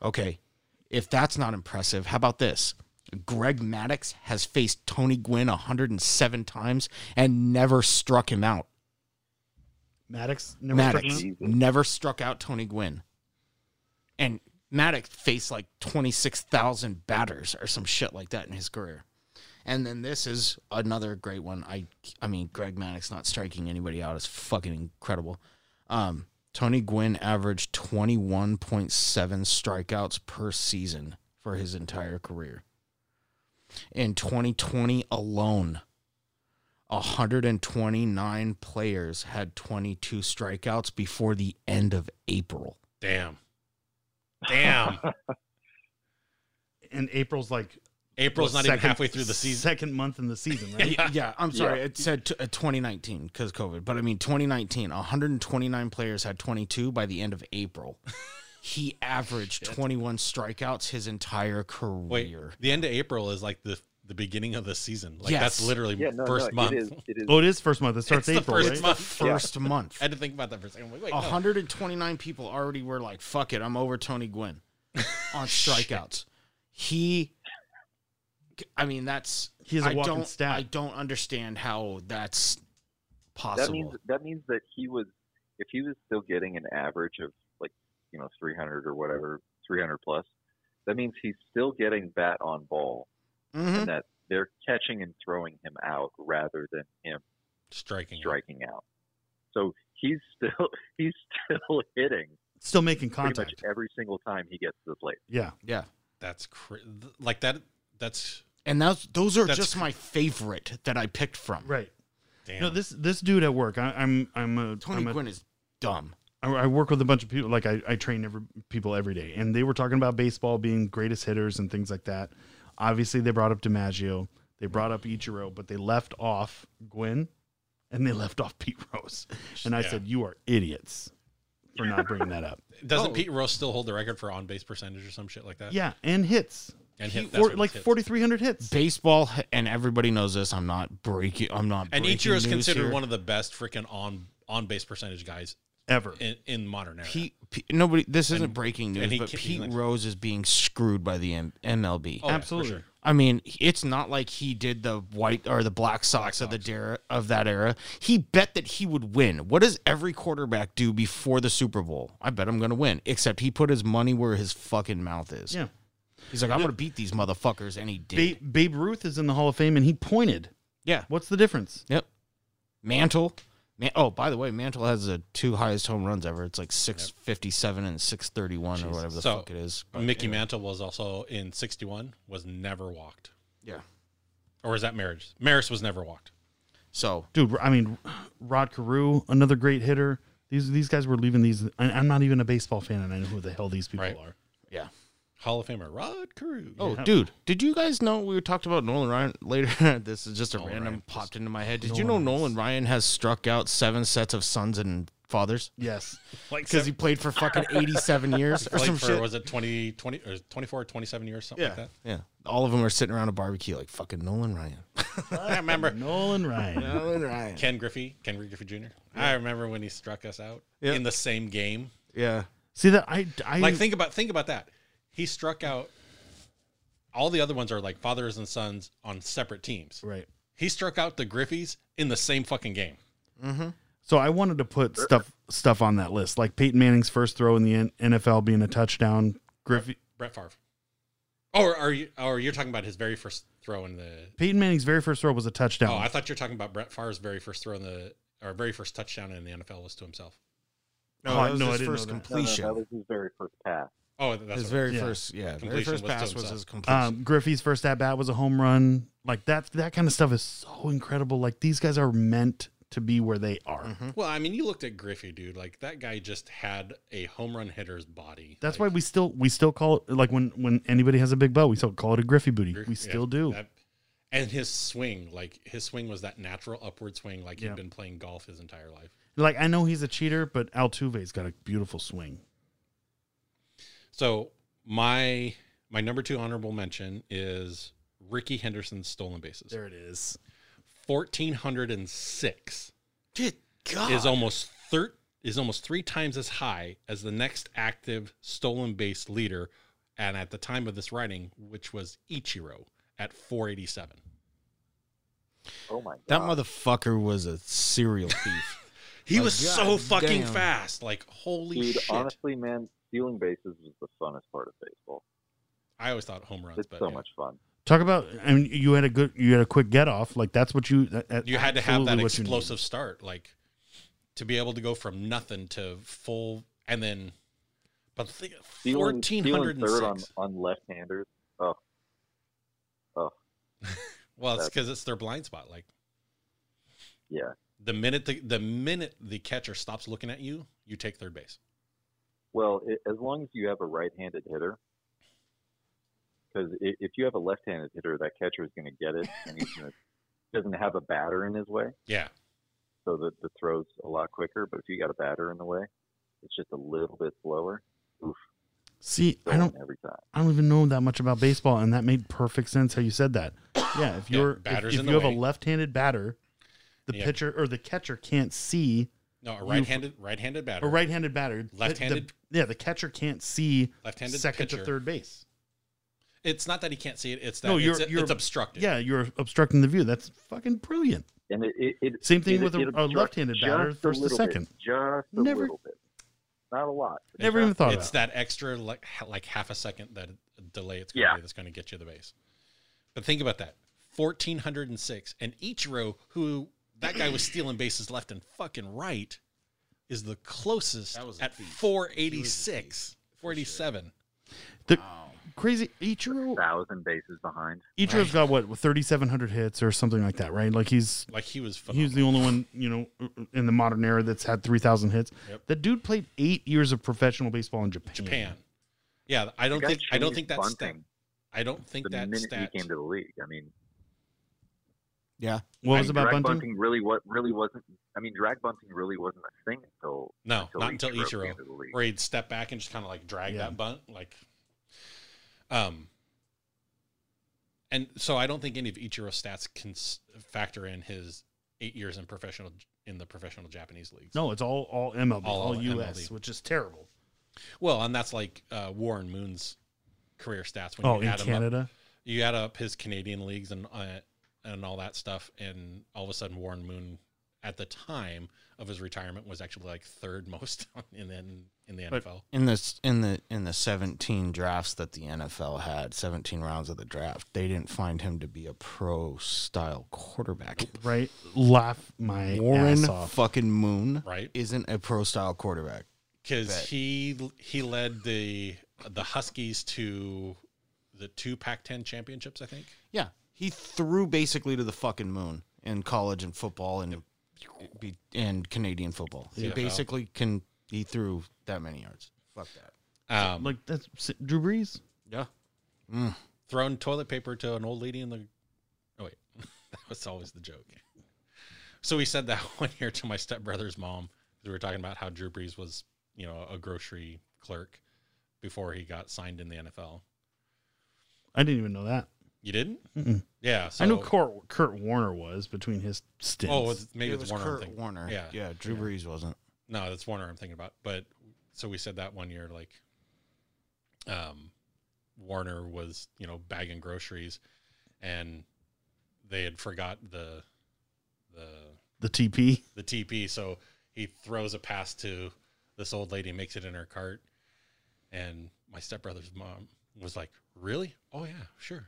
[SPEAKER 3] Okay. If that's not impressive, how about this? Greg Maddox has faced Tony Gwynn 107 times and never struck him out.
[SPEAKER 2] Maddox never
[SPEAKER 3] Maddox
[SPEAKER 2] struck out?
[SPEAKER 4] Jesus.
[SPEAKER 3] never struck out Tony Gwynn. And Maddox faced like 26,000 batters or some shit like that in his career. And then this is another great one. I I mean Greg Maddox not striking anybody out is fucking incredible. Um Tony Gwynn averaged 21.7 strikeouts per season for his entire career. In 2020 alone, 129 players had 22 strikeouts before the end of April.
[SPEAKER 1] Damn. Damn.
[SPEAKER 2] And April's like
[SPEAKER 1] April's
[SPEAKER 2] what,
[SPEAKER 1] not even
[SPEAKER 2] second-
[SPEAKER 1] halfway through the season.
[SPEAKER 2] Second month in the season, right?
[SPEAKER 1] Yeah.
[SPEAKER 3] Yeah, I'm sorry.
[SPEAKER 4] Yeah.
[SPEAKER 3] It said t- uh, 2019 because COVID, but I mean 2019. 129 players had 22 by the end of April. He averaged 21 strikeouts his entire career.
[SPEAKER 1] Wait. The end of April is like the the beginning of the season. Like
[SPEAKER 3] Yes.
[SPEAKER 1] that's literally
[SPEAKER 4] Yeah, no,
[SPEAKER 1] first
[SPEAKER 4] no,
[SPEAKER 1] month.
[SPEAKER 4] It is, it is
[SPEAKER 2] Oh, it is first month. It
[SPEAKER 1] It's
[SPEAKER 2] starts
[SPEAKER 1] the
[SPEAKER 2] April,
[SPEAKER 1] first
[SPEAKER 2] right?
[SPEAKER 1] month.
[SPEAKER 3] First month.
[SPEAKER 1] I had to think about that for a second. I'm like, wait, no.
[SPEAKER 3] 129 people already were like, fuck it, I'm over Tony Gwynn on strikeouts. he, I mean, that's,
[SPEAKER 2] He's a
[SPEAKER 3] I
[SPEAKER 2] walking
[SPEAKER 3] don't,
[SPEAKER 2] stat.
[SPEAKER 3] I don't understand how that's
[SPEAKER 4] that
[SPEAKER 3] possible.
[SPEAKER 4] means that means that he was if he was still getting an average of like you know 300 or whatever 300 plus that means he's still getting bat on ball
[SPEAKER 3] Mhm.
[SPEAKER 4] and that they're catching and throwing him out rather than him
[SPEAKER 1] striking.
[SPEAKER 4] Mm-hmm. striking out So he's still he's still hitting
[SPEAKER 2] Still making
[SPEAKER 4] pretty much
[SPEAKER 2] contact.
[SPEAKER 4] every single time he gets to the plate.
[SPEAKER 2] Yeah.
[SPEAKER 3] Yeah.
[SPEAKER 1] That's cra- th- like that. That's
[SPEAKER 3] And that's those are
[SPEAKER 1] That's
[SPEAKER 3] just my favorite that I picked from.
[SPEAKER 2] Right.
[SPEAKER 1] damn.
[SPEAKER 2] No, this this dude at work. I, I'm I'm a
[SPEAKER 3] Tony
[SPEAKER 2] I'm a-
[SPEAKER 3] Gwynn is dumb.
[SPEAKER 2] I, I work with a bunch of people. Like I, I train every, people every day, and they were talking about baseball being greatest hitters and things like that. Obviously, they brought up DiMaggio, they brought up Ichiro, but they left off Gwen, and they left off Pete Rose. And I
[SPEAKER 1] Yeah.
[SPEAKER 2] said, "You are idiots for not bringing that up."
[SPEAKER 1] doesn't
[SPEAKER 3] oh.
[SPEAKER 1] Pete Rose still hold the record for on base percentage or some shit like that?
[SPEAKER 2] yeah, and hits.
[SPEAKER 1] and
[SPEAKER 2] He-
[SPEAKER 1] hit, that's
[SPEAKER 2] four-
[SPEAKER 1] what it
[SPEAKER 2] like
[SPEAKER 1] hits.
[SPEAKER 2] forty three hundred hits.
[SPEAKER 3] Baseball, and everybody knows this. I'm not breaking. I'm not.
[SPEAKER 1] And
[SPEAKER 3] breaking
[SPEAKER 1] Ichiro is
[SPEAKER 3] news
[SPEAKER 1] considered
[SPEAKER 3] here.
[SPEAKER 1] one of the best freaking on on base percentage guys
[SPEAKER 2] ever.
[SPEAKER 1] in, in modern era.
[SPEAKER 3] Pete, Pete- nobody. This isn't
[SPEAKER 1] And-
[SPEAKER 3] breaking news,
[SPEAKER 1] and he
[SPEAKER 3] but
[SPEAKER 1] ca- he
[SPEAKER 3] Pete
[SPEAKER 1] like-
[SPEAKER 3] Rose is being screwed by the M- MLB.
[SPEAKER 1] oh, yeah, for
[SPEAKER 2] absolutely.
[SPEAKER 1] sure.
[SPEAKER 3] I mean, it's not like he did the white or the black Sox of the dera, of that era. He bet that he would win. What does every quarterback do before the Super Bowl? I bet I'm going to win. Except he put his money where his fucking mouth is.
[SPEAKER 2] Yeah,
[SPEAKER 3] He's like, I'm going to beat these motherfuckers, and he did.
[SPEAKER 2] Babe, Babe Ruth is in the Hall of Fame, and he pointed.
[SPEAKER 3] yeah.
[SPEAKER 2] What's the difference?
[SPEAKER 3] Yep. Mantle. Man- oh, by the way, Mantle has the two highest home runs ever. It's like 657 and 631 or whatever the
[SPEAKER 1] So,
[SPEAKER 3] fuck it is. But
[SPEAKER 1] Mickey
[SPEAKER 3] anyway.
[SPEAKER 1] Mantle was also in 61 was never walked.
[SPEAKER 3] Yeah.
[SPEAKER 1] Or is that marriage? Maris was never walked.
[SPEAKER 3] So,
[SPEAKER 2] dude. I mean, Rod Carew, another great hitter. These these guys were leaving these. I, I'm not even a baseball fan, and I know who the hell these people
[SPEAKER 1] Right.
[SPEAKER 2] are.
[SPEAKER 3] yeah.
[SPEAKER 1] Hall of Famer Rod Carew.
[SPEAKER 3] Oh, dude, did you guys know we talked about Nolan Ryan later? this is just a
[SPEAKER 1] Nolan
[SPEAKER 3] random
[SPEAKER 1] Ryan.
[SPEAKER 3] popped into my head. Did you know Nolan Ryan has struck out seven sets of sons and fathers
[SPEAKER 2] Yes,
[SPEAKER 1] like
[SPEAKER 3] because he played for fucking 87 years or
[SPEAKER 1] played
[SPEAKER 3] some
[SPEAKER 1] for,
[SPEAKER 3] shit?
[SPEAKER 1] was it 20, 20 or 24, 27 years, something like
[SPEAKER 3] yeah,
[SPEAKER 1] that?
[SPEAKER 3] yeah. All of them are sitting around a barbecue like fucking Nolan Ryan.
[SPEAKER 1] I remember
[SPEAKER 2] Nolan Ryan.
[SPEAKER 3] Nolan Ryan.
[SPEAKER 1] Ken Griffey, Ken Griffey Jr. I remember when he struck us out
[SPEAKER 3] Yeah.
[SPEAKER 1] in the same game.
[SPEAKER 3] Yeah.
[SPEAKER 2] See that I I
[SPEAKER 1] Like think about think about that. He struck out all the other ones are like fathers and sons on separate teams.
[SPEAKER 2] right.
[SPEAKER 1] He struck out the Griffies in the same fucking game.
[SPEAKER 3] Mm-hmm.
[SPEAKER 2] So I wanted to put stuff stuff on that list, like Peyton Manning's first throw in the N- NFL being a touchdown. Griffey
[SPEAKER 1] Brett Favre. Oh, Or are you or you're talking about his very first throw in the
[SPEAKER 2] Peyton Manning's very first throw was a touchdown.
[SPEAKER 1] Oh, I thought you were talking about Brett Favre's very first throw in the or very first touchdown in the NFL was to himself.
[SPEAKER 3] No,
[SPEAKER 2] Oh,
[SPEAKER 3] that
[SPEAKER 2] I-
[SPEAKER 3] was
[SPEAKER 2] no, I
[SPEAKER 3] his
[SPEAKER 2] didn't know
[SPEAKER 3] first
[SPEAKER 2] that. No, no,
[SPEAKER 3] completion.
[SPEAKER 4] that was his very first pass.
[SPEAKER 1] Oh, that's
[SPEAKER 3] his
[SPEAKER 1] what-
[SPEAKER 3] very
[SPEAKER 2] Yeah.
[SPEAKER 3] first, yeah, very
[SPEAKER 1] Completion
[SPEAKER 3] first
[SPEAKER 1] was to
[SPEAKER 3] pass was
[SPEAKER 1] himself.
[SPEAKER 3] his completion.
[SPEAKER 2] um, Griffey's first at bat was a home run. Like that that kind of stuff is so incredible. Like these guys are meant to be where they are.
[SPEAKER 1] Well, I mean, you looked at Griffey, dude. Like that guy just had a home run hitter's body.
[SPEAKER 2] That's why we still we still call it like when when anybody has a big bow, we still call it a Griffey booty.
[SPEAKER 1] Griff-
[SPEAKER 2] we
[SPEAKER 1] yeah,
[SPEAKER 2] still do.
[SPEAKER 1] that- and his swing, like his swing was that natural upward swing, like
[SPEAKER 2] Yeah.
[SPEAKER 1] he'd been playing golf his entire life.
[SPEAKER 2] Like I know he's a cheater, but Altuve's got a beautiful swing.
[SPEAKER 1] So my my number two honorable mention is Ricky Henderson's stolen bases.
[SPEAKER 2] it is.
[SPEAKER 1] Fourteen hundred and six
[SPEAKER 3] Good God.
[SPEAKER 1] is almost thir- is almost three times as high as the next active stolen base leader, and at the time of this writing, which was Ichiro at four eighty seven.
[SPEAKER 4] Oh my god.
[SPEAKER 3] that motherfucker was a serial thief.
[SPEAKER 1] He
[SPEAKER 3] Oh,
[SPEAKER 1] was
[SPEAKER 3] God
[SPEAKER 1] so fucking
[SPEAKER 3] damn.
[SPEAKER 1] fast. Like, holy
[SPEAKER 4] Dude,
[SPEAKER 1] shit.
[SPEAKER 4] honestly, man, stealing bases was the funnest part of baseball.
[SPEAKER 1] I always thought home runs,
[SPEAKER 4] It's
[SPEAKER 1] but
[SPEAKER 4] so
[SPEAKER 1] yeah.
[SPEAKER 4] much fun.
[SPEAKER 2] Talk about I mean you had a good you had a quick get off. Like that's what you that- that's
[SPEAKER 1] you had to have that
[SPEAKER 2] absolutely what you
[SPEAKER 1] explosive start. Like, to be able to go from nothing to full, and then, but think,
[SPEAKER 4] Stealing, stealing third on,
[SPEAKER 1] 1406.
[SPEAKER 4] on left-handers. Oh.
[SPEAKER 1] Well, it's because it's their blind spot. Like,
[SPEAKER 4] Yeah.
[SPEAKER 1] the minute the, the minute the catcher stops looking at you, you take third base.
[SPEAKER 4] Well, it, as long as you have a right-handed hitter, because if you have a left-handed hitter, that catcher is going to get it, and he's going to doesn't have a batter in his way,
[SPEAKER 1] Yeah.
[SPEAKER 4] so that the throw's a lot quicker. But if you got a batter in the way, it's just a little bit slower. Oof,
[SPEAKER 2] need. See, I
[SPEAKER 4] going
[SPEAKER 2] don't
[SPEAKER 4] every time.
[SPEAKER 2] I don't even know that much about baseball, and that made perfect sense how you said that. Yeah, if
[SPEAKER 1] Yeah,
[SPEAKER 2] you're if,
[SPEAKER 1] batter's
[SPEAKER 2] if
[SPEAKER 1] in
[SPEAKER 2] you
[SPEAKER 1] the
[SPEAKER 2] have
[SPEAKER 1] way.
[SPEAKER 2] a left-handed batter, the
[SPEAKER 1] Yeah.
[SPEAKER 2] pitcher or the catcher can't see
[SPEAKER 1] No, a right-handed right-handed batter.
[SPEAKER 2] or right-handed batter. the- the-
[SPEAKER 1] Left-handed?
[SPEAKER 2] yeah, the catcher can't see
[SPEAKER 1] Left-handed
[SPEAKER 2] second to
[SPEAKER 1] pitcher.
[SPEAKER 2] third base.
[SPEAKER 1] It's not that he can't see it. It's that
[SPEAKER 2] No, you're-
[SPEAKER 1] it's,
[SPEAKER 2] you're-
[SPEAKER 1] it's obstructed.
[SPEAKER 2] Yeah, you're obstructing the view. That's fucking brilliant.
[SPEAKER 4] And it, it, it
[SPEAKER 2] Same thing
[SPEAKER 4] it-
[SPEAKER 2] with a-
[SPEAKER 4] it
[SPEAKER 2] a
[SPEAKER 4] obstructs
[SPEAKER 2] left-handed batter
[SPEAKER 4] just a
[SPEAKER 2] versus the
[SPEAKER 4] little bit,
[SPEAKER 2] second.
[SPEAKER 4] just a
[SPEAKER 2] Never-
[SPEAKER 4] little bit, not a lot. but
[SPEAKER 2] Never
[SPEAKER 4] just-
[SPEAKER 2] even thought
[SPEAKER 1] it's
[SPEAKER 2] about.
[SPEAKER 1] that extra like ha- like half a second that delay it's going to
[SPEAKER 4] Yeah.
[SPEAKER 1] be that's going to get you the base. But think about that. 1406 and Ichiro who that guy was stealing bases left and fucking right is the closest
[SPEAKER 5] That was a
[SPEAKER 1] at
[SPEAKER 5] thief.
[SPEAKER 1] 486,
[SPEAKER 5] for
[SPEAKER 1] 487.
[SPEAKER 5] Wow.
[SPEAKER 2] Crazy Ichiro.
[SPEAKER 4] thousand bases behind.
[SPEAKER 2] Ichiro's got what 3700 hits or something like that, right? Like he's
[SPEAKER 1] Like he was phenomenal.
[SPEAKER 2] he's the only one, you know, uh, in the modern era that's had 3000 hits.
[SPEAKER 1] Yep.
[SPEAKER 2] That dude played 8 years of professional baseball in Japan.
[SPEAKER 1] Japan. Yeah, I don't
[SPEAKER 4] The guy
[SPEAKER 1] think I don't
[SPEAKER 4] changed
[SPEAKER 1] think that stat.
[SPEAKER 4] bunting
[SPEAKER 1] I don't think
[SPEAKER 4] the
[SPEAKER 1] that
[SPEAKER 4] minute
[SPEAKER 1] stat.
[SPEAKER 4] he came to the league. I mean,
[SPEAKER 3] Yeah.
[SPEAKER 2] What
[SPEAKER 4] I
[SPEAKER 2] was
[SPEAKER 4] mean,
[SPEAKER 2] about
[SPEAKER 4] drag
[SPEAKER 2] bunting?
[SPEAKER 4] Really, what really wasn't? I mean, drag bunting really wasn't a thing until
[SPEAKER 1] No, not until
[SPEAKER 4] came
[SPEAKER 1] Ichiro,
[SPEAKER 4] to the league.
[SPEAKER 1] where he'd step back and just kind of like drag
[SPEAKER 2] Yeah.
[SPEAKER 1] that bunt, like. Um. And so I don't think any of Ichiro's stats can s- factor in his eight years in professional in the professional Japanese leagues.
[SPEAKER 2] No, it's all all MLB,
[SPEAKER 1] All
[SPEAKER 2] all, US,
[SPEAKER 1] MLB.
[SPEAKER 2] which is terrible.
[SPEAKER 1] Well, and that's like uh, Warren Moon's career stats when
[SPEAKER 2] Oh,
[SPEAKER 1] you
[SPEAKER 2] in
[SPEAKER 1] add 'em up.
[SPEAKER 2] Canada.
[SPEAKER 1] you add up his Canadian leagues and uh, and all that stuff, and all of a sudden Warren Moon, at the time of his retirement, was actually like third most in in, in the
[SPEAKER 2] But-
[SPEAKER 1] NFL.
[SPEAKER 3] In this in the in the 17 drafts that the NFL had, 17 rounds of the draft, they didn't find him to be a pro style quarterback.
[SPEAKER 2] Right? Laugh my
[SPEAKER 3] Warren
[SPEAKER 2] ass off.
[SPEAKER 3] fucking Moon
[SPEAKER 1] Right.
[SPEAKER 3] isn't a pro style quarterback.
[SPEAKER 1] Because
[SPEAKER 3] Bet.
[SPEAKER 1] he he led the the Huskies to the two Pac-10 championships, I think.
[SPEAKER 3] Yeah, he threw basically to the fucking moon in college and football and be- and Canadian football. He
[SPEAKER 1] Yeah.
[SPEAKER 3] basically can he threw that many yards. Fuck that.
[SPEAKER 1] Um,
[SPEAKER 2] Like that's Drew Brees.
[SPEAKER 3] Yeah.
[SPEAKER 1] throwing toilet paper to an old lady in the. Oh wait, that was always the joke. So we said that one year to my stepbrother's mom 'cause we were talking about how Drew Brees was, you know, a grocery clerk before he got signed in the NFL.
[SPEAKER 2] I didn't even know that.
[SPEAKER 1] You didn't?
[SPEAKER 2] Mm-mm.
[SPEAKER 1] Yeah. So,
[SPEAKER 2] I know Kurt, Kurt Warner was between his stints.
[SPEAKER 1] Oh, it's- maybe
[SPEAKER 3] it
[SPEAKER 1] it's
[SPEAKER 3] was
[SPEAKER 1] Warner. I'm
[SPEAKER 3] Kurt
[SPEAKER 1] thinking.
[SPEAKER 3] Warner.
[SPEAKER 1] Yeah.
[SPEAKER 3] yeah. Drew Brees wasn't.
[SPEAKER 1] No, that's Warner I'm thinking about. But so we said that one year, like, um, Warner was, you know, bagging groceries, and they had forgot the the
[SPEAKER 2] the TP.
[SPEAKER 1] the TP. So he throws a pass to this old lady, makes it in her cart, and my stepbrother's mom was like, "Really? Oh yeah, sure."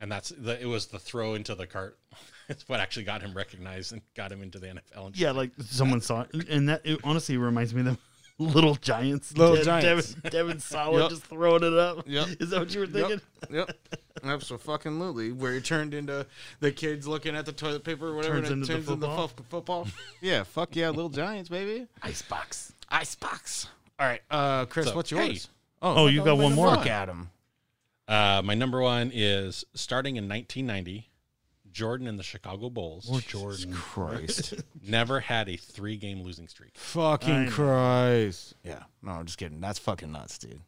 [SPEAKER 1] And that's the it was the throw into the cart. it's what actually got him recognized and got him into the NFL. And
[SPEAKER 2] Yeah, like someone saw it, and that it honestly reminds me of them Little Giants.
[SPEAKER 3] Little Giants.
[SPEAKER 2] Devin, Devin Sawa
[SPEAKER 3] Yep.
[SPEAKER 2] just throwing it up.
[SPEAKER 3] Yep.
[SPEAKER 2] Is that what you were thinking?
[SPEAKER 3] Yep. Absolutely. Where he turned into the kids looking at the toilet paper or whatever.
[SPEAKER 2] Turns
[SPEAKER 3] and
[SPEAKER 2] into
[SPEAKER 3] it
[SPEAKER 2] the
[SPEAKER 3] turns into
[SPEAKER 2] football.
[SPEAKER 3] fu- football. yeah. Fuck yeah. Little Giants, baby.
[SPEAKER 2] Icebox.
[SPEAKER 3] Icebox. All right. Uh, Chris,
[SPEAKER 1] So,
[SPEAKER 3] what's
[SPEAKER 1] hey.
[SPEAKER 3] yours?
[SPEAKER 2] Oh, you got one more.
[SPEAKER 3] Look at him.
[SPEAKER 1] Uh, my number one is starting in 1990, Jordan and the Chicago Bulls
[SPEAKER 2] Or Jordan.
[SPEAKER 3] Christ.
[SPEAKER 1] never had a three game losing streak.
[SPEAKER 2] I
[SPEAKER 3] fucking
[SPEAKER 2] know.
[SPEAKER 3] Christ. Yeah. No, I'm just kidding. That's fucking nuts, dude.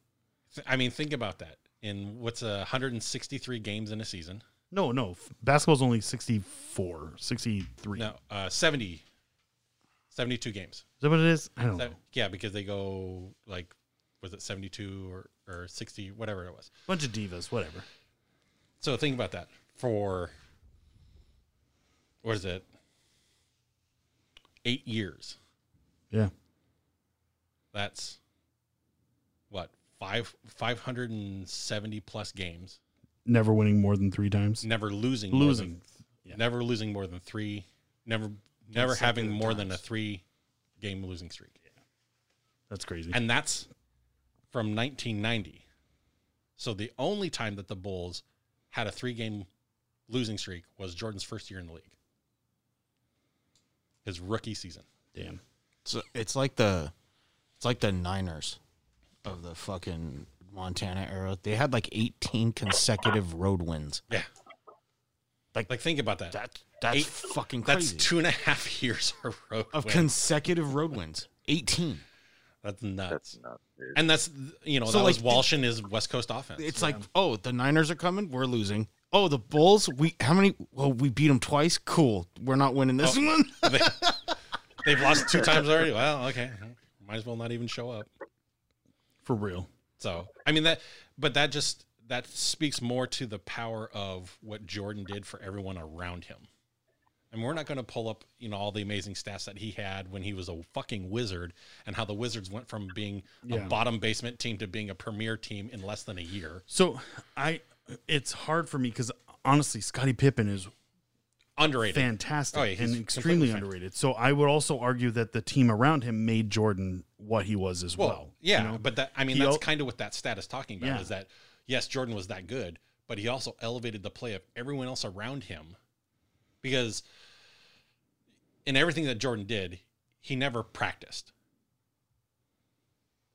[SPEAKER 1] Th- I mean, think about that. In what's uh, 163 games in a season?
[SPEAKER 2] No, no. f- Basketball's only 64, 63.
[SPEAKER 1] No, uh, 70, 72 games.
[SPEAKER 2] Is that what it is? I don't know.
[SPEAKER 1] Se- yeah, because they go like, was it 72 or, or 60, whatever it was.
[SPEAKER 2] Bunch of divas, whatever.
[SPEAKER 1] So think about that for, what is it? Eight years.
[SPEAKER 2] Yeah.
[SPEAKER 1] That's what? Five, 570 plus games,
[SPEAKER 2] Never winning more than three times.
[SPEAKER 1] never losing, more than-
[SPEAKER 2] Losing. Yeah.
[SPEAKER 1] never losing more than three, never, never having more than a
[SPEAKER 3] times.
[SPEAKER 1] three game losing streak.
[SPEAKER 2] That's crazy.
[SPEAKER 1] and that's from 1990. So the only time that the Bulls had a three-game losing streak was Jordan's first year in the league, his rookie season.
[SPEAKER 2] Damn.
[SPEAKER 3] So it's like the it's like the Niners of the fucking Montana era. They had like 18 consecutive road wins.
[SPEAKER 1] Yeah, like,
[SPEAKER 3] Like-
[SPEAKER 1] think about that.
[SPEAKER 3] That's that's
[SPEAKER 1] Eight-
[SPEAKER 3] fucking
[SPEAKER 1] That's
[SPEAKER 3] crazy.
[SPEAKER 1] two and a half years of road
[SPEAKER 3] of
[SPEAKER 1] wins.
[SPEAKER 3] consecutive road wins. 18.
[SPEAKER 1] that's nuts.
[SPEAKER 4] That's nuts. dude.
[SPEAKER 1] and that's you know
[SPEAKER 3] So,
[SPEAKER 1] that was
[SPEAKER 3] like,
[SPEAKER 1] Walsh and his West Coast offense.
[SPEAKER 3] It's like, "Oh, the Niners are coming. We're losing." Oh, the Bulls, we how many well, we beat them twice. Cool. We're not winning this one.
[SPEAKER 1] they, they've lost two times already. Well, okay, might as well not even show up.
[SPEAKER 2] For real.
[SPEAKER 1] So I mean that, but that just that speaks more to the power of what Jordan did for everyone around him. And we're not going to pull up, you know, all the amazing stats that he had when he was a fucking wizard, and how the Wizards went from being
[SPEAKER 2] Yeah.
[SPEAKER 1] a bottom basement team to being a premier team in less than a year.
[SPEAKER 2] So I, it's hard for me because honestly, Scottie Pippen is
[SPEAKER 1] underrated.
[SPEAKER 2] fantastic
[SPEAKER 1] Oh, yeah, he's
[SPEAKER 2] and
[SPEAKER 1] completely
[SPEAKER 2] extremely
[SPEAKER 1] fan-
[SPEAKER 2] underrated. So I would also argue that the team around him made Jordan what he was as well.
[SPEAKER 1] well, yeah,
[SPEAKER 2] you know?
[SPEAKER 1] but that I mean
[SPEAKER 2] He
[SPEAKER 1] that's
[SPEAKER 2] al-
[SPEAKER 1] kind of what that stat is talking about
[SPEAKER 2] Yeah.
[SPEAKER 1] is that yes, Jordan was that good, but he also elevated the play of everyone else around him because in everything that Jordan did, he never practiced.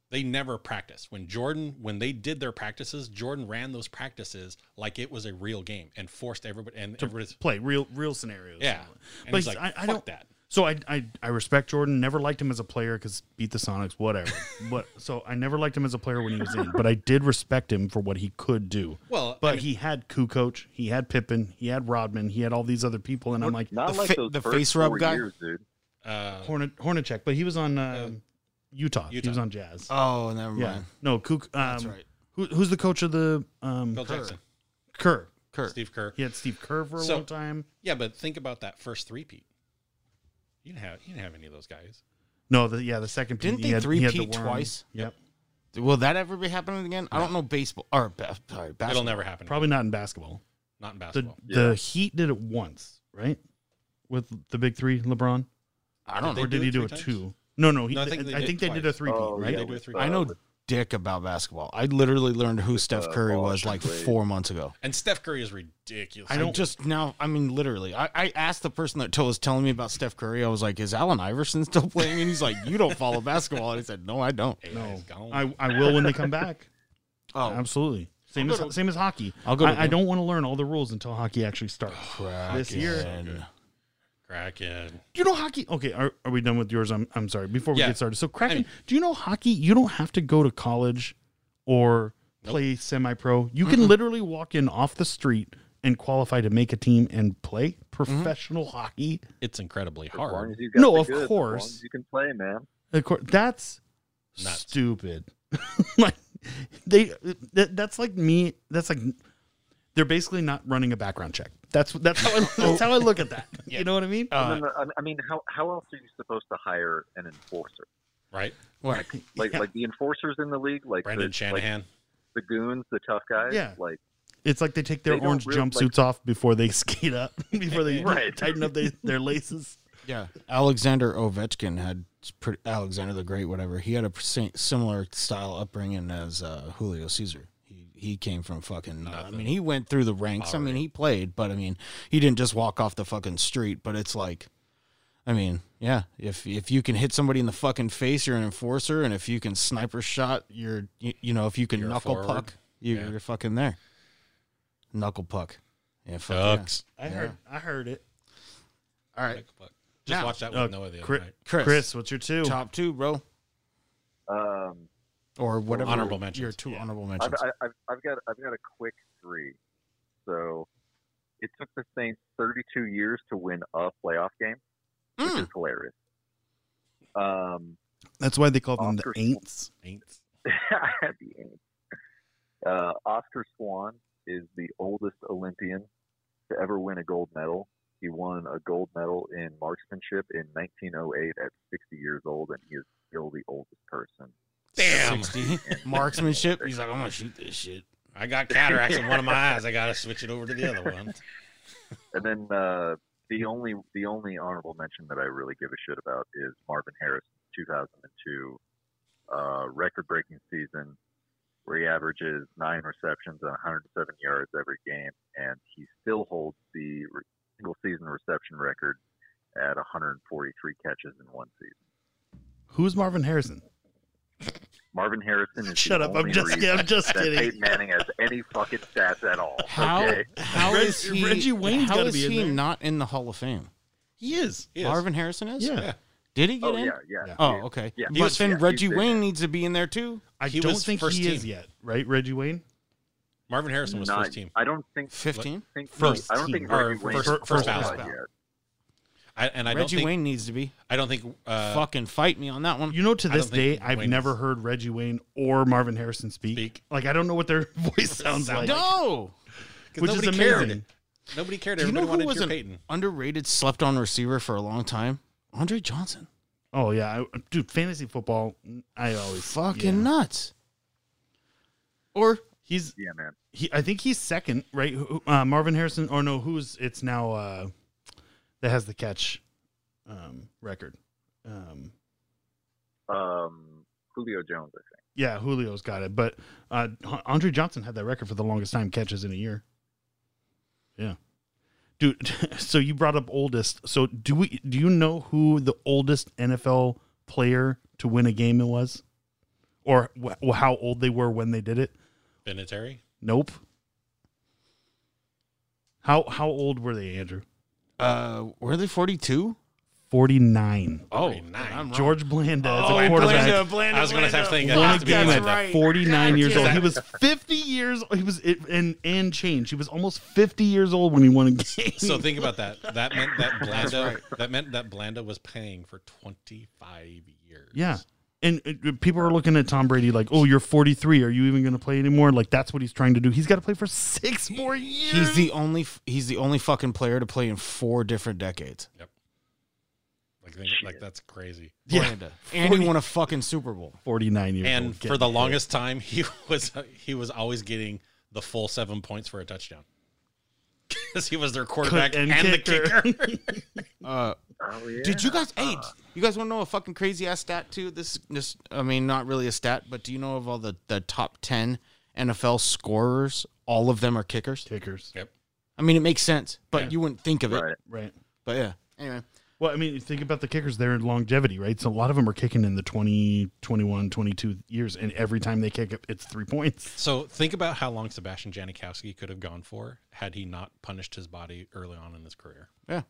[SPEAKER 1] They never practiced. When Jordan, when they did their practices, Jordan ran those practices like it was a real game and forced everybody and everybody's
[SPEAKER 2] play real real scenarios.
[SPEAKER 1] yeah. And
[SPEAKER 2] But
[SPEAKER 1] he's
[SPEAKER 2] he's-
[SPEAKER 1] like,
[SPEAKER 2] I- I
[SPEAKER 1] fuck
[SPEAKER 2] don't-
[SPEAKER 1] that.
[SPEAKER 2] So I, I I respect Jordan. Never liked him as a player because beat the Sonics, whatever. but so I never liked him as a player when he was in, but I did respect him for what he could do.
[SPEAKER 1] Well, I
[SPEAKER 2] But
[SPEAKER 1] mean-
[SPEAKER 2] he had Kukoc, he had Pippen, he had Rodman, he had all these other people, and I'm like
[SPEAKER 3] The
[SPEAKER 4] Not like
[SPEAKER 3] fa-
[SPEAKER 4] those
[SPEAKER 3] the
[SPEAKER 4] first
[SPEAKER 3] face rub
[SPEAKER 4] four
[SPEAKER 3] guy?
[SPEAKER 4] years, dude.
[SPEAKER 1] Uh,
[SPEAKER 2] Hornet Hornacek, but he was on um, Utah. He
[SPEAKER 1] Utah.
[SPEAKER 2] was on Jazz.
[SPEAKER 3] Oh, never
[SPEAKER 2] yeah,
[SPEAKER 3] mind.
[SPEAKER 2] no Kuk. Um,
[SPEAKER 3] That's right.
[SPEAKER 2] Who, who's the coach of the um,
[SPEAKER 1] Bill
[SPEAKER 3] Kerr.
[SPEAKER 1] Jackson,
[SPEAKER 2] Kerr?
[SPEAKER 3] Kurt.
[SPEAKER 1] Steve Kerr.
[SPEAKER 2] He had Steve Kerr for a
[SPEAKER 1] So-
[SPEAKER 2] long time.
[SPEAKER 1] Yeah, but think about that first three peat. You didn't have you didn't have any of those guys.
[SPEAKER 2] No, the, yeah, the second.
[SPEAKER 3] Didn't
[SPEAKER 2] Pete,
[SPEAKER 3] they
[SPEAKER 2] he had, he had the
[SPEAKER 3] three-peat
[SPEAKER 2] worm.
[SPEAKER 3] twice?
[SPEAKER 2] Yep,
[SPEAKER 3] Will that ever be happening again? I don't know baseball or ba- sorry,
[SPEAKER 1] It'll
[SPEAKER 3] basketball.
[SPEAKER 1] never happen.
[SPEAKER 2] probably not in basketball.
[SPEAKER 1] not in
[SPEAKER 2] the
[SPEAKER 1] basketball.
[SPEAKER 2] the Heat did it once, right? With the big three, LeBron,
[SPEAKER 3] I don't
[SPEAKER 1] They
[SPEAKER 2] or
[SPEAKER 3] know.
[SPEAKER 2] did
[SPEAKER 1] do
[SPEAKER 2] he
[SPEAKER 1] it
[SPEAKER 2] do
[SPEAKER 1] three
[SPEAKER 2] it
[SPEAKER 1] times?
[SPEAKER 2] two? No, no. He,
[SPEAKER 1] No,
[SPEAKER 2] I think they, did,
[SPEAKER 1] it
[SPEAKER 2] a
[SPEAKER 1] twice.
[SPEAKER 2] three,
[SPEAKER 4] Oh,
[SPEAKER 2] right?
[SPEAKER 1] yeah.
[SPEAKER 4] Yeah,
[SPEAKER 1] They do a three-
[SPEAKER 4] with,
[SPEAKER 3] I know
[SPEAKER 4] with-
[SPEAKER 3] dick about basketball. I literally learned who Steph
[SPEAKER 4] uh,
[SPEAKER 3] Curry
[SPEAKER 4] ball
[SPEAKER 3] was
[SPEAKER 4] and
[SPEAKER 3] like
[SPEAKER 4] blade.
[SPEAKER 3] four months ago.
[SPEAKER 1] And Steph Curry is ridiculous.
[SPEAKER 3] I don't just now. I mean, literally. I, I asked the person that told was telling me about Steph Curry. I was like, "Is Allen Iverson still playing?" And he's like, "You don't follow basketball." And I said, "No, I don't.
[SPEAKER 1] AI
[SPEAKER 2] No,
[SPEAKER 1] is gone.
[SPEAKER 2] I, I will when they come back.
[SPEAKER 3] Oh,
[SPEAKER 2] Absolutely. Same
[SPEAKER 3] I'll
[SPEAKER 2] as
[SPEAKER 3] go to-
[SPEAKER 2] same as hockey.
[SPEAKER 3] I'll go
[SPEAKER 2] I,
[SPEAKER 3] to
[SPEAKER 2] I
[SPEAKER 3] them.
[SPEAKER 2] don't want to learn all the rules until hockey actually starts.
[SPEAKER 3] crap.
[SPEAKER 2] This year-
[SPEAKER 1] Kraken.
[SPEAKER 2] Do you know hockey? Okay, are, are we done with yours? I'm I'm sorry. Before we
[SPEAKER 1] Yeah.
[SPEAKER 2] get started, so Kraken,
[SPEAKER 1] mean-
[SPEAKER 2] do you know hockey? You don't have to go to college or play semi-pro. You can literally walk in off the street and qualify to make a team and play
[SPEAKER 1] Mm-hmm.
[SPEAKER 2] professional hockey.
[SPEAKER 1] It's incredibly
[SPEAKER 4] as long
[SPEAKER 1] hard.
[SPEAKER 4] as you've got
[SPEAKER 2] No,
[SPEAKER 4] the
[SPEAKER 2] of
[SPEAKER 4] goods, as long
[SPEAKER 2] course.
[SPEAKER 4] as you can play, man.
[SPEAKER 2] Of course, that's
[SPEAKER 1] Nuts.
[SPEAKER 2] stupid. like they, that, that's like me. That's like they're basically not running a background check. That's that's how I,
[SPEAKER 1] Oh.
[SPEAKER 2] that's how I look at that. You know what I mean?
[SPEAKER 1] Uh, Uh-huh.
[SPEAKER 4] And then, I- I mean, how how else are you supposed to hire an enforcer?
[SPEAKER 1] Right?
[SPEAKER 3] What?
[SPEAKER 4] Like
[SPEAKER 2] Yeah.
[SPEAKER 4] like the enforcers in the league, like
[SPEAKER 1] Brandon
[SPEAKER 4] the, like
[SPEAKER 1] Shanahan.
[SPEAKER 4] the goons, the tough guys.
[SPEAKER 2] Yeah.
[SPEAKER 4] Like
[SPEAKER 2] It's like they take their
[SPEAKER 4] They don't
[SPEAKER 2] orange
[SPEAKER 4] real-
[SPEAKER 2] jumpsuits off before they skate up, before they
[SPEAKER 4] Right.
[SPEAKER 2] tighten up they, their laces.
[SPEAKER 3] Yeah, Alexander Ovechkin had pretty, Alexander the Great, whatever. He had a sa- similar style upbringing as uh, Julio Caesar. He he came from fucking. Uh, I mean, he went through the ranks. I mean, he played, but I mean, he didn't just walk off the fucking street. But it's like, I mean, yeah, if if you can hit somebody in the fucking face, you're an enforcer, and if you can sniper shot, you're you, you know if you can
[SPEAKER 1] You're a
[SPEAKER 3] knuckle
[SPEAKER 1] forward.
[SPEAKER 3] puck, you,
[SPEAKER 1] Yeah.
[SPEAKER 3] you're fucking there. Knuckle puck, yeah, fuck yeah.
[SPEAKER 1] Ducks.
[SPEAKER 2] I heard, I heard it.
[SPEAKER 3] All right,
[SPEAKER 1] Just
[SPEAKER 3] Now-
[SPEAKER 1] watch that with
[SPEAKER 2] Uh,
[SPEAKER 1] Noah the other
[SPEAKER 2] Chris,
[SPEAKER 1] night.
[SPEAKER 3] Chris,
[SPEAKER 2] Chris, what's your two?
[SPEAKER 3] top two, bro.
[SPEAKER 4] um,
[SPEAKER 3] or whatever
[SPEAKER 1] Honorable mentions.
[SPEAKER 3] Your two
[SPEAKER 1] Yeah.
[SPEAKER 3] honorable
[SPEAKER 4] I've,
[SPEAKER 3] mentions.
[SPEAKER 4] I- I've I've got I've got a quick three. So it took the Saints 32 years to win a playoff game, which
[SPEAKER 3] Mm.
[SPEAKER 2] Hmm.
[SPEAKER 4] is hilarious. Um,
[SPEAKER 2] That's why they call them the
[SPEAKER 4] Oscar.
[SPEAKER 2] Aints.
[SPEAKER 1] Ain't-
[SPEAKER 4] the Aints. Uh, Oscar Swan is the oldest Olympian to ever win a gold medal. He won a gold medal in marksmanship in 1908 at 60 years old, and he is still the oldest person.
[SPEAKER 1] Damn.
[SPEAKER 3] 60. marksmanship. He's like, I'm gonna shoot this shit.
[SPEAKER 1] I got cataracts in one of my eyes. I gotta switch it over to the other one.
[SPEAKER 4] And then uh, the only the only honorable mention that I really give a shit about is Marvin Harris, 2002 uh, record-breaking season, where he averages nine receptions and 107 yards every game, and he still holds the re- single-season reception record at 143 catches in one season.
[SPEAKER 2] Who's Marvin Harrison?
[SPEAKER 4] Marvin Harrison is
[SPEAKER 2] Shut
[SPEAKER 4] the
[SPEAKER 2] up!
[SPEAKER 4] only
[SPEAKER 2] I'm just,
[SPEAKER 4] reason
[SPEAKER 2] I'm just
[SPEAKER 4] that
[SPEAKER 2] kidding.
[SPEAKER 4] Peyton Manning has any fucking stats at all.
[SPEAKER 3] How
[SPEAKER 4] Okay,
[SPEAKER 3] how
[SPEAKER 2] Reg-
[SPEAKER 3] is he?
[SPEAKER 2] Reggie Wayne's
[SPEAKER 3] how
[SPEAKER 2] gotta
[SPEAKER 3] is
[SPEAKER 2] be in
[SPEAKER 3] he
[SPEAKER 2] there.
[SPEAKER 3] not in the Hall of Fame?
[SPEAKER 2] He is.
[SPEAKER 1] He is.
[SPEAKER 3] Marvin Harrison is.
[SPEAKER 2] Yeah.
[SPEAKER 3] Did he get
[SPEAKER 4] Oh
[SPEAKER 3] in?
[SPEAKER 4] yeah, yeah.
[SPEAKER 3] Oh okay.
[SPEAKER 4] Yeah.
[SPEAKER 3] But
[SPEAKER 4] He
[SPEAKER 3] then
[SPEAKER 4] was- yeah,
[SPEAKER 3] Reggie
[SPEAKER 4] he's in
[SPEAKER 3] Wayne
[SPEAKER 4] it.
[SPEAKER 3] needs to be in there too.
[SPEAKER 2] I
[SPEAKER 1] He
[SPEAKER 2] don't
[SPEAKER 1] was
[SPEAKER 2] think
[SPEAKER 1] first
[SPEAKER 2] he is
[SPEAKER 1] team.
[SPEAKER 2] yet, right, Reggie Wayne?
[SPEAKER 1] Marvin Harrison was
[SPEAKER 4] Not-
[SPEAKER 1] first team.
[SPEAKER 4] I don't think
[SPEAKER 3] Fifteen.
[SPEAKER 4] think
[SPEAKER 2] First
[SPEAKER 4] I don't
[SPEAKER 2] team.
[SPEAKER 4] think
[SPEAKER 1] Or
[SPEAKER 4] Reggie Wayne
[SPEAKER 1] first-
[SPEAKER 4] was
[SPEAKER 1] first
[SPEAKER 4] qualified
[SPEAKER 3] ballot.
[SPEAKER 4] yet.
[SPEAKER 1] I, and I don't
[SPEAKER 3] Reggie
[SPEAKER 1] think
[SPEAKER 3] Wayne needs to be.
[SPEAKER 1] I don't think uh,
[SPEAKER 3] Fucking fight me on that one.
[SPEAKER 2] You know, to
[SPEAKER 1] I don't
[SPEAKER 2] this day,
[SPEAKER 1] think
[SPEAKER 2] I've
[SPEAKER 1] Wayne
[SPEAKER 2] never
[SPEAKER 1] is.
[SPEAKER 2] heard Reggie Wayne or Marvin Harrison speak.
[SPEAKER 1] Speak.
[SPEAKER 2] Like, I don't know what their voice sounds
[SPEAKER 1] Sound
[SPEAKER 2] like.
[SPEAKER 3] no.
[SPEAKER 1] 'cause
[SPEAKER 2] which is
[SPEAKER 1] nobody
[SPEAKER 2] amazing.
[SPEAKER 1] cared. Nobody cared.
[SPEAKER 3] Do you
[SPEAKER 1] Everybody
[SPEAKER 3] know who
[SPEAKER 1] wanted
[SPEAKER 3] was
[SPEAKER 1] Drew
[SPEAKER 3] an
[SPEAKER 1] Payton.
[SPEAKER 3] underrated slept on receiver for a long time? Andre Johnson.
[SPEAKER 2] Oh yeah, I, dude, fantasy football. I always
[SPEAKER 3] Fucking
[SPEAKER 2] yeah.
[SPEAKER 3] nuts. Or
[SPEAKER 2] He's
[SPEAKER 4] Yeah, man.
[SPEAKER 2] he. I think he's second, right? Who- who- Uh, Marvin Harrison, or no? Who's it's now? Uh, that has the catch um, record. Um,
[SPEAKER 4] Um, Julio Jones, I think.
[SPEAKER 2] yeah, Julio's got it, but uh, H- Andre Johnson had that record for the longest time catches in a year. Yeah, dude. So you brought up oldest. So do we? Do you know who the oldest NFL player to win a game it was, or wh- how old they were when they did it?
[SPEAKER 1] Benatari?
[SPEAKER 2] Nope. How how old were they, Andrew?
[SPEAKER 3] Uh, were they 42?
[SPEAKER 2] Forty nine.
[SPEAKER 1] Oh,
[SPEAKER 2] George Blanda as
[SPEAKER 1] Oh,
[SPEAKER 2] a quarterback.
[SPEAKER 1] Blanda.
[SPEAKER 3] Blanda,
[SPEAKER 1] I was gonna have to think that
[SPEAKER 2] Won a
[SPEAKER 1] has to be
[SPEAKER 2] game
[SPEAKER 1] Blanda.
[SPEAKER 2] at 49 years
[SPEAKER 3] damn
[SPEAKER 2] old.
[SPEAKER 1] it.
[SPEAKER 2] He was 50 years He was it, and and change. He was almost 50 years old when he won a game.
[SPEAKER 1] So think about that. That meant that Blanda that meant that Blanda was paying for 25 years.
[SPEAKER 2] Yeah. and uh, people are looking at Tom Brady like, "Oh, you're 43. Are you even going to play anymore?" Like that's what he's trying to do. He's got to play for 6 more years.
[SPEAKER 3] He's the only f- he's the only fucking player to play in four different decades.
[SPEAKER 1] Like think, like that's crazy.
[SPEAKER 2] yeah,
[SPEAKER 3] Blanda. And he won a fucking Super Bowl.
[SPEAKER 2] 49 years old.
[SPEAKER 1] And for
[SPEAKER 2] Getting
[SPEAKER 1] the
[SPEAKER 2] old.
[SPEAKER 1] longest time he was he was always getting the full 7 points for a touchdown. Cuz he was their quarterback
[SPEAKER 2] and
[SPEAKER 1] and, the
[SPEAKER 2] kicker.
[SPEAKER 1] kicker.
[SPEAKER 3] Uh,
[SPEAKER 4] Oh yeah.
[SPEAKER 3] Did you guys? Hey, d- you guys want to know a fucking crazy ass stat too? This, this, I mean, not really a stat, but do you know of all the the top ten NFL scorers? All of them are kickers.
[SPEAKER 2] kickers.
[SPEAKER 1] yep.
[SPEAKER 3] I mean, it makes sense, but
[SPEAKER 2] Yeah.
[SPEAKER 3] you wouldn't think of it.
[SPEAKER 4] Right.
[SPEAKER 2] Right.
[SPEAKER 3] But yeah. Anyway,
[SPEAKER 2] Well, I mean, think about the kickers. They're in longevity, right? So a lot of them are kicking in the 20, 21, 22 years, and every time they kick, it, it's three points.
[SPEAKER 1] So think about how long Sebastian Janikowski could have gone for had he not punished his body early on in his career.
[SPEAKER 3] yeah.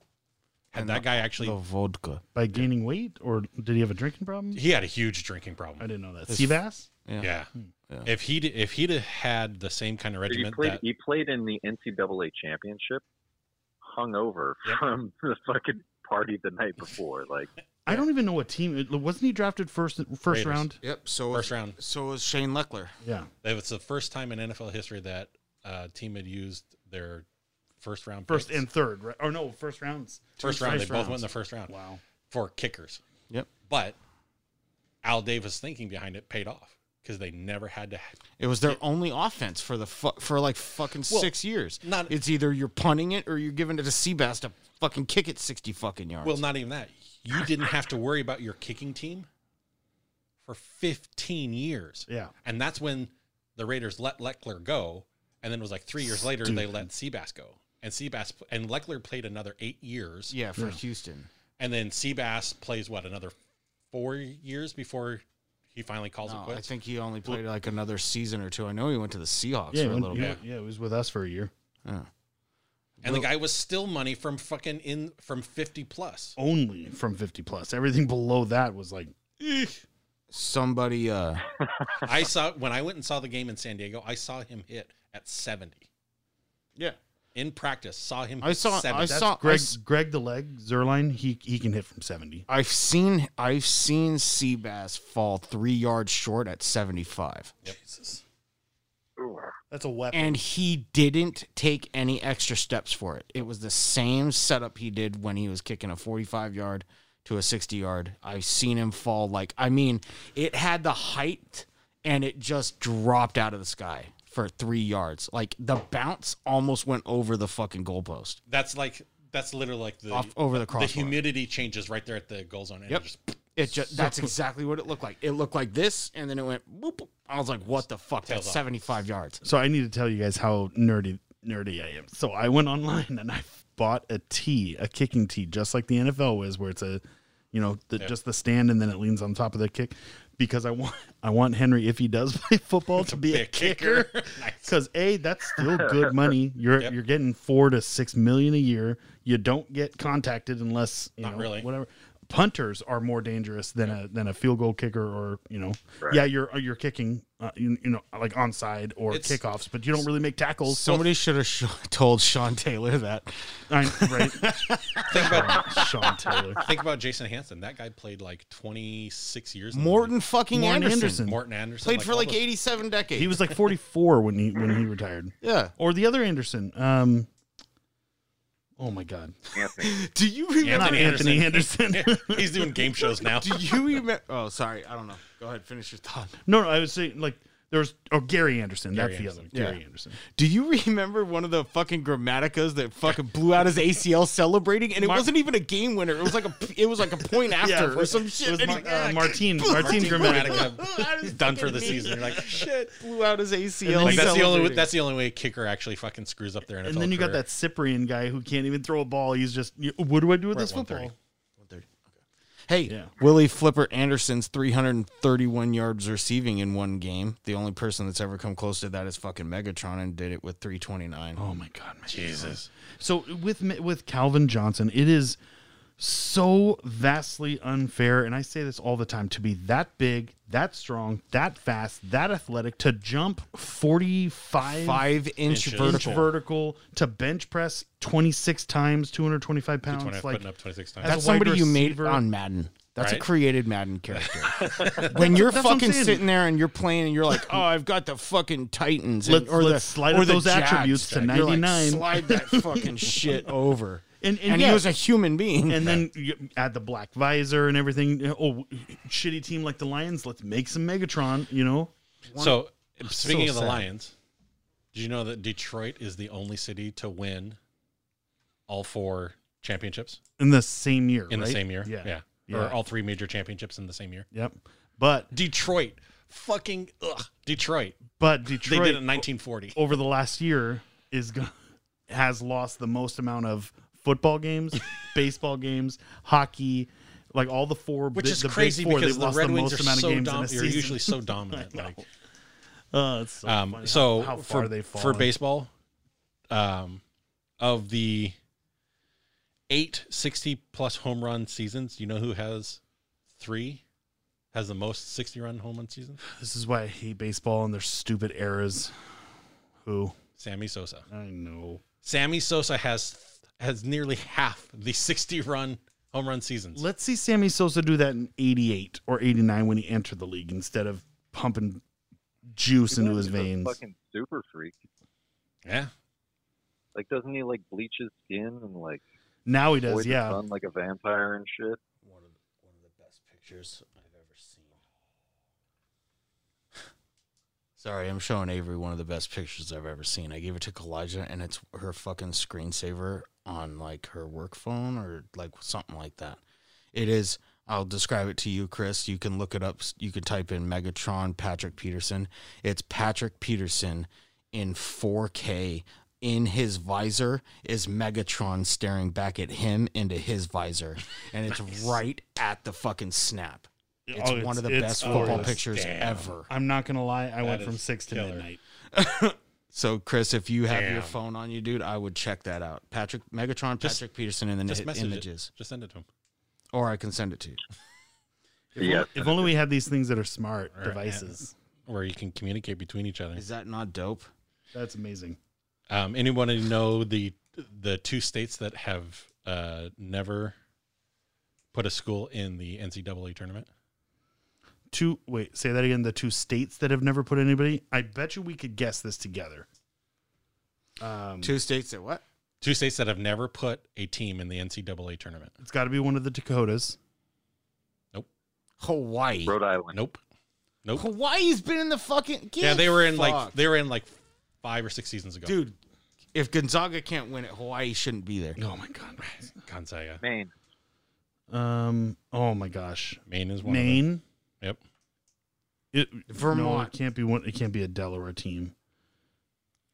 [SPEAKER 1] Had
[SPEAKER 3] And
[SPEAKER 1] that guy actually
[SPEAKER 3] The vodka.
[SPEAKER 2] By gaining weight, or did he have a drinking problem?
[SPEAKER 1] he had a huge drinking
[SPEAKER 2] I
[SPEAKER 1] problem.
[SPEAKER 2] didn't know that.
[SPEAKER 3] His-
[SPEAKER 2] Seabass?
[SPEAKER 3] Yeah.
[SPEAKER 1] Yeah.
[SPEAKER 3] Yeah.
[SPEAKER 1] If he'd if he'd have had the same kind of
[SPEAKER 4] But He
[SPEAKER 1] regiment
[SPEAKER 4] played.
[SPEAKER 1] that
[SPEAKER 4] He played in the NCAA championship, hungover
[SPEAKER 1] Yep.
[SPEAKER 4] from the fucking party the night before. Like,
[SPEAKER 2] I don't even know what team. it- Wasn't he drafted first first
[SPEAKER 1] Raiders.
[SPEAKER 2] round?
[SPEAKER 3] Yep. So
[SPEAKER 1] first round
[SPEAKER 3] so was Shane Leckler.
[SPEAKER 2] Yeah.
[SPEAKER 1] It was the first time in NFL history that a team had used their first round
[SPEAKER 2] First
[SPEAKER 1] picks.
[SPEAKER 2] and third, right? Or no, first rounds.
[SPEAKER 1] first
[SPEAKER 3] two
[SPEAKER 1] round.
[SPEAKER 3] first
[SPEAKER 1] they both went in
[SPEAKER 3] rounds.
[SPEAKER 1] the first round
[SPEAKER 2] Wow.
[SPEAKER 1] for kickers.
[SPEAKER 3] Yep.
[SPEAKER 1] But Al Davis' thinking behind it paid off because they never had to. ha-
[SPEAKER 3] It was their only offense for the fu- for like fucking
[SPEAKER 1] Well,
[SPEAKER 3] six years.
[SPEAKER 1] not-
[SPEAKER 3] it's either you're punting it or you're giving it to Seabass to fucking kick it sixty fucking yards.
[SPEAKER 1] Well, not even that. You didn't have to worry about your kicking team for 15 years,
[SPEAKER 2] Yeah.
[SPEAKER 1] and that's when the Raiders let Leckler go, and then it was like three years later they let Seabass go, and Seabass and Leckler played another eight years.
[SPEAKER 3] yeah, for
[SPEAKER 2] Yeah.
[SPEAKER 3] Houston.
[SPEAKER 1] And then Seabass plays what another four years before he finally calls
[SPEAKER 3] No,
[SPEAKER 1] it
[SPEAKER 3] I
[SPEAKER 1] quits.
[SPEAKER 3] think he only played like another season or two. I know he went to the Seahawks
[SPEAKER 2] Yeah,
[SPEAKER 3] for a
[SPEAKER 2] when-
[SPEAKER 3] little
[SPEAKER 2] yeah,
[SPEAKER 3] bit.
[SPEAKER 2] yeah, it was with us for a year.
[SPEAKER 3] Yeah.
[SPEAKER 1] and the guy was still money from fucking in from fifty plus.
[SPEAKER 2] Only from 50 plus. Everything below that was like,
[SPEAKER 3] Somebody, uh,
[SPEAKER 1] I saw when I went and saw the game in San Diego. I saw him hit at seventy
[SPEAKER 3] yeah,
[SPEAKER 1] in practice. Saw him.
[SPEAKER 3] I
[SPEAKER 1] hit
[SPEAKER 3] saw- I
[SPEAKER 1] 70.
[SPEAKER 2] that's
[SPEAKER 3] saw-
[SPEAKER 2] Greg,
[SPEAKER 3] s-
[SPEAKER 2] Greg the Leg, Zerline, he, he can hit from 70.
[SPEAKER 3] I've seen I've seen Seabass fall three yards short at seventy five,
[SPEAKER 1] Jesus.
[SPEAKER 4] ooh,
[SPEAKER 2] That's a weapon.
[SPEAKER 3] and he didn't take any extra steps for it. It was the same setup he did when he was kicking a forty five yard to a sixty yard. I've seen him fall like I mean, it had the height and it just dropped out of the sky for three yards. Like the bounce almost went over the fucking goalpost.
[SPEAKER 1] That's like that's literally like the
[SPEAKER 3] off over the
[SPEAKER 1] the
[SPEAKER 3] crossbar.
[SPEAKER 1] humidity changes right there at the goal zone. And it
[SPEAKER 3] Yep.
[SPEAKER 1] just-
[SPEAKER 3] It just that's exactly what it looked like. It looked like this, and then it went. Boop, boop. I was like, "What the fuck?" That's
[SPEAKER 1] Tails off.
[SPEAKER 3] seventy five yards.
[SPEAKER 2] So I need to tell you guys how nerdy nerdy I am. So I went online and I bought a tee, a kicking tee, just like the NFL is, where it's a, you know, the, just the stand and then it leans on top of the kick, because I want I want Henry if he does play football to be a kicker.
[SPEAKER 1] nice.
[SPEAKER 2] Because a that's still good money. You're
[SPEAKER 1] Yep.
[SPEAKER 2] you're getting four to six million a year. You don't get contacted unless you
[SPEAKER 1] Not
[SPEAKER 2] know
[SPEAKER 1] really.
[SPEAKER 2] whatever. Punters are more dangerous than a than a field goal kicker or you know yeah you're you're kicking uh, you, you know like onside or
[SPEAKER 1] It's-
[SPEAKER 2] kickoffs, but you don't really make tackles.
[SPEAKER 3] Somebody should have sh- told Sean Taylor that.
[SPEAKER 2] I, right,
[SPEAKER 1] Think about
[SPEAKER 2] Sean Taylor,
[SPEAKER 1] think about Jason Hansen. That guy played like twenty six years. in the
[SPEAKER 3] Morton fucking
[SPEAKER 2] Morton
[SPEAKER 3] Anderson,
[SPEAKER 2] Anderson.
[SPEAKER 1] league. Morton Anderson
[SPEAKER 3] played for
[SPEAKER 1] all
[SPEAKER 3] like
[SPEAKER 1] those-
[SPEAKER 3] eighty seven decades.
[SPEAKER 2] he was like 44 when he when he retired,
[SPEAKER 3] yeah.
[SPEAKER 2] or the other Anderson. Um, oh my God,
[SPEAKER 4] Anthony.
[SPEAKER 3] Do you remember?
[SPEAKER 2] not Anthony Anderson.
[SPEAKER 1] He's doing game shows now.
[SPEAKER 3] Do you remember? Oh, sorry, I don't know. Go ahead, finish your thought.
[SPEAKER 2] No, no, I would say like There's oh Gary Anderson.
[SPEAKER 1] Gary
[SPEAKER 2] that's
[SPEAKER 1] Anderson.
[SPEAKER 2] the other one.
[SPEAKER 3] Yeah.
[SPEAKER 2] Gary Anderson.
[SPEAKER 3] Do you remember one of the fucking Grammaticas that fucking blew out his ACL celebrating, and it wasn't even a game winner. It was like a it was like a point after
[SPEAKER 2] Yeah, it
[SPEAKER 3] or
[SPEAKER 2] was-
[SPEAKER 3] some
[SPEAKER 2] It
[SPEAKER 3] shit.
[SPEAKER 2] was
[SPEAKER 3] And
[SPEAKER 2] Mar-
[SPEAKER 3] he- "Oh,
[SPEAKER 2] uh, Martin Martin Grammatica.
[SPEAKER 1] He's done for the season. You're like shit.
[SPEAKER 3] blew out his ACL.
[SPEAKER 1] Like that's the only
[SPEAKER 3] celebrating.
[SPEAKER 1] that's the only way a kicker actually fucking screws up their NFL.
[SPEAKER 2] And then you got
[SPEAKER 1] career.
[SPEAKER 2] that Cyprian guy who can't even throw a ball. He's just, you- what do I do with
[SPEAKER 1] We're at
[SPEAKER 2] this football?
[SPEAKER 1] 130.
[SPEAKER 3] Hey,
[SPEAKER 2] Yeah.
[SPEAKER 3] Willie Flipper Anderson's 331 yards receiving in one game. The only person that's ever come close to that is fucking Megatron and did it with 329.
[SPEAKER 2] Oh my god, man.
[SPEAKER 1] Jesus.
[SPEAKER 2] So with with Calvin Johnson, it is so vastly unfair, and I say this all the time: to be that big, that strong, that fast, that athletic, to jump forty five
[SPEAKER 3] Five inch
[SPEAKER 1] Inches.
[SPEAKER 3] vertical.
[SPEAKER 2] vertical, to bench press twenty six times, two hundred twenty five pounds.
[SPEAKER 1] 20,
[SPEAKER 2] like
[SPEAKER 1] putting up 26 times.
[SPEAKER 2] That's-
[SPEAKER 3] That's
[SPEAKER 2] a wide
[SPEAKER 3] somebody you made
[SPEAKER 2] receiver.
[SPEAKER 3] on Madden. That's
[SPEAKER 1] Right.
[SPEAKER 3] a created Madden character. when you're
[SPEAKER 2] that's what I'm
[SPEAKER 3] fucking
[SPEAKER 2] saying.
[SPEAKER 3] sitting there and you're playing and you're like, oh, I've got the fucking Titans and,
[SPEAKER 2] Let's-
[SPEAKER 3] or the
[SPEAKER 2] let's slide
[SPEAKER 3] or
[SPEAKER 2] up
[SPEAKER 3] the
[SPEAKER 2] those
[SPEAKER 3] Jags.
[SPEAKER 2] attributes to
[SPEAKER 3] You're like,
[SPEAKER 2] 99.
[SPEAKER 3] slide that fucking shit over.
[SPEAKER 2] And- and
[SPEAKER 3] he
[SPEAKER 2] yeah.
[SPEAKER 3] was a human being.
[SPEAKER 2] and then you add the black visor and everything. Oh, shitty team like the Lions. Let's make some Megatron. You know,
[SPEAKER 1] so speaking
[SPEAKER 3] so
[SPEAKER 1] of the
[SPEAKER 3] sad.
[SPEAKER 1] Lions, did you know that Detroit is the only city to win all four championships
[SPEAKER 2] in the same year.
[SPEAKER 1] in the
[SPEAKER 2] right?
[SPEAKER 1] same year?
[SPEAKER 2] Yeah.
[SPEAKER 1] yeah.
[SPEAKER 2] Yeah.
[SPEAKER 1] Or all three major championships in the same year.
[SPEAKER 2] Yep. But
[SPEAKER 1] Detroit, fucking ugh, Detroit.
[SPEAKER 2] but
[SPEAKER 1] They
[SPEAKER 2] Detroit
[SPEAKER 1] did it in 1940.
[SPEAKER 2] over the last year is go- has lost the most amount of football games, baseball games, hockey, like all the four.
[SPEAKER 1] Which
[SPEAKER 2] bi-
[SPEAKER 1] is
[SPEAKER 2] the big
[SPEAKER 1] crazy
[SPEAKER 2] four,
[SPEAKER 1] because
[SPEAKER 2] they've
[SPEAKER 1] the
[SPEAKER 2] lost
[SPEAKER 1] Red
[SPEAKER 2] the
[SPEAKER 1] Wings
[SPEAKER 2] most
[SPEAKER 1] are
[SPEAKER 2] amount of
[SPEAKER 1] so
[SPEAKER 2] games in a
[SPEAKER 1] dominant. They're
[SPEAKER 2] season.
[SPEAKER 1] usually so dominant. like,
[SPEAKER 2] Uh, it's so
[SPEAKER 1] um,
[SPEAKER 2] funny
[SPEAKER 1] so
[SPEAKER 2] how, how
[SPEAKER 1] for
[SPEAKER 2] far they fall
[SPEAKER 1] for baseball, um, of the eight 60 plus home run seasons, you know who has three? Has the most 60 run home run season?
[SPEAKER 2] This is why I hate baseball and their stupid eras. Who
[SPEAKER 1] Sammy Sosa.
[SPEAKER 2] I know.
[SPEAKER 1] Sammy Sosa has has nearly half the 60 run home run seasons.
[SPEAKER 2] Let's see Sammy Sosa do that in 88 or 89 when he entered the league instead of pumping juice into his
[SPEAKER 4] He's a
[SPEAKER 2] veins.
[SPEAKER 4] Fucking super freak.
[SPEAKER 1] Yeah.
[SPEAKER 4] Like, doesn't he like bleach his skin and like
[SPEAKER 2] Now he
[SPEAKER 4] avoid
[SPEAKER 2] does,
[SPEAKER 4] the
[SPEAKER 2] yeah. Oh,
[SPEAKER 4] sun like a vampire and shit?
[SPEAKER 3] one of one of the best pictures I've ever seen. Sorry, I'm showing Avery one of the best pictures I've ever seen. I gave it to Kalijah, and it's her fucking screensaver on like her work phone or like something like that. It is. I'll describe it to you, Chris. You can look it up. You can type in Megatron Patrick Peterson. It's Patrick Peterson in 4K. In his visor is Megatron staring back at him into his visor, and it's right at the fucking snap. It's
[SPEAKER 2] Oh,
[SPEAKER 3] one of the
[SPEAKER 2] it's
[SPEAKER 3] best football
[SPEAKER 2] glorious.
[SPEAKER 3] pictures
[SPEAKER 1] Damn.
[SPEAKER 3] ever.
[SPEAKER 2] I'm not gonna lie, I went
[SPEAKER 1] is
[SPEAKER 2] from six to
[SPEAKER 1] killer.
[SPEAKER 2] midnight.
[SPEAKER 3] So, Chris, if you have your
[SPEAKER 1] Damn.
[SPEAKER 3] phone on you, dude, I would check that out. Patrick Megatron,
[SPEAKER 1] Just-
[SPEAKER 3] Patrick Peterson, in the
[SPEAKER 1] Just
[SPEAKER 3] n-
[SPEAKER 1] message
[SPEAKER 3] images,
[SPEAKER 1] it. Just send it to him.
[SPEAKER 3] or I can send it to you.
[SPEAKER 2] If,
[SPEAKER 4] Yeah.
[SPEAKER 2] only, if only we had these things that are smart
[SPEAKER 1] Or-
[SPEAKER 2] devices.
[SPEAKER 1] Where you can communicate between each other.
[SPEAKER 3] Is that not dope?
[SPEAKER 2] That's amazing.
[SPEAKER 1] Um, anyone who know the the two states that have uh, never put a school in the NCAA tournament?
[SPEAKER 2] Two wait, say that again. The two states that have never put anybody. I bet you we could guess this together. Um,
[SPEAKER 3] Two states that what?
[SPEAKER 1] Two states that have never put a team in the NCAA tournament.
[SPEAKER 2] It's got to be one of the Dakotas.
[SPEAKER 3] Hawaii.
[SPEAKER 4] Rhode Island.
[SPEAKER 1] Nope. Nope.
[SPEAKER 3] Hawaii's been in the fucking.
[SPEAKER 1] Yeah,
[SPEAKER 3] Get
[SPEAKER 1] they were in like
[SPEAKER 3] fucked.
[SPEAKER 1] they were in like five or six seasons ago.
[SPEAKER 3] dude. If Gonzaga can't win it, Hawaii shouldn't be there.
[SPEAKER 2] Oh my god.
[SPEAKER 1] Gonzaga,
[SPEAKER 4] Maine.
[SPEAKER 2] Um. Oh my gosh.
[SPEAKER 1] Maine is one. Of them.
[SPEAKER 2] Maine.
[SPEAKER 1] Yep.
[SPEAKER 2] It, No,
[SPEAKER 3] Vermont.
[SPEAKER 2] it can't be one. It can't be a Delaware team.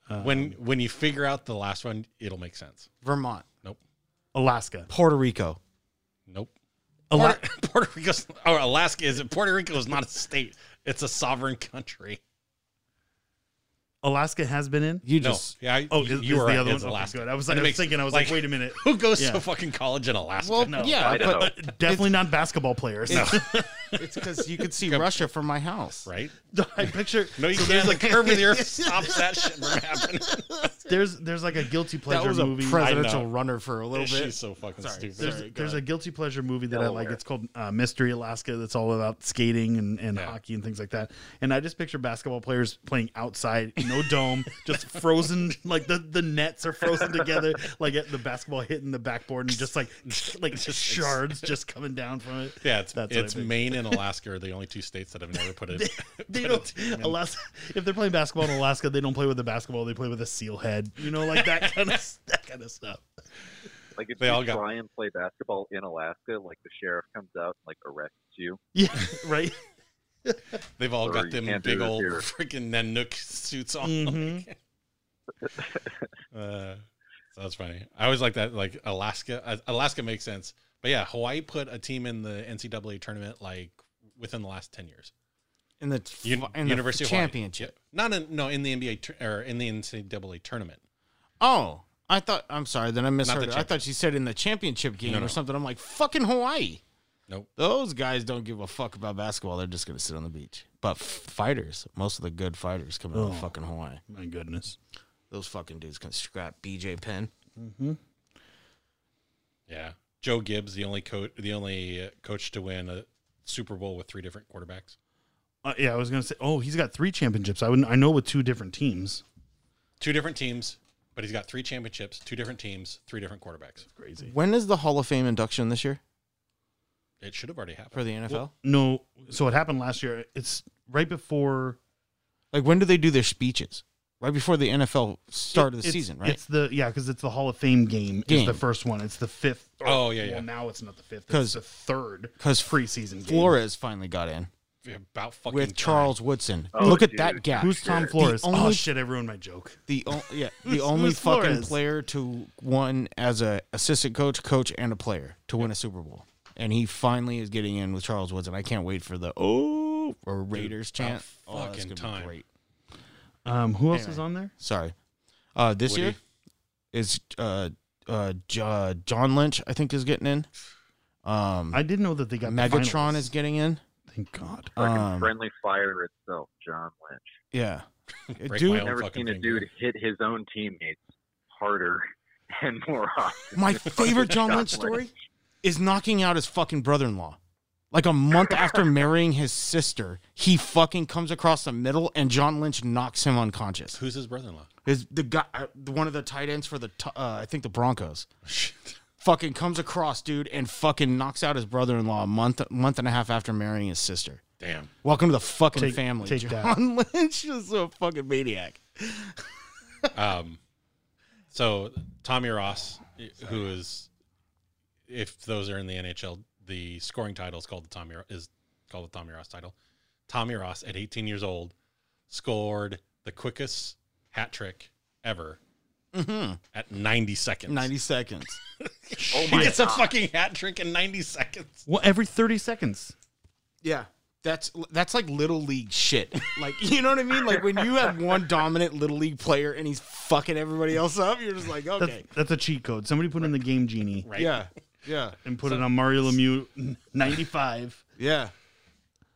[SPEAKER 2] Um,
[SPEAKER 1] When when you figure out the last one, it'll make sense.
[SPEAKER 3] Vermont,
[SPEAKER 1] Nope.
[SPEAKER 2] Alaska.
[SPEAKER 3] Puerto Rico.
[SPEAKER 1] Nope.
[SPEAKER 2] Ala-
[SPEAKER 1] Puerto, Puerto Rico's or Alaska is Puerto Rico is not a state. It's a sovereign country.
[SPEAKER 2] Alaska has been in.
[SPEAKER 3] You
[SPEAKER 1] No,
[SPEAKER 3] just
[SPEAKER 1] yeah, I-
[SPEAKER 2] Oh,
[SPEAKER 1] you,
[SPEAKER 2] is,
[SPEAKER 1] you
[SPEAKER 2] is
[SPEAKER 1] were
[SPEAKER 2] the
[SPEAKER 1] right.
[SPEAKER 2] other
[SPEAKER 1] It's
[SPEAKER 2] one? Okay,
[SPEAKER 1] Alaska.
[SPEAKER 2] good. I was, I
[SPEAKER 1] And it
[SPEAKER 2] was
[SPEAKER 1] makes-
[SPEAKER 2] thinking. I was
[SPEAKER 1] like,
[SPEAKER 2] like, wait a minute.
[SPEAKER 1] Who goes
[SPEAKER 2] Yeah.
[SPEAKER 1] to fucking college in Alaska?
[SPEAKER 3] well,
[SPEAKER 2] No,
[SPEAKER 3] yeah,
[SPEAKER 4] I don't
[SPEAKER 3] but
[SPEAKER 4] know.
[SPEAKER 2] Definitely not basketball players.
[SPEAKER 3] it's because you could see Russia from my house.
[SPEAKER 1] right?
[SPEAKER 2] I picture
[SPEAKER 1] No, you can't. The curve of the earth stops that shit from happening.
[SPEAKER 2] there's there's like a guilty pleasure
[SPEAKER 3] that was a
[SPEAKER 2] movie.
[SPEAKER 1] I
[SPEAKER 3] presidential
[SPEAKER 1] know.
[SPEAKER 3] runner for a little bit.
[SPEAKER 1] She's so fucking stupid.
[SPEAKER 2] there's there's a guilty pleasure movie that I like.
[SPEAKER 4] Delaware.
[SPEAKER 2] It's called uh, Mystery Alaska. That's all about skating and, and
[SPEAKER 1] Yeah.
[SPEAKER 2] hockey and things like that. And I just picture basketball players playing outside in no dome, just frozen. Like the, the nets are frozen together, like at the basketball hitting the backboard, and just like like just shards just coming down from it.
[SPEAKER 1] Yeah, it's
[SPEAKER 2] That's what I
[SPEAKER 1] it's
[SPEAKER 2] think.
[SPEAKER 1] Maine and Alaska are the only two states that have never put it.
[SPEAKER 2] They don't Alaska. If they're playing basketball in Alaska, they don't play with a basketball. They play with a seal head. You know, like that kind of that kind of stuff.
[SPEAKER 4] Like if
[SPEAKER 1] They
[SPEAKER 4] you
[SPEAKER 1] all got-
[SPEAKER 4] try and play basketball in Alaska, like the sheriff comes out and like arrests you.
[SPEAKER 2] Yeah, right.
[SPEAKER 1] They've all
[SPEAKER 4] Sorry,
[SPEAKER 1] got
[SPEAKER 4] you
[SPEAKER 1] them
[SPEAKER 4] can't do
[SPEAKER 1] big
[SPEAKER 4] this
[SPEAKER 1] old
[SPEAKER 4] here.
[SPEAKER 1] freaking Nanook suits on. Mm-hmm.
[SPEAKER 2] Mhm.
[SPEAKER 1] Uh, so that's funny. I always like that. Like Alaska, uh, Alaska makes sense. But yeah, Hawaii put a team in the NCAA tournament like within the last ten years.
[SPEAKER 3] in the, f-
[SPEAKER 1] Un-
[SPEAKER 3] in the
[SPEAKER 1] University of Hawaii.
[SPEAKER 3] championship.
[SPEAKER 1] Not in no in the NBA tur- or in the NCAA tournament.
[SPEAKER 3] Oh, I thought. I'm sorry. Then I misheard. it. I
[SPEAKER 1] champion-
[SPEAKER 3] thought she said in the championship game
[SPEAKER 1] No, no.
[SPEAKER 3] or something. I'm like fucking Hawaii.
[SPEAKER 1] Nope.
[SPEAKER 3] Those guys don't give a fuck about basketball. They're just gonna sit on the beach. But f- fighters, most of the good fighters come out
[SPEAKER 2] Oh.
[SPEAKER 3] of fucking Hawaii.
[SPEAKER 2] My goodness.
[SPEAKER 3] Those fucking dudes can scrap BJ Penn.
[SPEAKER 1] Yeah, Joe Gibbs, the only coach, the only uh, coach to win a Super Bowl with three different quarterbacks,
[SPEAKER 2] Uh, yeah, I was gonna say. Oh, he's got three championships. I would I know with two different teams.
[SPEAKER 1] two different teams, but he's got three championships, two different teams, three different quarterbacks.
[SPEAKER 2] Crazy.
[SPEAKER 3] When is the Hall of Fame induction this year
[SPEAKER 1] It should have already happened.
[SPEAKER 3] for the NFL?
[SPEAKER 2] No, so it happened last year. It's right before
[SPEAKER 3] like when do they do their speeches? Right before the NFL start of the
[SPEAKER 2] It's-
[SPEAKER 3] season, right?
[SPEAKER 2] It's the yeah, because it's the Hall of Fame game, is the
[SPEAKER 3] Game.
[SPEAKER 2] first one. It's the fifth. or-
[SPEAKER 1] Oh, yeah, yeah.
[SPEAKER 2] Well, now it's not the fifth. It's
[SPEAKER 3] 'Cause-
[SPEAKER 2] the third.
[SPEAKER 3] 'cause
[SPEAKER 2] preseason game.
[SPEAKER 3] Flores finally got in
[SPEAKER 1] About fucking
[SPEAKER 3] with
[SPEAKER 1] time.
[SPEAKER 3] Charles Woodson.
[SPEAKER 4] Oh,
[SPEAKER 3] Look at
[SPEAKER 4] dude.
[SPEAKER 3] that gap.
[SPEAKER 2] Who's Tom
[SPEAKER 4] The
[SPEAKER 2] Flores? oh
[SPEAKER 3] only-
[SPEAKER 2] shit! I ruined my joke.
[SPEAKER 3] The only yeah,
[SPEAKER 2] Who's-
[SPEAKER 3] the only
[SPEAKER 2] who's
[SPEAKER 3] fucking
[SPEAKER 2] Flores?
[SPEAKER 3] player to one as a assistant coach, coach, and a player to win a Super Bowl, and he finally is getting in with Charles Woodson. I can't wait for the oh or Raiders chant. Oh, that's
[SPEAKER 1] fucking
[SPEAKER 3] gonna be
[SPEAKER 1] time.
[SPEAKER 3] great.
[SPEAKER 2] Um, who else
[SPEAKER 3] Anyway.
[SPEAKER 2] is on there?
[SPEAKER 3] Sorry, uh, this
[SPEAKER 1] Woody.
[SPEAKER 3] year is uh, uh, J- uh, John Lynch. I think is getting in. Um,
[SPEAKER 2] I did know that they got the
[SPEAKER 3] Megatron
[SPEAKER 2] finalists.
[SPEAKER 3] is getting in.
[SPEAKER 2] Thank God.
[SPEAKER 4] Fucking
[SPEAKER 3] Um,
[SPEAKER 4] friendly fire itself, John Lynch.
[SPEAKER 3] Yeah,
[SPEAKER 1] Break
[SPEAKER 3] dude,
[SPEAKER 1] my own
[SPEAKER 4] Never
[SPEAKER 1] fucking
[SPEAKER 4] seen a
[SPEAKER 1] finger.
[SPEAKER 4] dude hit his own teammates harder and more often.
[SPEAKER 3] My favorite John
[SPEAKER 4] John
[SPEAKER 3] Lynch story
[SPEAKER 4] Lynch.
[SPEAKER 3] is knocking out his fucking brother in law. Like a month after marrying his sister, he fucking comes across the middle and John Lynch knocks him unconscious.
[SPEAKER 1] Who's his brother-in-law?
[SPEAKER 3] Is the guy uh, one of the tight ends for the t- uh, I think the Broncos? Fucking comes across, dude, and fucking knocks out his brother in law a month month and a half after marrying his sister.
[SPEAKER 1] Damn.
[SPEAKER 3] Welcome to the fucking
[SPEAKER 2] Take-
[SPEAKER 3] family.
[SPEAKER 2] take that.
[SPEAKER 3] John Lynch is a fucking maniac.
[SPEAKER 1] Um, so Tommy Ross, who is, if those are in the NHL, the scoring title is called the Tommy is called the Tommy Ross title. Tommy Ross, at 18 years old, scored the quickest hat trick ever
[SPEAKER 3] Mm-hmm.
[SPEAKER 1] at 90 seconds.
[SPEAKER 3] Ninety seconds.
[SPEAKER 4] Oh
[SPEAKER 1] He
[SPEAKER 4] my
[SPEAKER 1] gets a
[SPEAKER 4] God.
[SPEAKER 1] fucking hat trick in 90 seconds.
[SPEAKER 2] Well, every thirty seconds.
[SPEAKER 3] Yeah. That's that's like little league shit. Like you know what I mean? Like when you have one dominant little league player and he's fucking everybody else up, you're just like,
[SPEAKER 2] That's
[SPEAKER 3] okay.
[SPEAKER 2] that's a cheat code. Somebody put in the game genie
[SPEAKER 1] Right?
[SPEAKER 3] Yeah. Yeah.
[SPEAKER 2] and put it on Mario Lemieux ninety five.
[SPEAKER 3] Yeah.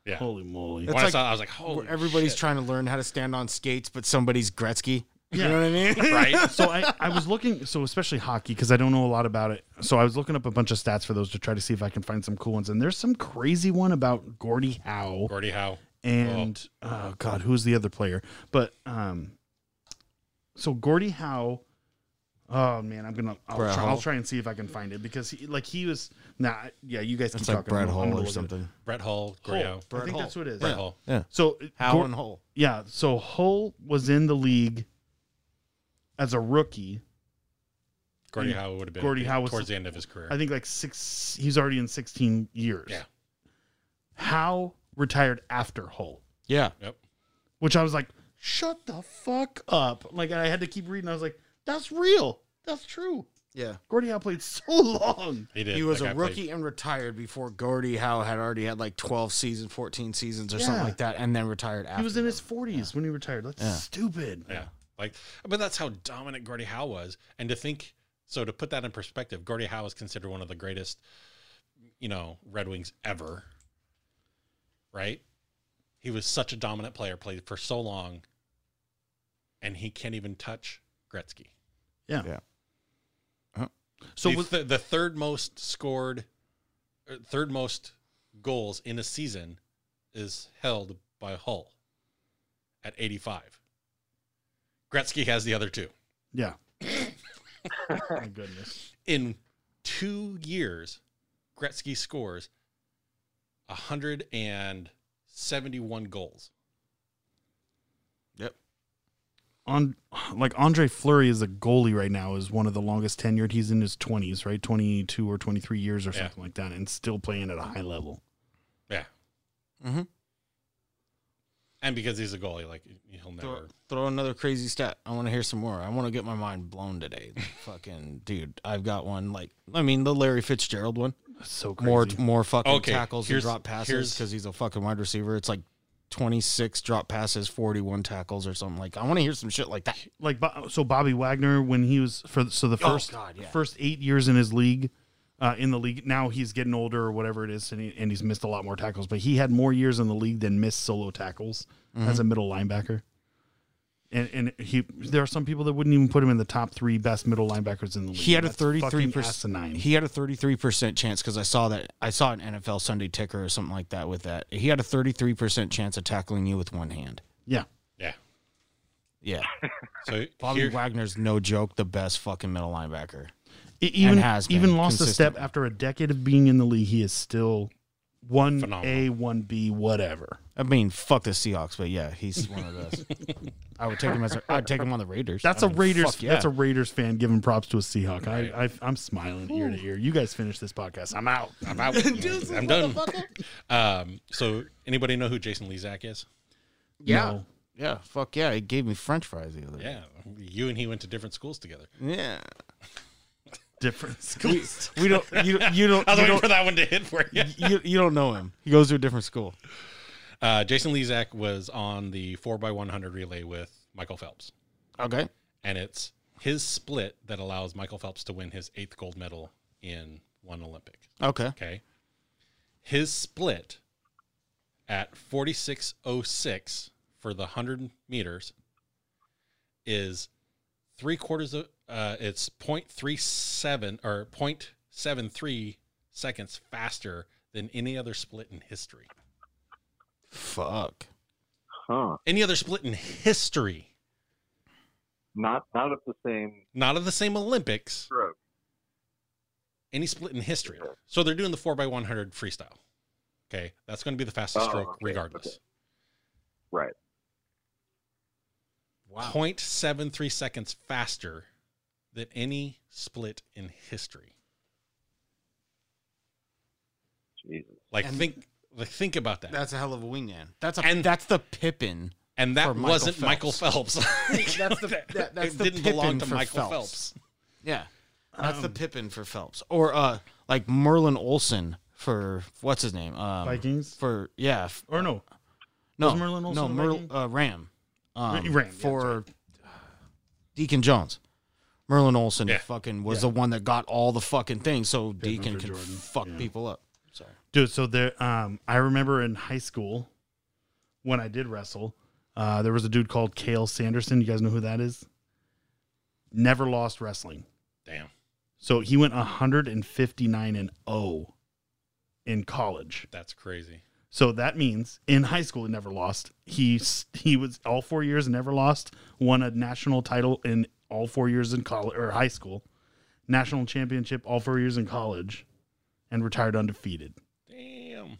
[SPEAKER 1] Yeah.
[SPEAKER 2] Holy moly!
[SPEAKER 1] when
[SPEAKER 3] It's
[SPEAKER 1] I
[SPEAKER 3] like-
[SPEAKER 1] saw, that, I was like, "Holy
[SPEAKER 3] Where everybody's
[SPEAKER 1] shit.
[SPEAKER 3] trying to learn how to stand on skates, but somebody's Gretzky.
[SPEAKER 2] Yeah.
[SPEAKER 3] You know what I mean?
[SPEAKER 1] right."
[SPEAKER 2] so I, I was looking so especially hockey because I don't know a lot about it. So I was looking up a bunch of stats for those to try to see if I can find some cool ones. And there's some crazy one about Gordie Howe
[SPEAKER 1] Gordie Howe.
[SPEAKER 2] and oh god, who's the other player? But um, so Gordie Howe. Oh man, I'm gonna I'll
[SPEAKER 3] Brett
[SPEAKER 2] try, I'll
[SPEAKER 3] Hull.
[SPEAKER 2] try and see if I can find it because he like he was nah yeah you guys keep
[SPEAKER 3] It's
[SPEAKER 2] talking
[SPEAKER 3] like Brett
[SPEAKER 2] I'm gonna- I'm
[SPEAKER 3] Hall
[SPEAKER 2] gonna
[SPEAKER 3] or
[SPEAKER 2] look at it.
[SPEAKER 3] something.
[SPEAKER 1] Brett Hall, Gordie
[SPEAKER 2] Hull.
[SPEAKER 1] Howe,
[SPEAKER 2] I
[SPEAKER 3] Brett
[SPEAKER 2] think
[SPEAKER 3] Hull.
[SPEAKER 2] that's what it is.
[SPEAKER 1] Brett
[SPEAKER 2] Yeah.
[SPEAKER 1] Hall.
[SPEAKER 2] So
[SPEAKER 3] Howe
[SPEAKER 2] Gor-
[SPEAKER 3] and Hole.
[SPEAKER 2] yeah, so Hull was in the league as a rookie.
[SPEAKER 1] Gordie
[SPEAKER 2] Yeah.
[SPEAKER 1] Howe would have been
[SPEAKER 2] Gordie Howe was-
[SPEAKER 1] towards the end of his career.
[SPEAKER 2] I think like six. He's already in sixteen years.
[SPEAKER 1] Yeah.
[SPEAKER 2] How retired after Hull,
[SPEAKER 3] Yeah.
[SPEAKER 1] yep.
[SPEAKER 2] which I was like, shut the fuck up. Like I had to keep reading. I was like, that's real. That's true.
[SPEAKER 3] Yeah.
[SPEAKER 2] Gordie Howe played so long.
[SPEAKER 1] He did.
[SPEAKER 3] He was
[SPEAKER 1] That
[SPEAKER 3] a
[SPEAKER 1] guy played-
[SPEAKER 3] rookie and retired before Gordie Howe had already had like 12 seasons, 14 seasons or
[SPEAKER 2] Yeah.
[SPEAKER 3] something like that, and then retired after.
[SPEAKER 2] He was in his forties when he retired. That's
[SPEAKER 3] Yeah.
[SPEAKER 2] stupid.
[SPEAKER 1] Yeah. Like, but that's how dominant Gordie Howe was. And to think, so to put that in perspective, Gordie Howe is considered one of the greatest, you know, Red Wings ever. Right? He was such a dominant player, played for so long, and he can't even touch Gretzky.
[SPEAKER 2] So
[SPEAKER 1] the,
[SPEAKER 2] was
[SPEAKER 1] th- the third most scored, er, third most goals in a season is held by Hull at 85. Gretzky has the other two.
[SPEAKER 2] Yeah. My goodness.
[SPEAKER 1] In two years, Gretzky scores 171 goals.
[SPEAKER 2] On like Andre Fleury is a goalie right now is one of the longest tenured. He's in his twenties, right? Twenty two or twenty three years or
[SPEAKER 1] Yeah.
[SPEAKER 2] something like that, and still playing at a high level.
[SPEAKER 1] And because he's a goalie, like he'll never.
[SPEAKER 3] Throw, throw another crazy stat. I want to hear some more. I want to get my mind blown today. fucking dude, I've got one. Like, I mean, the Larry Fitzgerald one.
[SPEAKER 2] That's so crazy.
[SPEAKER 3] More, more fucking
[SPEAKER 1] Okay,
[SPEAKER 3] tackles and
[SPEAKER 1] here's-
[SPEAKER 3] drop passes
[SPEAKER 1] here's-
[SPEAKER 3] because he's a fucking wide receiver. It's like twenty six drop passes, forty one tackles or something. Like, I want to hear some shit like that.
[SPEAKER 2] like Bo- so Bobby Wagner when he was for so the
[SPEAKER 3] Oh,
[SPEAKER 2] first
[SPEAKER 3] God, yeah.
[SPEAKER 2] first eight years in his league, uh, in the league now he's getting older or whatever it is, and, he, and he's missed a lot more tackles. But he had more years in the league than missed solo tackles as
[SPEAKER 3] Mm-hmm.
[SPEAKER 2] a middle linebacker. And and he there are some people that wouldn't even put him in the top three best middle linebackers in the league.
[SPEAKER 3] He had a
[SPEAKER 2] That's
[SPEAKER 3] thirty three
[SPEAKER 2] fucking asinine.
[SPEAKER 3] percent. He had a thirty three percent chance because I saw that. I saw an NFL Sunday ticker or something like that with that. He had a thirty three percent chance of tackling you with one hand.
[SPEAKER 2] yeah,
[SPEAKER 1] Yeah.
[SPEAKER 3] Yeah,
[SPEAKER 1] So
[SPEAKER 3] Bobby
[SPEAKER 1] here-
[SPEAKER 3] Wagner's no joke, the best fucking middle linebacker.
[SPEAKER 2] E- even
[SPEAKER 3] has been
[SPEAKER 2] even lost a step
[SPEAKER 3] consistently.
[SPEAKER 2] after a decade of being in the league. He is still one
[SPEAKER 1] Phenomenal.
[SPEAKER 2] A, one B, whatever.
[SPEAKER 3] I mean, fuck the Seahawks, but yeah, he's one of those. I would take him as a, I'd take him on the Raiders.
[SPEAKER 2] That's
[SPEAKER 3] a
[SPEAKER 2] a Raiders.
[SPEAKER 3] Yeah.
[SPEAKER 2] That's a Raiders fan giving props to a Seahawk. I, I I'm smiling ear to ear. You guys finish this podcast. I'm out.
[SPEAKER 1] I'm out. I'm done. Um, so anybody know who Jason Lezak is?
[SPEAKER 3] yeah,
[SPEAKER 2] No.
[SPEAKER 3] yeah, fuck yeah. He gave me French fries the other day.
[SPEAKER 1] Yeah. You and he went to different schools together.
[SPEAKER 3] Yeah,
[SPEAKER 2] Different schools.
[SPEAKER 3] we don't. You don't. You don't.
[SPEAKER 1] I was
[SPEAKER 3] You
[SPEAKER 1] waiting
[SPEAKER 3] don't,
[SPEAKER 1] for that one to hit for you.
[SPEAKER 3] you, you don't know him. He goes to a different school.
[SPEAKER 1] Uh, Jason Lezak was on the 4x100 relay with Michael Phelps.
[SPEAKER 3] Okay.
[SPEAKER 1] And it's his split that allows Michael Phelps to win his eighth gold medal in one Olympic.
[SPEAKER 3] Okay.
[SPEAKER 1] Okay. His split at 46.06 for the 100 meters is three quarters of, uh, it's 0.37 or 0.73 seconds faster than any other split in history.
[SPEAKER 3] Fuck.
[SPEAKER 4] Huh.
[SPEAKER 1] Any other split in history,
[SPEAKER 4] Not not of the same
[SPEAKER 1] not of the same Olympics,
[SPEAKER 4] stroke.
[SPEAKER 1] any split in history. So they're doing the 4x100 freestyle. Okay. That's going to be the fastest
[SPEAKER 4] Oh,
[SPEAKER 1] stroke
[SPEAKER 4] okay,
[SPEAKER 1] regardless.
[SPEAKER 4] okay. Right.
[SPEAKER 1] 0.73 seconds faster than any split in history.
[SPEAKER 4] Jesus.
[SPEAKER 1] Like
[SPEAKER 3] And-
[SPEAKER 1] think like think about that.
[SPEAKER 3] That's a hell of a wingman. That's a
[SPEAKER 1] And-
[SPEAKER 3] that's the Pippin.
[SPEAKER 1] and
[SPEAKER 3] for
[SPEAKER 1] that
[SPEAKER 3] Michael
[SPEAKER 1] wasn't
[SPEAKER 3] Phelps.
[SPEAKER 1] Michael Phelps.
[SPEAKER 3] That's the-
[SPEAKER 1] That-
[SPEAKER 3] that- that's
[SPEAKER 1] it
[SPEAKER 3] the
[SPEAKER 1] didn't belong
[SPEAKER 3] Pippin
[SPEAKER 1] to
[SPEAKER 3] for
[SPEAKER 1] Michael Phelps.
[SPEAKER 3] Phelps. Um, Yeah. That's the Pippin for Phelps, or uh, like Merlin Olsen for what's his name? Um,
[SPEAKER 2] Vikings
[SPEAKER 3] for yeah, f-
[SPEAKER 2] or no?
[SPEAKER 3] no,
[SPEAKER 2] Was Merlin Olsen
[SPEAKER 3] no,
[SPEAKER 2] a
[SPEAKER 3] Merl,
[SPEAKER 2] Viking?
[SPEAKER 3] uh, Ram, um,
[SPEAKER 2] Ram, yeah,
[SPEAKER 3] for Deacon Jones. Merlin Olsen
[SPEAKER 1] Yeah.
[SPEAKER 3] fucking was the one that got all the fucking things, so Deacon
[SPEAKER 2] for
[SPEAKER 3] can
[SPEAKER 2] Jordan,
[SPEAKER 3] fuck
[SPEAKER 2] yeah.
[SPEAKER 3] people up. Sorry.
[SPEAKER 2] Dude, so there. Um, I remember in high school when I did wrestle, uh, there was a dude called Kale Sanderson. You guys know who that is? Never lost wrestling.
[SPEAKER 1] Damn.
[SPEAKER 2] So he went 159 and 0 in college.
[SPEAKER 1] That's crazy.
[SPEAKER 2] So that means in high school he never lost. He s- he was all four years and never lost. Won a national title in all four years in college or high school, national championship all four years in college, and retired undefeated.
[SPEAKER 1] Damn.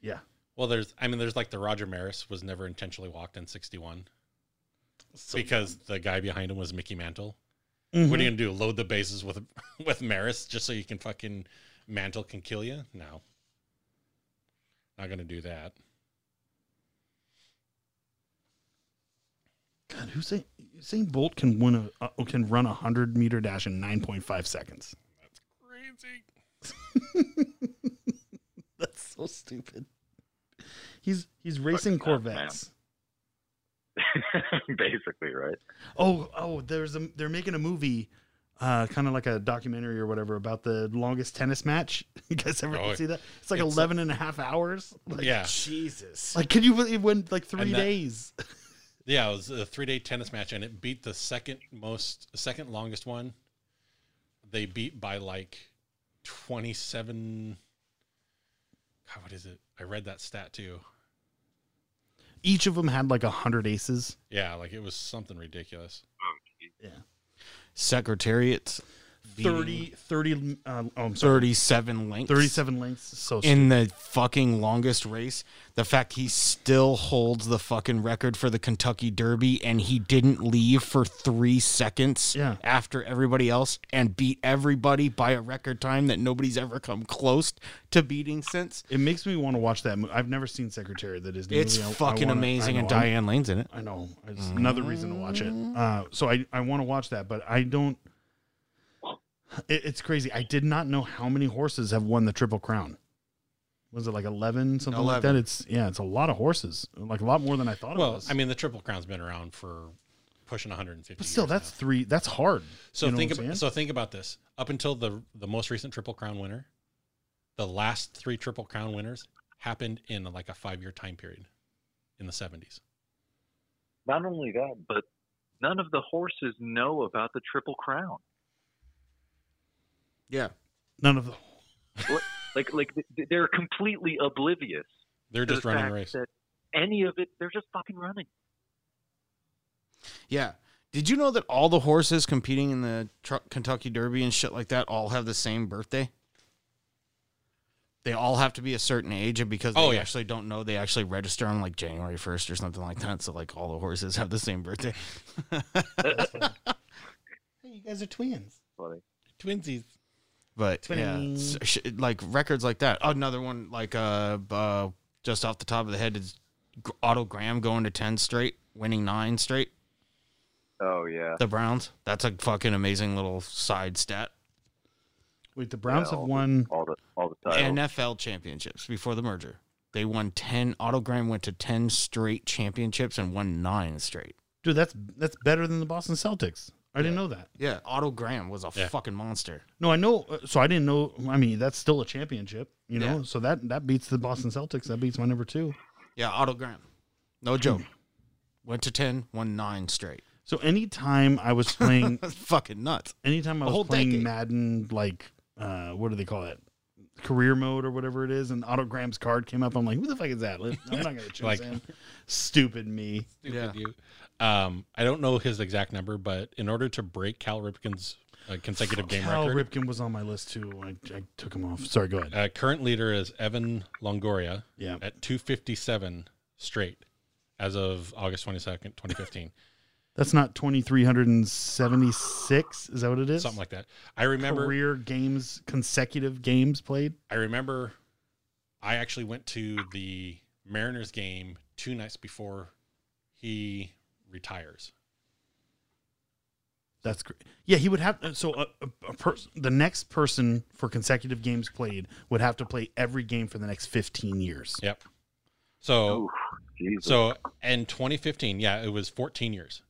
[SPEAKER 2] Yeah,
[SPEAKER 1] Well, there's I mean there's like the Roger Maris was never intentionally walked in 61
[SPEAKER 2] so,
[SPEAKER 1] because the guy behind him was Mickey Mantle.
[SPEAKER 2] Mhm.
[SPEAKER 1] What are you going to do? Load the bases with with Maris just so you can fucking Mantle can kill you? No. Not going to do that.
[SPEAKER 2] Mm-hmm. God, who's saying Usain Bolt can win a uh, can run a hundred meter dash in nine point five seconds?
[SPEAKER 1] That's crazy.
[SPEAKER 2] That's so stupid. He's he's racing
[SPEAKER 4] Fucking nuts,
[SPEAKER 2] Corvettes.
[SPEAKER 4] Basically, right?
[SPEAKER 2] Oh, oh, there's a they're making a movie, uh, kind of like a documentary or whatever about the longest tennis match. You guys ever
[SPEAKER 1] Oh,
[SPEAKER 2] see that? It's like
[SPEAKER 1] it's a-
[SPEAKER 2] 11 and a half hours. Like,
[SPEAKER 1] yeah.
[SPEAKER 3] Jesus.
[SPEAKER 2] Like, can you believe it went like three
[SPEAKER 1] And that-
[SPEAKER 2] days?
[SPEAKER 1] Yeah, it was a three day tennis match, and it beat the second most, second longest one. They beat by like twenty seven. God, what is it? I read that stat too.
[SPEAKER 2] each of them had like a hundred aces.
[SPEAKER 1] Yeah, like it was something ridiculous.
[SPEAKER 3] Secretariat, beating
[SPEAKER 2] 30, 30, uh, oh, I'm sorry,
[SPEAKER 3] thirty-seven lengths,
[SPEAKER 2] 37 lengths. So stupid.
[SPEAKER 3] in the fucking longest race. The fact he still holds the fucking record for the Kentucky Derby and he didn't leave for three seconds
[SPEAKER 2] Yeah.
[SPEAKER 3] after everybody else and beat everybody by a record time that nobody's ever come close to beating since.
[SPEAKER 2] it makes me want to watch that movie. I've never seen Secretary. That is,
[SPEAKER 3] It's fucking amazing, and
[SPEAKER 2] Diane.
[SPEAKER 3] Diane Lane's in it.
[SPEAKER 2] I know. It's
[SPEAKER 1] Mm-hmm.
[SPEAKER 2] another reason to watch it. Uh, so I, I want to watch that, but I don't. It, it's crazy. I did not know how many horses have won the Triple Crown. Was it like 11, something like
[SPEAKER 3] 11.
[SPEAKER 2] that? It's Yeah, it's a lot of horses. Like a lot more than I thought it
[SPEAKER 1] Well,
[SPEAKER 2] was.
[SPEAKER 1] I mean, the Triple Crown's been around for pushing 150.
[SPEAKER 2] but still,
[SPEAKER 1] years
[SPEAKER 2] that's
[SPEAKER 1] now.
[SPEAKER 2] three. That's hard.
[SPEAKER 1] so
[SPEAKER 2] you know
[SPEAKER 1] think
[SPEAKER 2] what I'm
[SPEAKER 1] about so think about this. Up until the the most recent Triple Crown winner, the last three Triple Crown winners happened in like a five year time period, in the 70s.
[SPEAKER 4] Not only that, but none of the horses know about the Triple Crown.
[SPEAKER 3] Yeah.
[SPEAKER 2] None of the.
[SPEAKER 4] Like, like th- they're completely oblivious.
[SPEAKER 1] They're
[SPEAKER 4] to
[SPEAKER 1] just
[SPEAKER 4] the
[SPEAKER 1] running
[SPEAKER 4] fact
[SPEAKER 1] a race.
[SPEAKER 4] That any of it, they're just fucking running.
[SPEAKER 3] Yeah. Did you know that all the horses competing in the tr- Kentucky Derby and shit like that all have the same birthday? They all have to be a certain age, and because they
[SPEAKER 1] Oh, yeah.
[SPEAKER 3] actually don't know, they actually register on like January first or something like that. So like all the horses have the same birthday.
[SPEAKER 2] Hey, you guys are twins.
[SPEAKER 4] Funny.
[SPEAKER 1] Twinsies.
[SPEAKER 3] But yeah,
[SPEAKER 2] Twinning.
[SPEAKER 3] s- sh- like records like that. Another one like uh, uh just off the top of the head is G- Otto Graham going to ten straight, winning nine straight.
[SPEAKER 4] Oh yeah.
[SPEAKER 3] The Browns. That's a fucking amazing little side stat.
[SPEAKER 2] Wait, the Browns have
[SPEAKER 4] Yeah, all
[SPEAKER 2] won.
[SPEAKER 4] The, all the all the titles.
[SPEAKER 3] NFL championships before the merger. They won 10. Otto Graham went to 10 straight championships and won nine straight.
[SPEAKER 2] Dude, that's that's better than the Boston Celtics. I didn't know that.
[SPEAKER 3] Yeah. Otto Graham was a
[SPEAKER 1] Yeah.
[SPEAKER 3] fucking monster.
[SPEAKER 2] No, I know. uh, So I didn't know. I mean, that's still a championship, you know.
[SPEAKER 3] Yeah.
[SPEAKER 2] So that that beats the Boston Celtics. That beats my number two.
[SPEAKER 3] Yeah. Otto Graham. No joke. went to 10, won nine straight.
[SPEAKER 2] So anytime I was playing,
[SPEAKER 3] That's fucking nuts.
[SPEAKER 2] anytime I
[SPEAKER 3] A whole
[SPEAKER 2] was playing
[SPEAKER 3] decade.
[SPEAKER 2] Madden, like uh, what do they call it, career mode or whatever it is, and Autogram's card came up, I'm like, who the fuck is that? Let- I'm not gonna choose
[SPEAKER 1] Like-
[SPEAKER 2] him. Stupid me.
[SPEAKER 1] Stupid you. Um, I don't know his exact number, but in order to break Cal Ripken's uh, consecutive game
[SPEAKER 2] Cal
[SPEAKER 1] record,
[SPEAKER 2] Ripken was on my list too. I, I took him off. Sorry, go ahead.
[SPEAKER 1] uh, current leader is Evan Longoria
[SPEAKER 2] Yeah,
[SPEAKER 1] at 257 straight as of August 22nd, 2015.
[SPEAKER 2] that's not 2376. Is that what it is?
[SPEAKER 1] Something like that. I remember
[SPEAKER 2] career games, consecutive games played.
[SPEAKER 1] I remember I actually went to the Mariners game two nights before he retires.
[SPEAKER 2] That's great. Yeah, he would have. uh, So a, a, a person, the next person for consecutive games played would have to play every game for the next fifteen years.
[SPEAKER 1] Yep. So
[SPEAKER 2] Oh,
[SPEAKER 4] Oof, Jesus.
[SPEAKER 1] So in 2015, yeah, it was 14 years.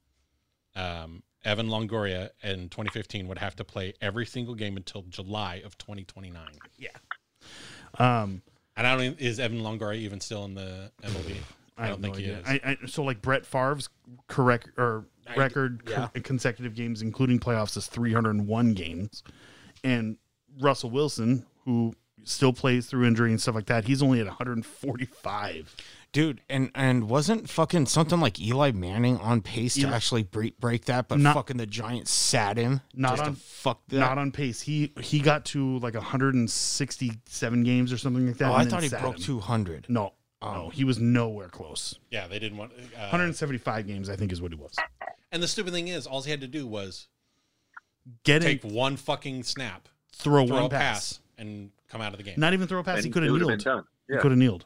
[SPEAKER 1] Um, Evan Longoria in 2015 would have to play every single game until July of 2029.
[SPEAKER 2] Um,
[SPEAKER 1] And I don't even, is Evan Longoria even still in the MLB?
[SPEAKER 2] I,
[SPEAKER 1] I
[SPEAKER 2] have
[SPEAKER 1] don't
[SPEAKER 2] no
[SPEAKER 1] think he
[SPEAKER 2] idea.
[SPEAKER 1] is.
[SPEAKER 2] I, I, so like Brett Favre's correct or
[SPEAKER 3] I-
[SPEAKER 2] record
[SPEAKER 3] yeah.
[SPEAKER 2] co- consecutive games, including playoffs, is three hundred and one games, and Russell Wilson, who still plays through injury and stuff like that, he's only at one hundred and forty-five.
[SPEAKER 3] Dude, and, and wasn't fucking something like Eli Manning on pace to actually break, break that, but
[SPEAKER 2] Not-
[SPEAKER 3] fucking the Giants sat him
[SPEAKER 2] Not
[SPEAKER 3] just
[SPEAKER 2] on-
[SPEAKER 3] to fuck that.
[SPEAKER 2] Not on pace. He he got to like one hundred and sixty-seven games or something like that.
[SPEAKER 3] oh,
[SPEAKER 2] and
[SPEAKER 3] I
[SPEAKER 2] then
[SPEAKER 3] thought he
[SPEAKER 2] sat
[SPEAKER 3] broke
[SPEAKER 2] him.
[SPEAKER 3] 200.
[SPEAKER 2] No, no, he was nowhere close.
[SPEAKER 1] Yeah, they didn't want. Um, Uh,
[SPEAKER 2] 175 games, I think, is what he was.
[SPEAKER 1] and the stupid thing is, all he had to do was
[SPEAKER 2] Get
[SPEAKER 1] take
[SPEAKER 2] it,
[SPEAKER 1] one fucking snap,
[SPEAKER 2] throw,
[SPEAKER 1] throw
[SPEAKER 2] one
[SPEAKER 1] a
[SPEAKER 2] pass.
[SPEAKER 1] pass, and come out of the game.
[SPEAKER 2] not even throw a pass.
[SPEAKER 4] And
[SPEAKER 2] he could
[SPEAKER 4] it
[SPEAKER 2] have
[SPEAKER 4] would've been
[SPEAKER 2] kneeled.
[SPEAKER 4] done.
[SPEAKER 2] He
[SPEAKER 4] Yeah,
[SPEAKER 2] could have kneeled.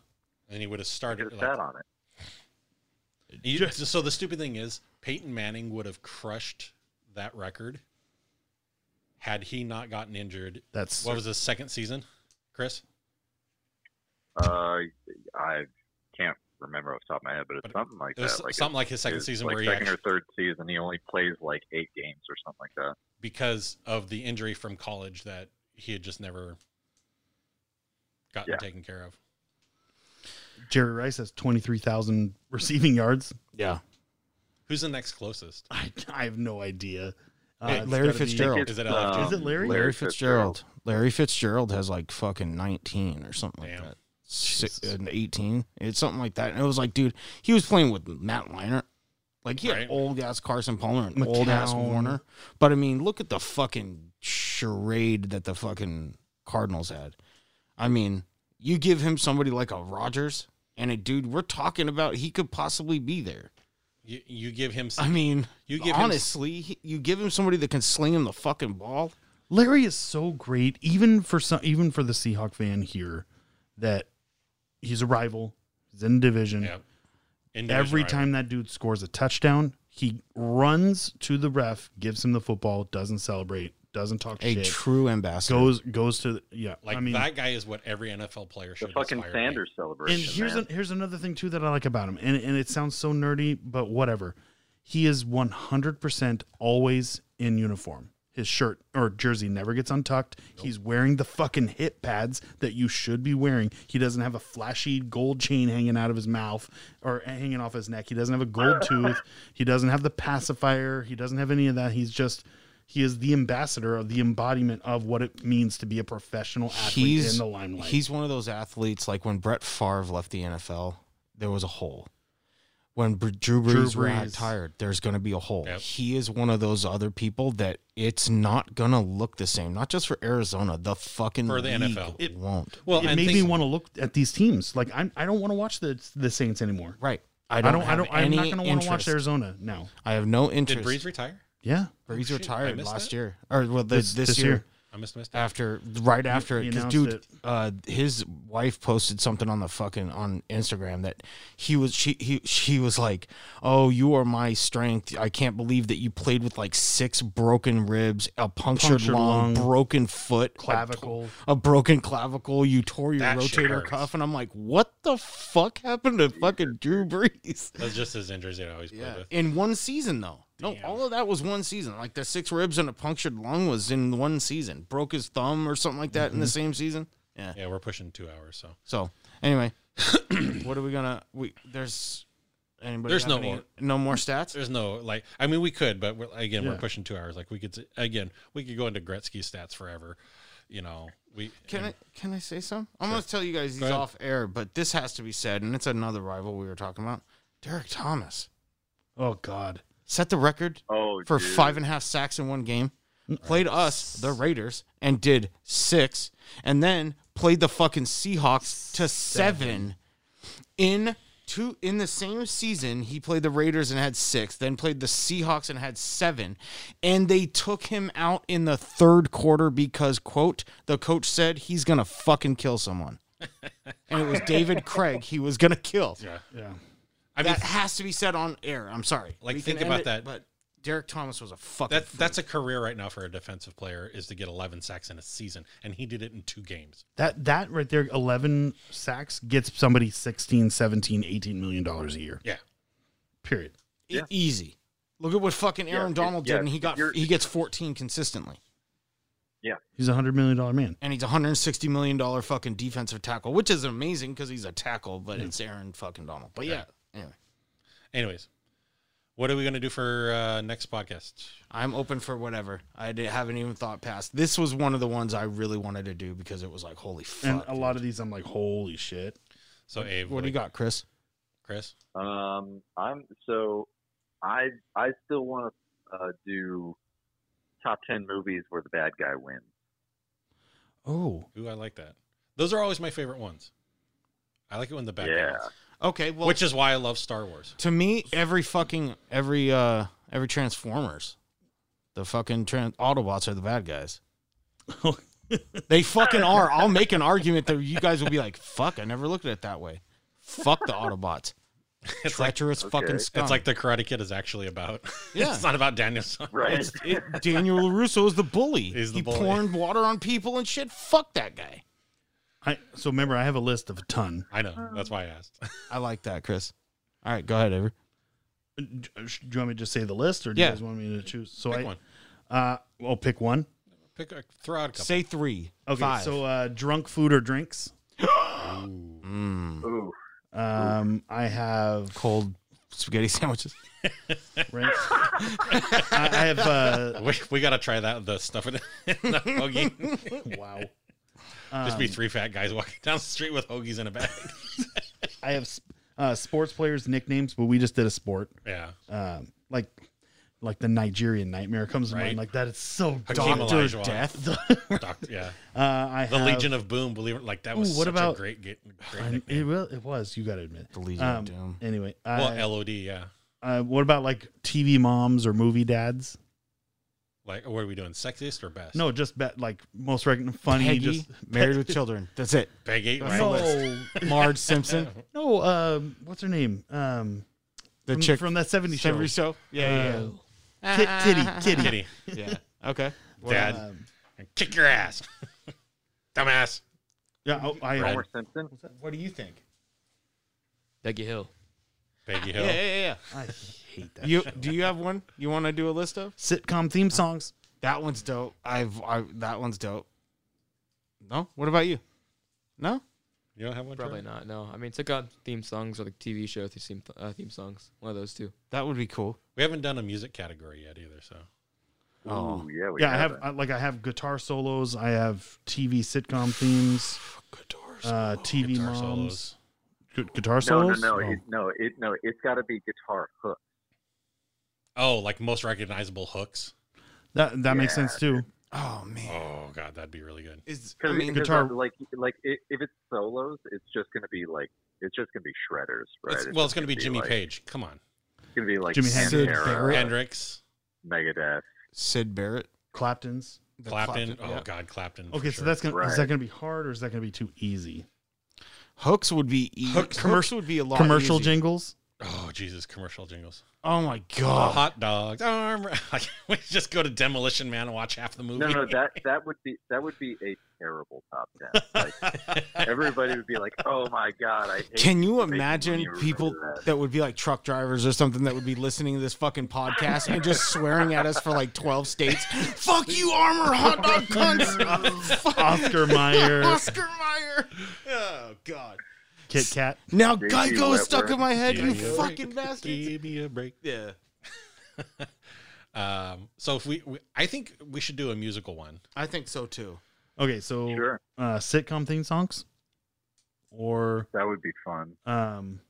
[SPEAKER 1] and he would have
[SPEAKER 4] could
[SPEAKER 1] started.
[SPEAKER 4] have
[SPEAKER 1] Like,
[SPEAKER 4] sat on it.
[SPEAKER 1] you- so the stupid thing is, Peyton Manning would have crushed that record had he not gotten injured
[SPEAKER 2] That's
[SPEAKER 1] What was his second season, Chris?
[SPEAKER 4] Uh, I can't remember off the top of my head, but it's
[SPEAKER 1] But
[SPEAKER 4] something like
[SPEAKER 1] It was
[SPEAKER 4] that. Like
[SPEAKER 1] something like his
[SPEAKER 4] it- it
[SPEAKER 1] second
[SPEAKER 4] was
[SPEAKER 1] season
[SPEAKER 4] like
[SPEAKER 1] where he
[SPEAKER 4] second
[SPEAKER 1] actually,
[SPEAKER 4] or third season, he only plays like eight games or something like that.
[SPEAKER 1] because of the injury from college that he had just never gotten
[SPEAKER 4] Yeah.
[SPEAKER 1] taken care of.
[SPEAKER 2] Jerry Rice has 23,000 receiving yards.
[SPEAKER 3] Yeah.
[SPEAKER 1] Who's the next closest?
[SPEAKER 2] I, I have no idea.
[SPEAKER 3] Hey,
[SPEAKER 2] it's
[SPEAKER 3] Larry
[SPEAKER 2] gotta be-
[SPEAKER 3] Fitzgerald. Harold.
[SPEAKER 1] Is it LFG?
[SPEAKER 4] Um,
[SPEAKER 2] Is it Larry?
[SPEAKER 3] Larry Fitzgerald. Larry Fitzgerald has like fucking 19 or something
[SPEAKER 1] Damn.
[SPEAKER 3] like that. six,
[SPEAKER 1] Jesus.
[SPEAKER 3] and 18. It's something like that. And it was like, dude, he was playing with Matt Leinart. Like, he had
[SPEAKER 1] Right.
[SPEAKER 3] old ass Carson Palmer and old ass
[SPEAKER 2] McCown.
[SPEAKER 3] Warner. But I mean, look at the fucking charade that the fucking Cardinals had. I mean, you give him somebody like a Rogers and a dude we're talking about, he could possibly be there.
[SPEAKER 1] You, you give him.
[SPEAKER 2] Uh,
[SPEAKER 3] I mean,
[SPEAKER 1] You give him-
[SPEAKER 3] honestly, he- you give him somebody that can sling him the fucking ball.
[SPEAKER 2] Larry is so great, even for some, even for the Seahawk fan here, that he's a rival. He's in division.
[SPEAKER 1] yeah. Individual
[SPEAKER 2] Every
[SPEAKER 1] rival.
[SPEAKER 2] time that dude scores a touchdown, he runs to the ref, gives him the football, doesn't celebrate, doesn't talk
[SPEAKER 3] A
[SPEAKER 2] shit,
[SPEAKER 3] true ambassador.
[SPEAKER 2] goes goes to the, yeah.
[SPEAKER 1] Like
[SPEAKER 2] I mean,
[SPEAKER 1] that guy is what every NFL player
[SPEAKER 4] The
[SPEAKER 1] should.
[SPEAKER 4] fucking
[SPEAKER 1] aspire to be.
[SPEAKER 4] Sanders celebration.
[SPEAKER 2] and here's
[SPEAKER 4] man.
[SPEAKER 2] an here's another thing too that I like about him, and and it sounds so nerdy, but whatever. He is 100% always in uniform. His shirt or jersey never gets untucked. He's wearing the fucking hip pads that you should be wearing. He doesn't have a flashy gold chain hanging out of his mouth or hanging off his neck. He doesn't have a gold tooth. He doesn't have the pacifier. He doesn't have any of that. He's just he is the ambassador of the embodiment of what it means to be a professional athlete
[SPEAKER 3] he's
[SPEAKER 2] in the limelight.
[SPEAKER 3] he's one of those athletes. Like when Brett Favre left the NFL, there was a hole. When Br- Drew
[SPEAKER 2] Drew
[SPEAKER 3] Brees,
[SPEAKER 2] Brees.
[SPEAKER 3] retired, there's going to be a hole.
[SPEAKER 1] Yep.
[SPEAKER 3] He is one of those other people that it's not going to look the same. Not just for Arizona, the fucking
[SPEAKER 1] For the
[SPEAKER 3] league
[SPEAKER 1] NFL.
[SPEAKER 3] it won't.
[SPEAKER 1] Well,
[SPEAKER 2] it
[SPEAKER 1] and
[SPEAKER 2] made
[SPEAKER 1] think-
[SPEAKER 2] me want to look at these teams. Like I'm, I don't want to watch the the Saints anymore.
[SPEAKER 3] Right.
[SPEAKER 2] I don't. I
[SPEAKER 3] have
[SPEAKER 2] don't. I'm not
[SPEAKER 3] any
[SPEAKER 2] going to want to watch
[SPEAKER 3] interest.
[SPEAKER 2] Arizona now.
[SPEAKER 3] I have no
[SPEAKER 1] Did
[SPEAKER 3] interest.
[SPEAKER 1] Breeze retire?
[SPEAKER 2] Yeah,
[SPEAKER 3] Brees
[SPEAKER 1] shit, I
[SPEAKER 3] retired
[SPEAKER 1] missed
[SPEAKER 3] last
[SPEAKER 1] that.
[SPEAKER 3] year, or well, the,
[SPEAKER 2] This-
[SPEAKER 3] this,
[SPEAKER 2] this
[SPEAKER 3] year,
[SPEAKER 2] year.
[SPEAKER 1] I missed missed it.
[SPEAKER 3] after right after
[SPEAKER 2] he
[SPEAKER 3] because
[SPEAKER 2] announced
[SPEAKER 3] dude,
[SPEAKER 2] it.
[SPEAKER 3] uh, his wife posted something on the fucking on Instagram that he was she he she was like, "Oh, you are my strength. I can't believe that you played with like six broken ribs, a punctured,
[SPEAKER 2] Punctured
[SPEAKER 3] lung,
[SPEAKER 2] lung,
[SPEAKER 3] broken foot, a
[SPEAKER 2] clavicle.
[SPEAKER 3] a broken clavicle. You tore your
[SPEAKER 1] That shit
[SPEAKER 3] rotator
[SPEAKER 1] hurts.
[SPEAKER 3] cuff, and I'm like, what the fuck happened to fucking Drew Brees?
[SPEAKER 1] That's just his injuries that I always played with.
[SPEAKER 3] in one season though. No, all of that was one season. Like the six ribs and a punctured lung was in one season. Broke his thumb or something like that in the same season. Yeah.
[SPEAKER 1] Mm-hmm. Yeah, we're pushing two hours, so
[SPEAKER 3] So anyway, what are we gonna? We there's anybody?
[SPEAKER 1] There's
[SPEAKER 3] have
[SPEAKER 1] no
[SPEAKER 3] any-
[SPEAKER 1] more.
[SPEAKER 3] no more stats.
[SPEAKER 1] there's no like. I mean, we could, but we're, again, we're
[SPEAKER 2] Yeah.
[SPEAKER 1] pushing two hours. Like we could s- again, we could go into Gretzky stats forever. You know, we
[SPEAKER 3] Can I
[SPEAKER 1] and-
[SPEAKER 3] can I say some? I'm gonna tell you guys
[SPEAKER 1] Go ahead.
[SPEAKER 3] these off air, but this has to be said, and it's another rival we were talking about. Derek Thomas
[SPEAKER 2] Oh God.
[SPEAKER 3] set the record
[SPEAKER 4] oh,
[SPEAKER 3] for
[SPEAKER 4] dude.
[SPEAKER 3] five and a half sacks in one game, played us, the Raiders, and did six, and then played the fucking Seahawks to seven, in two in the same season. He played the Raiders and had six, then played the Seahawks and had seven, and they took him out in the third quarter because quote the coach said he's gonna fucking kill someone. and it was David Craig he was gonna kill.
[SPEAKER 2] Yeah.
[SPEAKER 1] I mean,
[SPEAKER 3] That has to be said on air. I'm sorry.
[SPEAKER 1] Like,
[SPEAKER 3] can
[SPEAKER 1] think
[SPEAKER 3] end
[SPEAKER 1] about that.
[SPEAKER 3] But Derek Thomas was a fucking.
[SPEAKER 1] that that's a career right now for a defensive player is to get 11 sacks in a season, and he did it in two games.
[SPEAKER 2] That that right there, eleven sacks gets somebody 16, 17, 18 million dollars a year.
[SPEAKER 1] Yeah,
[SPEAKER 2] Period.
[SPEAKER 3] E-
[SPEAKER 4] Yeah.
[SPEAKER 3] easy. Look at what fucking
[SPEAKER 4] Yeah,
[SPEAKER 3] Aaron
[SPEAKER 4] it-
[SPEAKER 3] Donald
[SPEAKER 4] yeah,
[SPEAKER 3] did, and he got
[SPEAKER 4] you're-
[SPEAKER 3] he gets 14 consistently,
[SPEAKER 2] He's a hundred million dollar man.
[SPEAKER 3] and he's a 160 million dollar fucking defensive tackle, which is amazing because he's a tackle, but it's Aaron fucking Donald. But yeah,
[SPEAKER 1] Yeah.
[SPEAKER 3] anyway,
[SPEAKER 1] Anyways, what are we gonna do for uh, next podcast?
[SPEAKER 3] I'm open for whatever. I did, haven't even thought past. This was one of the ones I really wanted to do because it was like, holy
[SPEAKER 2] And
[SPEAKER 3] fuck.
[SPEAKER 2] a lot of these, I'm like, holy shit.
[SPEAKER 1] So, Abe,
[SPEAKER 3] what do you got, Chris?
[SPEAKER 1] Chris?
[SPEAKER 4] Um, I'm so I I still want to uh, do top ten movies where the bad guy wins.
[SPEAKER 2] Oh,
[SPEAKER 1] Ooh, I like that. Those are always my favorite ones. I like it when the bad guy
[SPEAKER 4] Yeah.
[SPEAKER 1] wins.
[SPEAKER 3] Okay, well,
[SPEAKER 1] which is why I love Star Wars.
[SPEAKER 3] to me, every fucking every uh every Transformers, the fucking trans- Autobots are the bad guys. They fucking are. I'll make an argument that you guys will be like, "Fuck, I never looked at it that way." Fuck the Autobots,
[SPEAKER 1] It's like
[SPEAKER 3] treacherous
[SPEAKER 4] Okay.
[SPEAKER 3] fucking
[SPEAKER 4] It's
[SPEAKER 3] scum.
[SPEAKER 1] it's like the Karate Kid is actually about.
[SPEAKER 3] Yeah.
[SPEAKER 1] it's not about Danielson.
[SPEAKER 4] Right.
[SPEAKER 3] It's- it, Daniel Larusso is the bully.
[SPEAKER 1] He's the
[SPEAKER 3] he
[SPEAKER 1] bully.
[SPEAKER 3] poured water on people and shit. Fuck that guy.
[SPEAKER 2] I so remember I have a list of a ton.
[SPEAKER 1] I know. That's why I asked.
[SPEAKER 3] I like that, Chris. All right, go ahead, Avery.
[SPEAKER 2] uh, Do you want me to just say the list, or do
[SPEAKER 3] Yeah.
[SPEAKER 2] you guys want me to choose? So
[SPEAKER 1] Pick
[SPEAKER 2] I,
[SPEAKER 1] one.
[SPEAKER 2] uh, I'll pick one.
[SPEAKER 1] Pick a, throw out a couple.
[SPEAKER 3] Say three.
[SPEAKER 2] Okay,
[SPEAKER 3] Five.
[SPEAKER 2] so uh, drunk food or drinks.
[SPEAKER 3] Mm,
[SPEAKER 4] Ooh,
[SPEAKER 2] Um, I have
[SPEAKER 3] cold spaghetti sandwiches.
[SPEAKER 2] right? I, I have uh,
[SPEAKER 1] we, we got to try that the stuff in in the hoagie.
[SPEAKER 2] wow.
[SPEAKER 1] Just be
[SPEAKER 2] Um,
[SPEAKER 1] three fat guys walking down the street with hoagies in a bag.
[SPEAKER 2] I have sp- uh, sports players' nicknames, but we just did a sport.
[SPEAKER 1] yeah.
[SPEAKER 2] Um, like, like the Nigerian nightmare comes to
[SPEAKER 1] Right.
[SPEAKER 2] mind. Like that, it's so
[SPEAKER 1] Hakeem
[SPEAKER 2] dark.
[SPEAKER 1] Olajuwon.
[SPEAKER 3] Death.
[SPEAKER 1] Doc- yeah.
[SPEAKER 2] Uh, I
[SPEAKER 1] The
[SPEAKER 2] have,
[SPEAKER 1] Legion of Boom, believe it like that
[SPEAKER 2] Ooh,
[SPEAKER 1] was
[SPEAKER 2] what
[SPEAKER 1] such
[SPEAKER 2] about-
[SPEAKER 1] a great get great
[SPEAKER 2] I-
[SPEAKER 1] nickname.
[SPEAKER 2] It, well, it was. You got to admit.
[SPEAKER 3] The Legion of
[SPEAKER 2] Um,
[SPEAKER 3] Doom.
[SPEAKER 2] Anyway,
[SPEAKER 1] well,
[SPEAKER 2] I-
[SPEAKER 1] LOD, yeah.
[SPEAKER 2] uh, what about like TV moms or movie dads?
[SPEAKER 1] Like what are we doing? Sexiest or best?
[SPEAKER 2] No, just bet like most recogn funny.
[SPEAKER 3] Peggy,
[SPEAKER 2] Just
[SPEAKER 3] married with children. That's it.
[SPEAKER 1] Peg eight,
[SPEAKER 3] That's
[SPEAKER 1] right?
[SPEAKER 3] the list.
[SPEAKER 2] no,
[SPEAKER 3] Marge Simpson,
[SPEAKER 2] no. Um, what's her name? Um,
[SPEAKER 3] the
[SPEAKER 2] from,
[SPEAKER 3] chick
[SPEAKER 2] from that '70s show.
[SPEAKER 3] every show. Oh. Yeah, yeah,
[SPEAKER 2] Tit-
[SPEAKER 3] yeah.
[SPEAKER 2] titty, titty.
[SPEAKER 1] Kitty.
[SPEAKER 3] Yeah. Okay.
[SPEAKER 1] Dad.
[SPEAKER 2] Um,
[SPEAKER 1] Kick your ass. Dumbass.
[SPEAKER 2] yeah, oh, I,
[SPEAKER 1] Right.
[SPEAKER 4] Homer Simpson.
[SPEAKER 3] What do you think?
[SPEAKER 5] Becky Hill.
[SPEAKER 1] Peggy
[SPEAKER 3] Yeah,
[SPEAKER 1] Hill.
[SPEAKER 3] yeah, yeah.
[SPEAKER 2] I hate
[SPEAKER 3] yeah.
[SPEAKER 2] that.
[SPEAKER 3] You do you have one? You want to do a list of?
[SPEAKER 2] Sitcom theme songs.
[SPEAKER 3] That one's dope. I've I that one's dope. No. What about you? No.
[SPEAKER 1] You don't have one?
[SPEAKER 5] Probably not. No, I mean, took out theme songs or like TV show theme uh, theme songs. One of those two.
[SPEAKER 3] That would be cool.
[SPEAKER 1] We haven't done a music category yet either, so
[SPEAKER 3] Oh.
[SPEAKER 4] Ooh, yeah, we
[SPEAKER 2] yeah, I have
[SPEAKER 4] haven't.
[SPEAKER 2] I, like I have guitar solos. I have TV sitcom themes. Uh,
[SPEAKER 1] Oh,
[SPEAKER 2] TV
[SPEAKER 1] Guitar
[SPEAKER 2] moms.
[SPEAKER 1] solos.
[SPEAKER 2] Gu- guitar
[SPEAKER 4] No, no,
[SPEAKER 2] solos.
[SPEAKER 4] no,
[SPEAKER 2] Oh.
[SPEAKER 4] it, no, it, no. It's got to be guitar hook.
[SPEAKER 1] Oh, like most recognizable hooks.
[SPEAKER 2] That that makes
[SPEAKER 4] Yeah.
[SPEAKER 2] sense too.
[SPEAKER 3] Oh man.
[SPEAKER 1] Oh god, that'd be really good.
[SPEAKER 3] Is I
[SPEAKER 4] Because
[SPEAKER 3] mean,
[SPEAKER 2] guitar-
[SPEAKER 4] like, like i if it's solos, it's just gonna be like, it's just gonna be shredders, right?
[SPEAKER 1] It's- well, it's going to be
[SPEAKER 4] gonna
[SPEAKER 1] Jimmy
[SPEAKER 4] like-
[SPEAKER 1] Page. Come on,
[SPEAKER 4] It's gonna be like
[SPEAKER 2] Jimi
[SPEAKER 3] Sid
[SPEAKER 4] Pantera,
[SPEAKER 3] Barrett.
[SPEAKER 1] Hendrix,
[SPEAKER 4] Megadeth.
[SPEAKER 3] Sid Barrett,
[SPEAKER 2] Clapton's.
[SPEAKER 3] The
[SPEAKER 1] Clapton. Oh
[SPEAKER 3] yeah.
[SPEAKER 1] God, Clapton. for
[SPEAKER 2] Okay, so
[SPEAKER 1] sure.
[SPEAKER 2] that's gonna is
[SPEAKER 4] Right.
[SPEAKER 2] that gonna be hard or is that gonna be too easy?
[SPEAKER 3] Hooks would be easy.
[SPEAKER 1] Hooks-
[SPEAKER 3] Hooks,
[SPEAKER 2] commercial-
[SPEAKER 3] would be a lot
[SPEAKER 2] Commercial
[SPEAKER 3] easier.
[SPEAKER 2] jingles.
[SPEAKER 1] oh Jesus, commercial jingles.
[SPEAKER 3] Oh my god.
[SPEAKER 1] Hot dogs. Arm. Like, we just go to Demolition Man and watch half the movie.
[SPEAKER 4] No, no, that that would be that would be a terrible top ten. Like everybody would be like, "Oh my god, I hate."
[SPEAKER 3] Can you
[SPEAKER 4] making
[SPEAKER 3] imagine
[SPEAKER 4] money over
[SPEAKER 3] people
[SPEAKER 4] that.
[SPEAKER 3] that would be like truck drivers or something that would be listening to this fucking podcast and just swearing at us for like 12 states? Fuck you, armor hot dog cunts. Fuck
[SPEAKER 2] Oscar Mayer,
[SPEAKER 3] Oscar Mayer. Oh, God.
[SPEAKER 2] Kit Kat.
[SPEAKER 3] Now
[SPEAKER 4] J.D.
[SPEAKER 3] Geico is stuck
[SPEAKER 4] Wetworth.
[SPEAKER 3] in my head,
[SPEAKER 1] Give
[SPEAKER 3] you
[SPEAKER 1] me a
[SPEAKER 3] fucking
[SPEAKER 1] break.
[SPEAKER 3] bastards.
[SPEAKER 1] Give me a break.
[SPEAKER 3] Yeah.
[SPEAKER 1] Um, so if we, we, I think we should do a musical one.
[SPEAKER 3] I think so too.
[SPEAKER 2] Okay, so
[SPEAKER 4] Sure,
[SPEAKER 2] uh, sitcom theme songs, or
[SPEAKER 4] that would be fun.
[SPEAKER 2] um,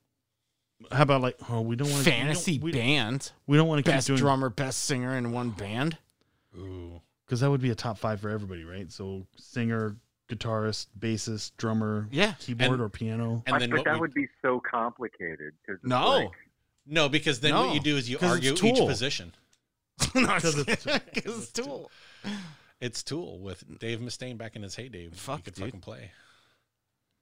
[SPEAKER 2] how about like oh we don't want
[SPEAKER 3] Fantasy
[SPEAKER 2] We don't,
[SPEAKER 3] band.
[SPEAKER 2] we don't want to keep
[SPEAKER 3] Best
[SPEAKER 2] doing
[SPEAKER 3] drummer, best singer in one band.
[SPEAKER 1] Ooh,
[SPEAKER 2] because that would be a top five for everybody, right? So singer, guitarist, bassist, drummer,
[SPEAKER 3] Yeah.
[SPEAKER 2] keyboard
[SPEAKER 1] And-
[SPEAKER 2] or piano.
[SPEAKER 1] and
[SPEAKER 4] Like,
[SPEAKER 1] then
[SPEAKER 4] but
[SPEAKER 1] what
[SPEAKER 4] that
[SPEAKER 1] we-
[SPEAKER 4] would be so complicated. 'cause it's
[SPEAKER 3] No.
[SPEAKER 4] like-
[SPEAKER 1] no, because then
[SPEAKER 3] No,
[SPEAKER 1] what you do is you
[SPEAKER 3] 'cause
[SPEAKER 1] argue
[SPEAKER 3] it's
[SPEAKER 1] each
[SPEAKER 3] Tool.
[SPEAKER 1] position.
[SPEAKER 3] No, I'm
[SPEAKER 2] 'Cause
[SPEAKER 3] just
[SPEAKER 2] it's-
[SPEAKER 3] kidding. 'Cause it's Tool.
[SPEAKER 1] It's Tool with Dave Mustaine back in his heyday.
[SPEAKER 3] Fuck,
[SPEAKER 1] he could
[SPEAKER 3] dude.
[SPEAKER 1] fucking play.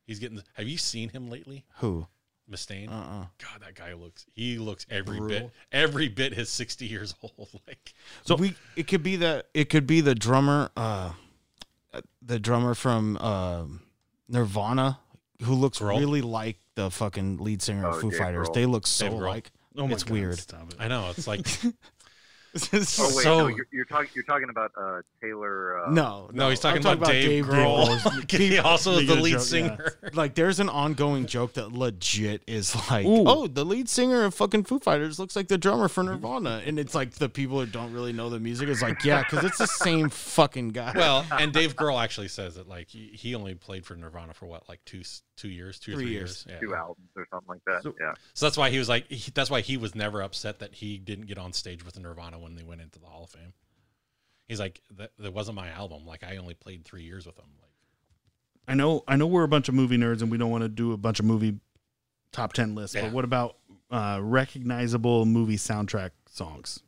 [SPEAKER 1] He's getting. Have you seen him lately,
[SPEAKER 3] Who?
[SPEAKER 1] Mustaine?
[SPEAKER 3] Uh-uh.
[SPEAKER 1] God, that guy looks. He looks every bit,
[SPEAKER 3] Brutal.
[SPEAKER 1] every bit his sixty years old. Like
[SPEAKER 3] So we it could be the it could be the drummer uh the drummer from um Nirvana who looks
[SPEAKER 1] Grohl?
[SPEAKER 3] really like the fucking lead singer of
[SPEAKER 4] Oh,
[SPEAKER 3] Foo
[SPEAKER 4] Dave
[SPEAKER 3] Fighters.
[SPEAKER 4] Grohl.
[SPEAKER 3] They look so
[SPEAKER 1] Dave Grohl.
[SPEAKER 3] like.
[SPEAKER 2] Oh my
[SPEAKER 3] it's
[SPEAKER 2] God,
[SPEAKER 3] weird.
[SPEAKER 2] Stop it.
[SPEAKER 1] I know it's like
[SPEAKER 4] Oh wait,
[SPEAKER 1] So-
[SPEAKER 4] no, you're, you're talking you're talking about uh, Taylor. Uh,
[SPEAKER 3] no,
[SPEAKER 1] no, he's talking,
[SPEAKER 3] I'm
[SPEAKER 1] about, Dave, Grohl. he also is the
[SPEAKER 2] making a
[SPEAKER 1] lead
[SPEAKER 2] joke, yeah.
[SPEAKER 1] singer.
[SPEAKER 3] Like there's an ongoing joke that legit is like,
[SPEAKER 2] Ooh.
[SPEAKER 3] oh, the lead singer of fucking Foo Fighters looks like the drummer for Nirvana, and it's like the people who don't really know the music is like, yeah, because it's the same fucking guy.
[SPEAKER 1] Well, and Dave Grohl actually says that like he he only played for Nirvana for what like two s- two years, two or
[SPEAKER 3] Three
[SPEAKER 1] three,
[SPEAKER 3] years.
[SPEAKER 1] years.
[SPEAKER 4] Two
[SPEAKER 1] Yeah.
[SPEAKER 4] albums or something like that.
[SPEAKER 2] So-
[SPEAKER 4] yeah.
[SPEAKER 1] So that's why he was like he, that's why he was never upset that he didn't get on stage with Nirvana when they went into the Hall of Fame. He's like that, that wasn't my album. Like I only played three years with them. Like
[SPEAKER 2] I know I know we're a bunch of movie nerds and we don't want to do a bunch of movie top 10 lists,
[SPEAKER 1] Yeah.
[SPEAKER 2] but what about uh, recognizable movie soundtrack songs?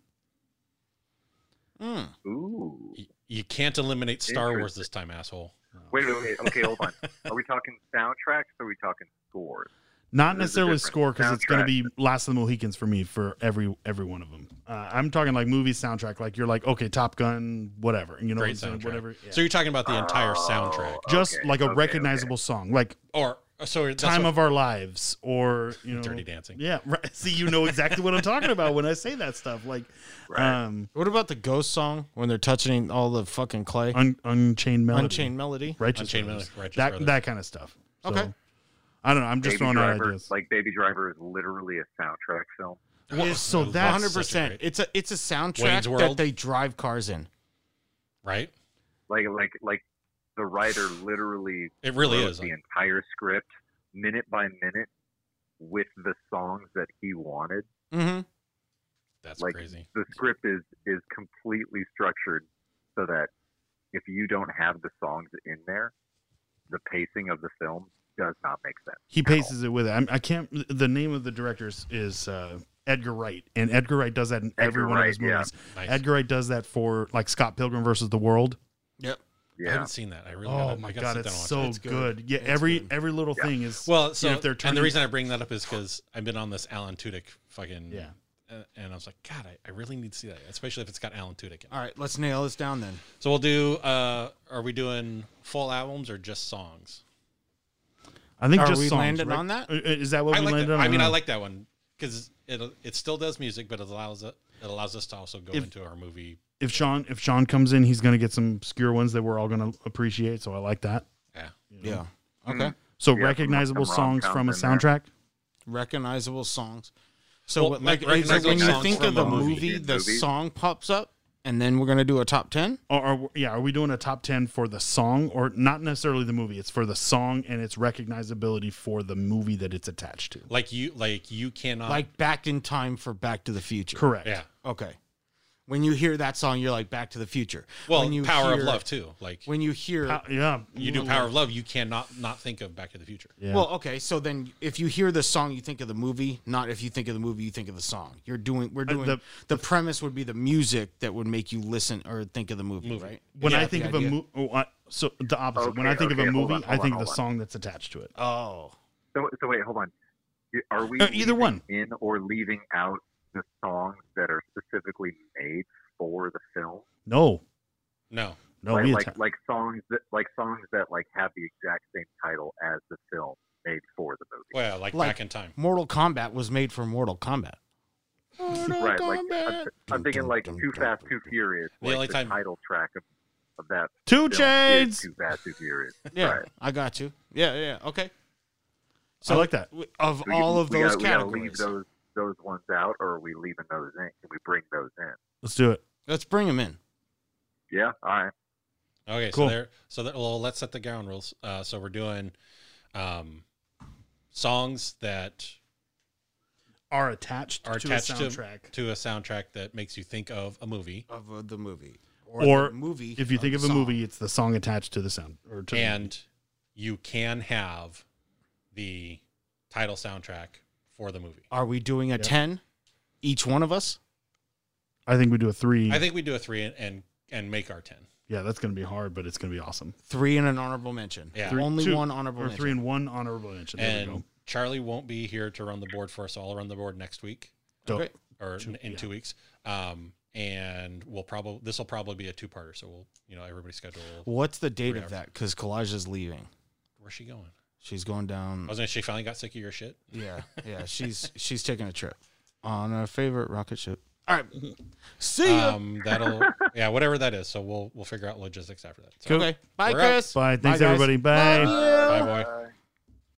[SPEAKER 3] Mm.
[SPEAKER 4] Ooh.
[SPEAKER 1] y- you can't eliminate Star Wars
[SPEAKER 4] Interesting.
[SPEAKER 1] this time, asshole.
[SPEAKER 4] Wait, wait, wait. Okay, hold on. Are we talking soundtracks or are we talking scores?
[SPEAKER 2] Not
[SPEAKER 4] There's a
[SPEAKER 2] necessarily
[SPEAKER 4] difference.
[SPEAKER 2] score because it's going to be Last of the Mohicans for me for every every one of them. Uh, I'm talking like movie soundtrack, like you're like okay, Top Gun, whatever, you know, what I'm
[SPEAKER 1] Great
[SPEAKER 2] saying,
[SPEAKER 1] soundtrack.
[SPEAKER 2] whatever. yeah.
[SPEAKER 1] So you're talking about the entire soundtrack,
[SPEAKER 4] Oh,
[SPEAKER 2] just
[SPEAKER 4] okay,
[SPEAKER 2] like a
[SPEAKER 4] okay, okay.
[SPEAKER 2] recognizable song, like
[SPEAKER 1] or so that's
[SPEAKER 2] "Time
[SPEAKER 1] what-
[SPEAKER 2] of Our Lives" or you know,
[SPEAKER 1] Dirty Dancing.
[SPEAKER 2] Yeah, right. See, you know exactly what I'm talking about when I say that stuff. Like,
[SPEAKER 4] Right.
[SPEAKER 2] um,
[SPEAKER 3] What about the ghost song when they're touching all the fucking clay?
[SPEAKER 2] Un- Unchained Melody,
[SPEAKER 3] Unchained Melody.
[SPEAKER 2] Righteous
[SPEAKER 1] Unchained
[SPEAKER 2] Brothers.
[SPEAKER 1] Melody, Righteous
[SPEAKER 2] that
[SPEAKER 1] Brothers.
[SPEAKER 2] that kind of stuff. So,
[SPEAKER 3] Okay.
[SPEAKER 2] I don't know. I'm just
[SPEAKER 4] Baby
[SPEAKER 2] throwing out
[SPEAKER 4] Driver,
[SPEAKER 2] ideas.
[SPEAKER 4] Like Baby Driver is literally a soundtrack film.
[SPEAKER 1] Well,
[SPEAKER 3] so
[SPEAKER 1] that's
[SPEAKER 3] that's hundred
[SPEAKER 1] such a
[SPEAKER 3] percent.
[SPEAKER 1] great-
[SPEAKER 3] It's a it's a soundtrack
[SPEAKER 1] Wayne's
[SPEAKER 3] that
[SPEAKER 1] World.
[SPEAKER 3] they drive cars in.
[SPEAKER 1] right?
[SPEAKER 4] Like like like the writer literally
[SPEAKER 1] It really
[SPEAKER 4] wrote
[SPEAKER 1] is.
[SPEAKER 4] the entire script minute by minute with the songs that he wanted.
[SPEAKER 3] Mm-hmm.
[SPEAKER 1] That's
[SPEAKER 4] like
[SPEAKER 1] crazy.
[SPEAKER 4] the script is is completely structured so that if you don't have the songs in there, the pacing of the film does not make sense.
[SPEAKER 2] He paces it with it. I'm, I can't. The name of the director is, is uh, Edgar Wright, and Edgar Wright does that in every
[SPEAKER 4] Edgar
[SPEAKER 2] one of his
[SPEAKER 4] Wright, yeah.
[SPEAKER 2] movies.
[SPEAKER 1] Nice.
[SPEAKER 2] Edgar Wright does that for like Scott Pilgrim versus the World.
[SPEAKER 1] I
[SPEAKER 4] Yeah,
[SPEAKER 1] haven't seen that. I really.
[SPEAKER 2] Oh
[SPEAKER 1] gotta,
[SPEAKER 2] my
[SPEAKER 1] I gotta
[SPEAKER 2] god,
[SPEAKER 1] sit down
[SPEAKER 2] it's
[SPEAKER 1] and watch
[SPEAKER 2] so
[SPEAKER 1] it.
[SPEAKER 3] It's
[SPEAKER 2] good.
[SPEAKER 3] good.
[SPEAKER 2] Yeah,
[SPEAKER 3] It's
[SPEAKER 2] every
[SPEAKER 3] good.
[SPEAKER 2] every little
[SPEAKER 4] Yeah.
[SPEAKER 2] thing is.
[SPEAKER 1] Well, so
[SPEAKER 2] if they're
[SPEAKER 1] and
[SPEAKER 2] turning-
[SPEAKER 1] the reason I bring that up is because I've been on this Alan Tudyk fucking
[SPEAKER 2] Yeah.
[SPEAKER 1] uh, and I was like, God, I, I really need to see that, especially if it's got Alan Tudyk. In it.
[SPEAKER 3] All right, let's nail this down then.
[SPEAKER 1] So we'll do. Uh, are we doing full albums or just songs?
[SPEAKER 2] I think
[SPEAKER 3] Are
[SPEAKER 2] just
[SPEAKER 3] we
[SPEAKER 2] songs,
[SPEAKER 3] landed
[SPEAKER 2] right?
[SPEAKER 3] on that?
[SPEAKER 2] Uh, Is that what
[SPEAKER 1] I
[SPEAKER 2] we
[SPEAKER 1] like.
[SPEAKER 2] landed
[SPEAKER 1] That.
[SPEAKER 2] on?
[SPEAKER 1] I mean,
[SPEAKER 2] don't
[SPEAKER 1] I
[SPEAKER 2] know.
[SPEAKER 1] like that one because it it still does music, but it allows it, it allows us to also go
[SPEAKER 2] If-
[SPEAKER 1] into our movie.
[SPEAKER 2] if Sean if Sean comes in, he's gonna get some obscure ones that we're all gonna appreciate. So I like that.
[SPEAKER 1] Yeah.
[SPEAKER 2] You know?
[SPEAKER 3] Yeah. Okay.
[SPEAKER 4] Mhm.
[SPEAKER 2] So
[SPEAKER 4] Yeah,
[SPEAKER 2] recognizable
[SPEAKER 4] some
[SPEAKER 2] songs
[SPEAKER 4] rom-coms
[SPEAKER 2] from a
[SPEAKER 4] in there.
[SPEAKER 2] soundtrack.
[SPEAKER 3] Recognizable songs. So,
[SPEAKER 1] Well,
[SPEAKER 3] what,
[SPEAKER 1] ma-
[SPEAKER 3] like, is it when
[SPEAKER 1] recognizable
[SPEAKER 3] you
[SPEAKER 1] songs
[SPEAKER 3] think of
[SPEAKER 1] from
[SPEAKER 3] the
[SPEAKER 1] a
[SPEAKER 3] movie,
[SPEAKER 1] movie.
[SPEAKER 3] the
[SPEAKER 4] Movie.
[SPEAKER 3] song pops up, and then we're gonna do a top ten.
[SPEAKER 2] Or, or yeah, are we doing a top ten for the song, or not necessarily the movie? It's for the song and its recognizability for the movie that it's attached to.
[SPEAKER 1] Like you, like you cannot.
[SPEAKER 3] like back in time for Back to the Future.
[SPEAKER 2] Correct.
[SPEAKER 1] yeah.
[SPEAKER 3] Okay. When you hear that song, you're like Back to the Future.
[SPEAKER 1] Well,
[SPEAKER 3] when you
[SPEAKER 1] Power
[SPEAKER 3] hear-
[SPEAKER 1] of Love too. Like
[SPEAKER 3] When you hear,
[SPEAKER 2] Pa- Uh, yeah.
[SPEAKER 1] you do Power of Love, you cannot not think of Back to the Future.
[SPEAKER 2] Yeah.
[SPEAKER 3] well, okay, so then if you hear the song, you think of the movie. Not if you think of the movie, you think of the song. You're doing, we're
[SPEAKER 2] Uh,
[SPEAKER 3] doing.
[SPEAKER 2] the-
[SPEAKER 3] the, premise would be the music that would make you listen or think of the movie,
[SPEAKER 1] Movie.
[SPEAKER 3] right?
[SPEAKER 2] when
[SPEAKER 3] Yeah,
[SPEAKER 2] I
[SPEAKER 3] the
[SPEAKER 2] think of a
[SPEAKER 3] idea.
[SPEAKER 2] movie, oh, I- so the opposite. when
[SPEAKER 4] Okay,
[SPEAKER 2] I think of a
[SPEAKER 4] okay, hold
[SPEAKER 2] movie,
[SPEAKER 4] on,
[SPEAKER 2] I
[SPEAKER 4] hold
[SPEAKER 2] think
[SPEAKER 4] on,
[SPEAKER 2] of the
[SPEAKER 4] hold on.
[SPEAKER 2] song that's attached to it.
[SPEAKER 3] Oh,
[SPEAKER 4] So, so wait, hold on. Y- Are we
[SPEAKER 2] Uh, either
[SPEAKER 4] leaving
[SPEAKER 2] one.
[SPEAKER 4] in or leaving out the songs that are specifically made for the film?
[SPEAKER 2] No,
[SPEAKER 1] No.
[SPEAKER 2] no,
[SPEAKER 4] like,
[SPEAKER 2] we
[SPEAKER 4] like
[SPEAKER 2] atta-
[SPEAKER 4] like songs that like songs that like have the exact same title as the film made for the movie.
[SPEAKER 1] Well, yeah, like,
[SPEAKER 3] Like-
[SPEAKER 1] Back in Time.
[SPEAKER 3] Mortal Kombat was made for Mortal Kombat. Mortal
[SPEAKER 4] right, like I'm,
[SPEAKER 3] Kombat.
[SPEAKER 4] I'm thinking like
[SPEAKER 3] Dum,
[SPEAKER 4] Too
[SPEAKER 3] dum,
[SPEAKER 4] Fast,
[SPEAKER 3] dum,
[SPEAKER 4] Too
[SPEAKER 3] dum.
[SPEAKER 4] Furious.
[SPEAKER 1] The
[SPEAKER 4] like
[SPEAKER 1] only
[SPEAKER 4] the
[SPEAKER 1] time-
[SPEAKER 4] title track of, of that.
[SPEAKER 2] Two
[SPEAKER 4] film is
[SPEAKER 2] Chains.
[SPEAKER 4] Too Fast, Too Furious.
[SPEAKER 3] Yeah,
[SPEAKER 4] Right.
[SPEAKER 3] I got you. Yeah, yeah, okay.
[SPEAKER 2] I like that.
[SPEAKER 3] w- Of
[SPEAKER 4] So you-
[SPEAKER 3] all of
[SPEAKER 4] we
[SPEAKER 3] those
[SPEAKER 4] gotta, We gotta leave
[SPEAKER 3] categories,
[SPEAKER 4] those those ones out, or are we leaving those in? Can we bring those in?
[SPEAKER 2] Let's do it.
[SPEAKER 3] let's bring them in.
[SPEAKER 4] Yeah. All right.
[SPEAKER 1] Okay,
[SPEAKER 2] Cool.
[SPEAKER 1] so there, so that, well, let's set the ground rules. Uh, so we're doing um, songs that
[SPEAKER 2] Are attached
[SPEAKER 1] are
[SPEAKER 2] to
[SPEAKER 1] attached
[SPEAKER 2] a soundtrack.
[SPEAKER 1] to, to a soundtrack that makes you think of a movie,
[SPEAKER 3] of uh, the movie
[SPEAKER 2] Or
[SPEAKER 3] the movie.
[SPEAKER 2] if you think of
[SPEAKER 3] the
[SPEAKER 2] a
[SPEAKER 3] song.
[SPEAKER 2] movie, it's the song attached to the sound or to the-
[SPEAKER 1] and you can have the title soundtrack for the movie.
[SPEAKER 3] are we doing a
[SPEAKER 2] Yeah.
[SPEAKER 3] ten? Each one of us.
[SPEAKER 2] I think we do a three.
[SPEAKER 1] I think we do a three and and, and make our ten.
[SPEAKER 2] yeah, that's gonna be hard, but it's gonna be awesome.
[SPEAKER 3] Three and an honorable mention.
[SPEAKER 1] Yeah.
[SPEAKER 2] Three-
[SPEAKER 3] Only
[SPEAKER 2] two-
[SPEAKER 3] one honorable
[SPEAKER 2] Or
[SPEAKER 3] mention.
[SPEAKER 2] three and one honorable mention. There we
[SPEAKER 1] and
[SPEAKER 2] go.
[SPEAKER 1] Charlie won't be here to run the board for us. So I'll run the board next week
[SPEAKER 2] Dope.
[SPEAKER 3] Okay.
[SPEAKER 1] or
[SPEAKER 2] Two-
[SPEAKER 1] in, in
[SPEAKER 2] yeah.
[SPEAKER 1] two weeks. Um, and we'll probably this will probably be a two parter. So we'll you know everybody schedule.
[SPEAKER 3] What's the date
[SPEAKER 1] Three
[SPEAKER 3] of
[SPEAKER 1] hours.
[SPEAKER 3] that? Because Collage is leaving.
[SPEAKER 1] Where's she going?
[SPEAKER 3] She's going
[SPEAKER 1] I
[SPEAKER 3] down.
[SPEAKER 1] was gonna. She finally got sick of your shit.
[SPEAKER 3] Yeah, yeah. She's she's taking a trip on her favorite rocket ship. All right. See ya.
[SPEAKER 1] Um, that'll yeah, whatever that is. So we'll we'll figure out logistics after that. So,
[SPEAKER 3] okay. Bye,
[SPEAKER 1] We're out.
[SPEAKER 3] Chris.
[SPEAKER 2] Bye. Thanks
[SPEAKER 3] guys.
[SPEAKER 2] everybody. Bye.
[SPEAKER 1] Bye, boy.
[SPEAKER 4] Bye.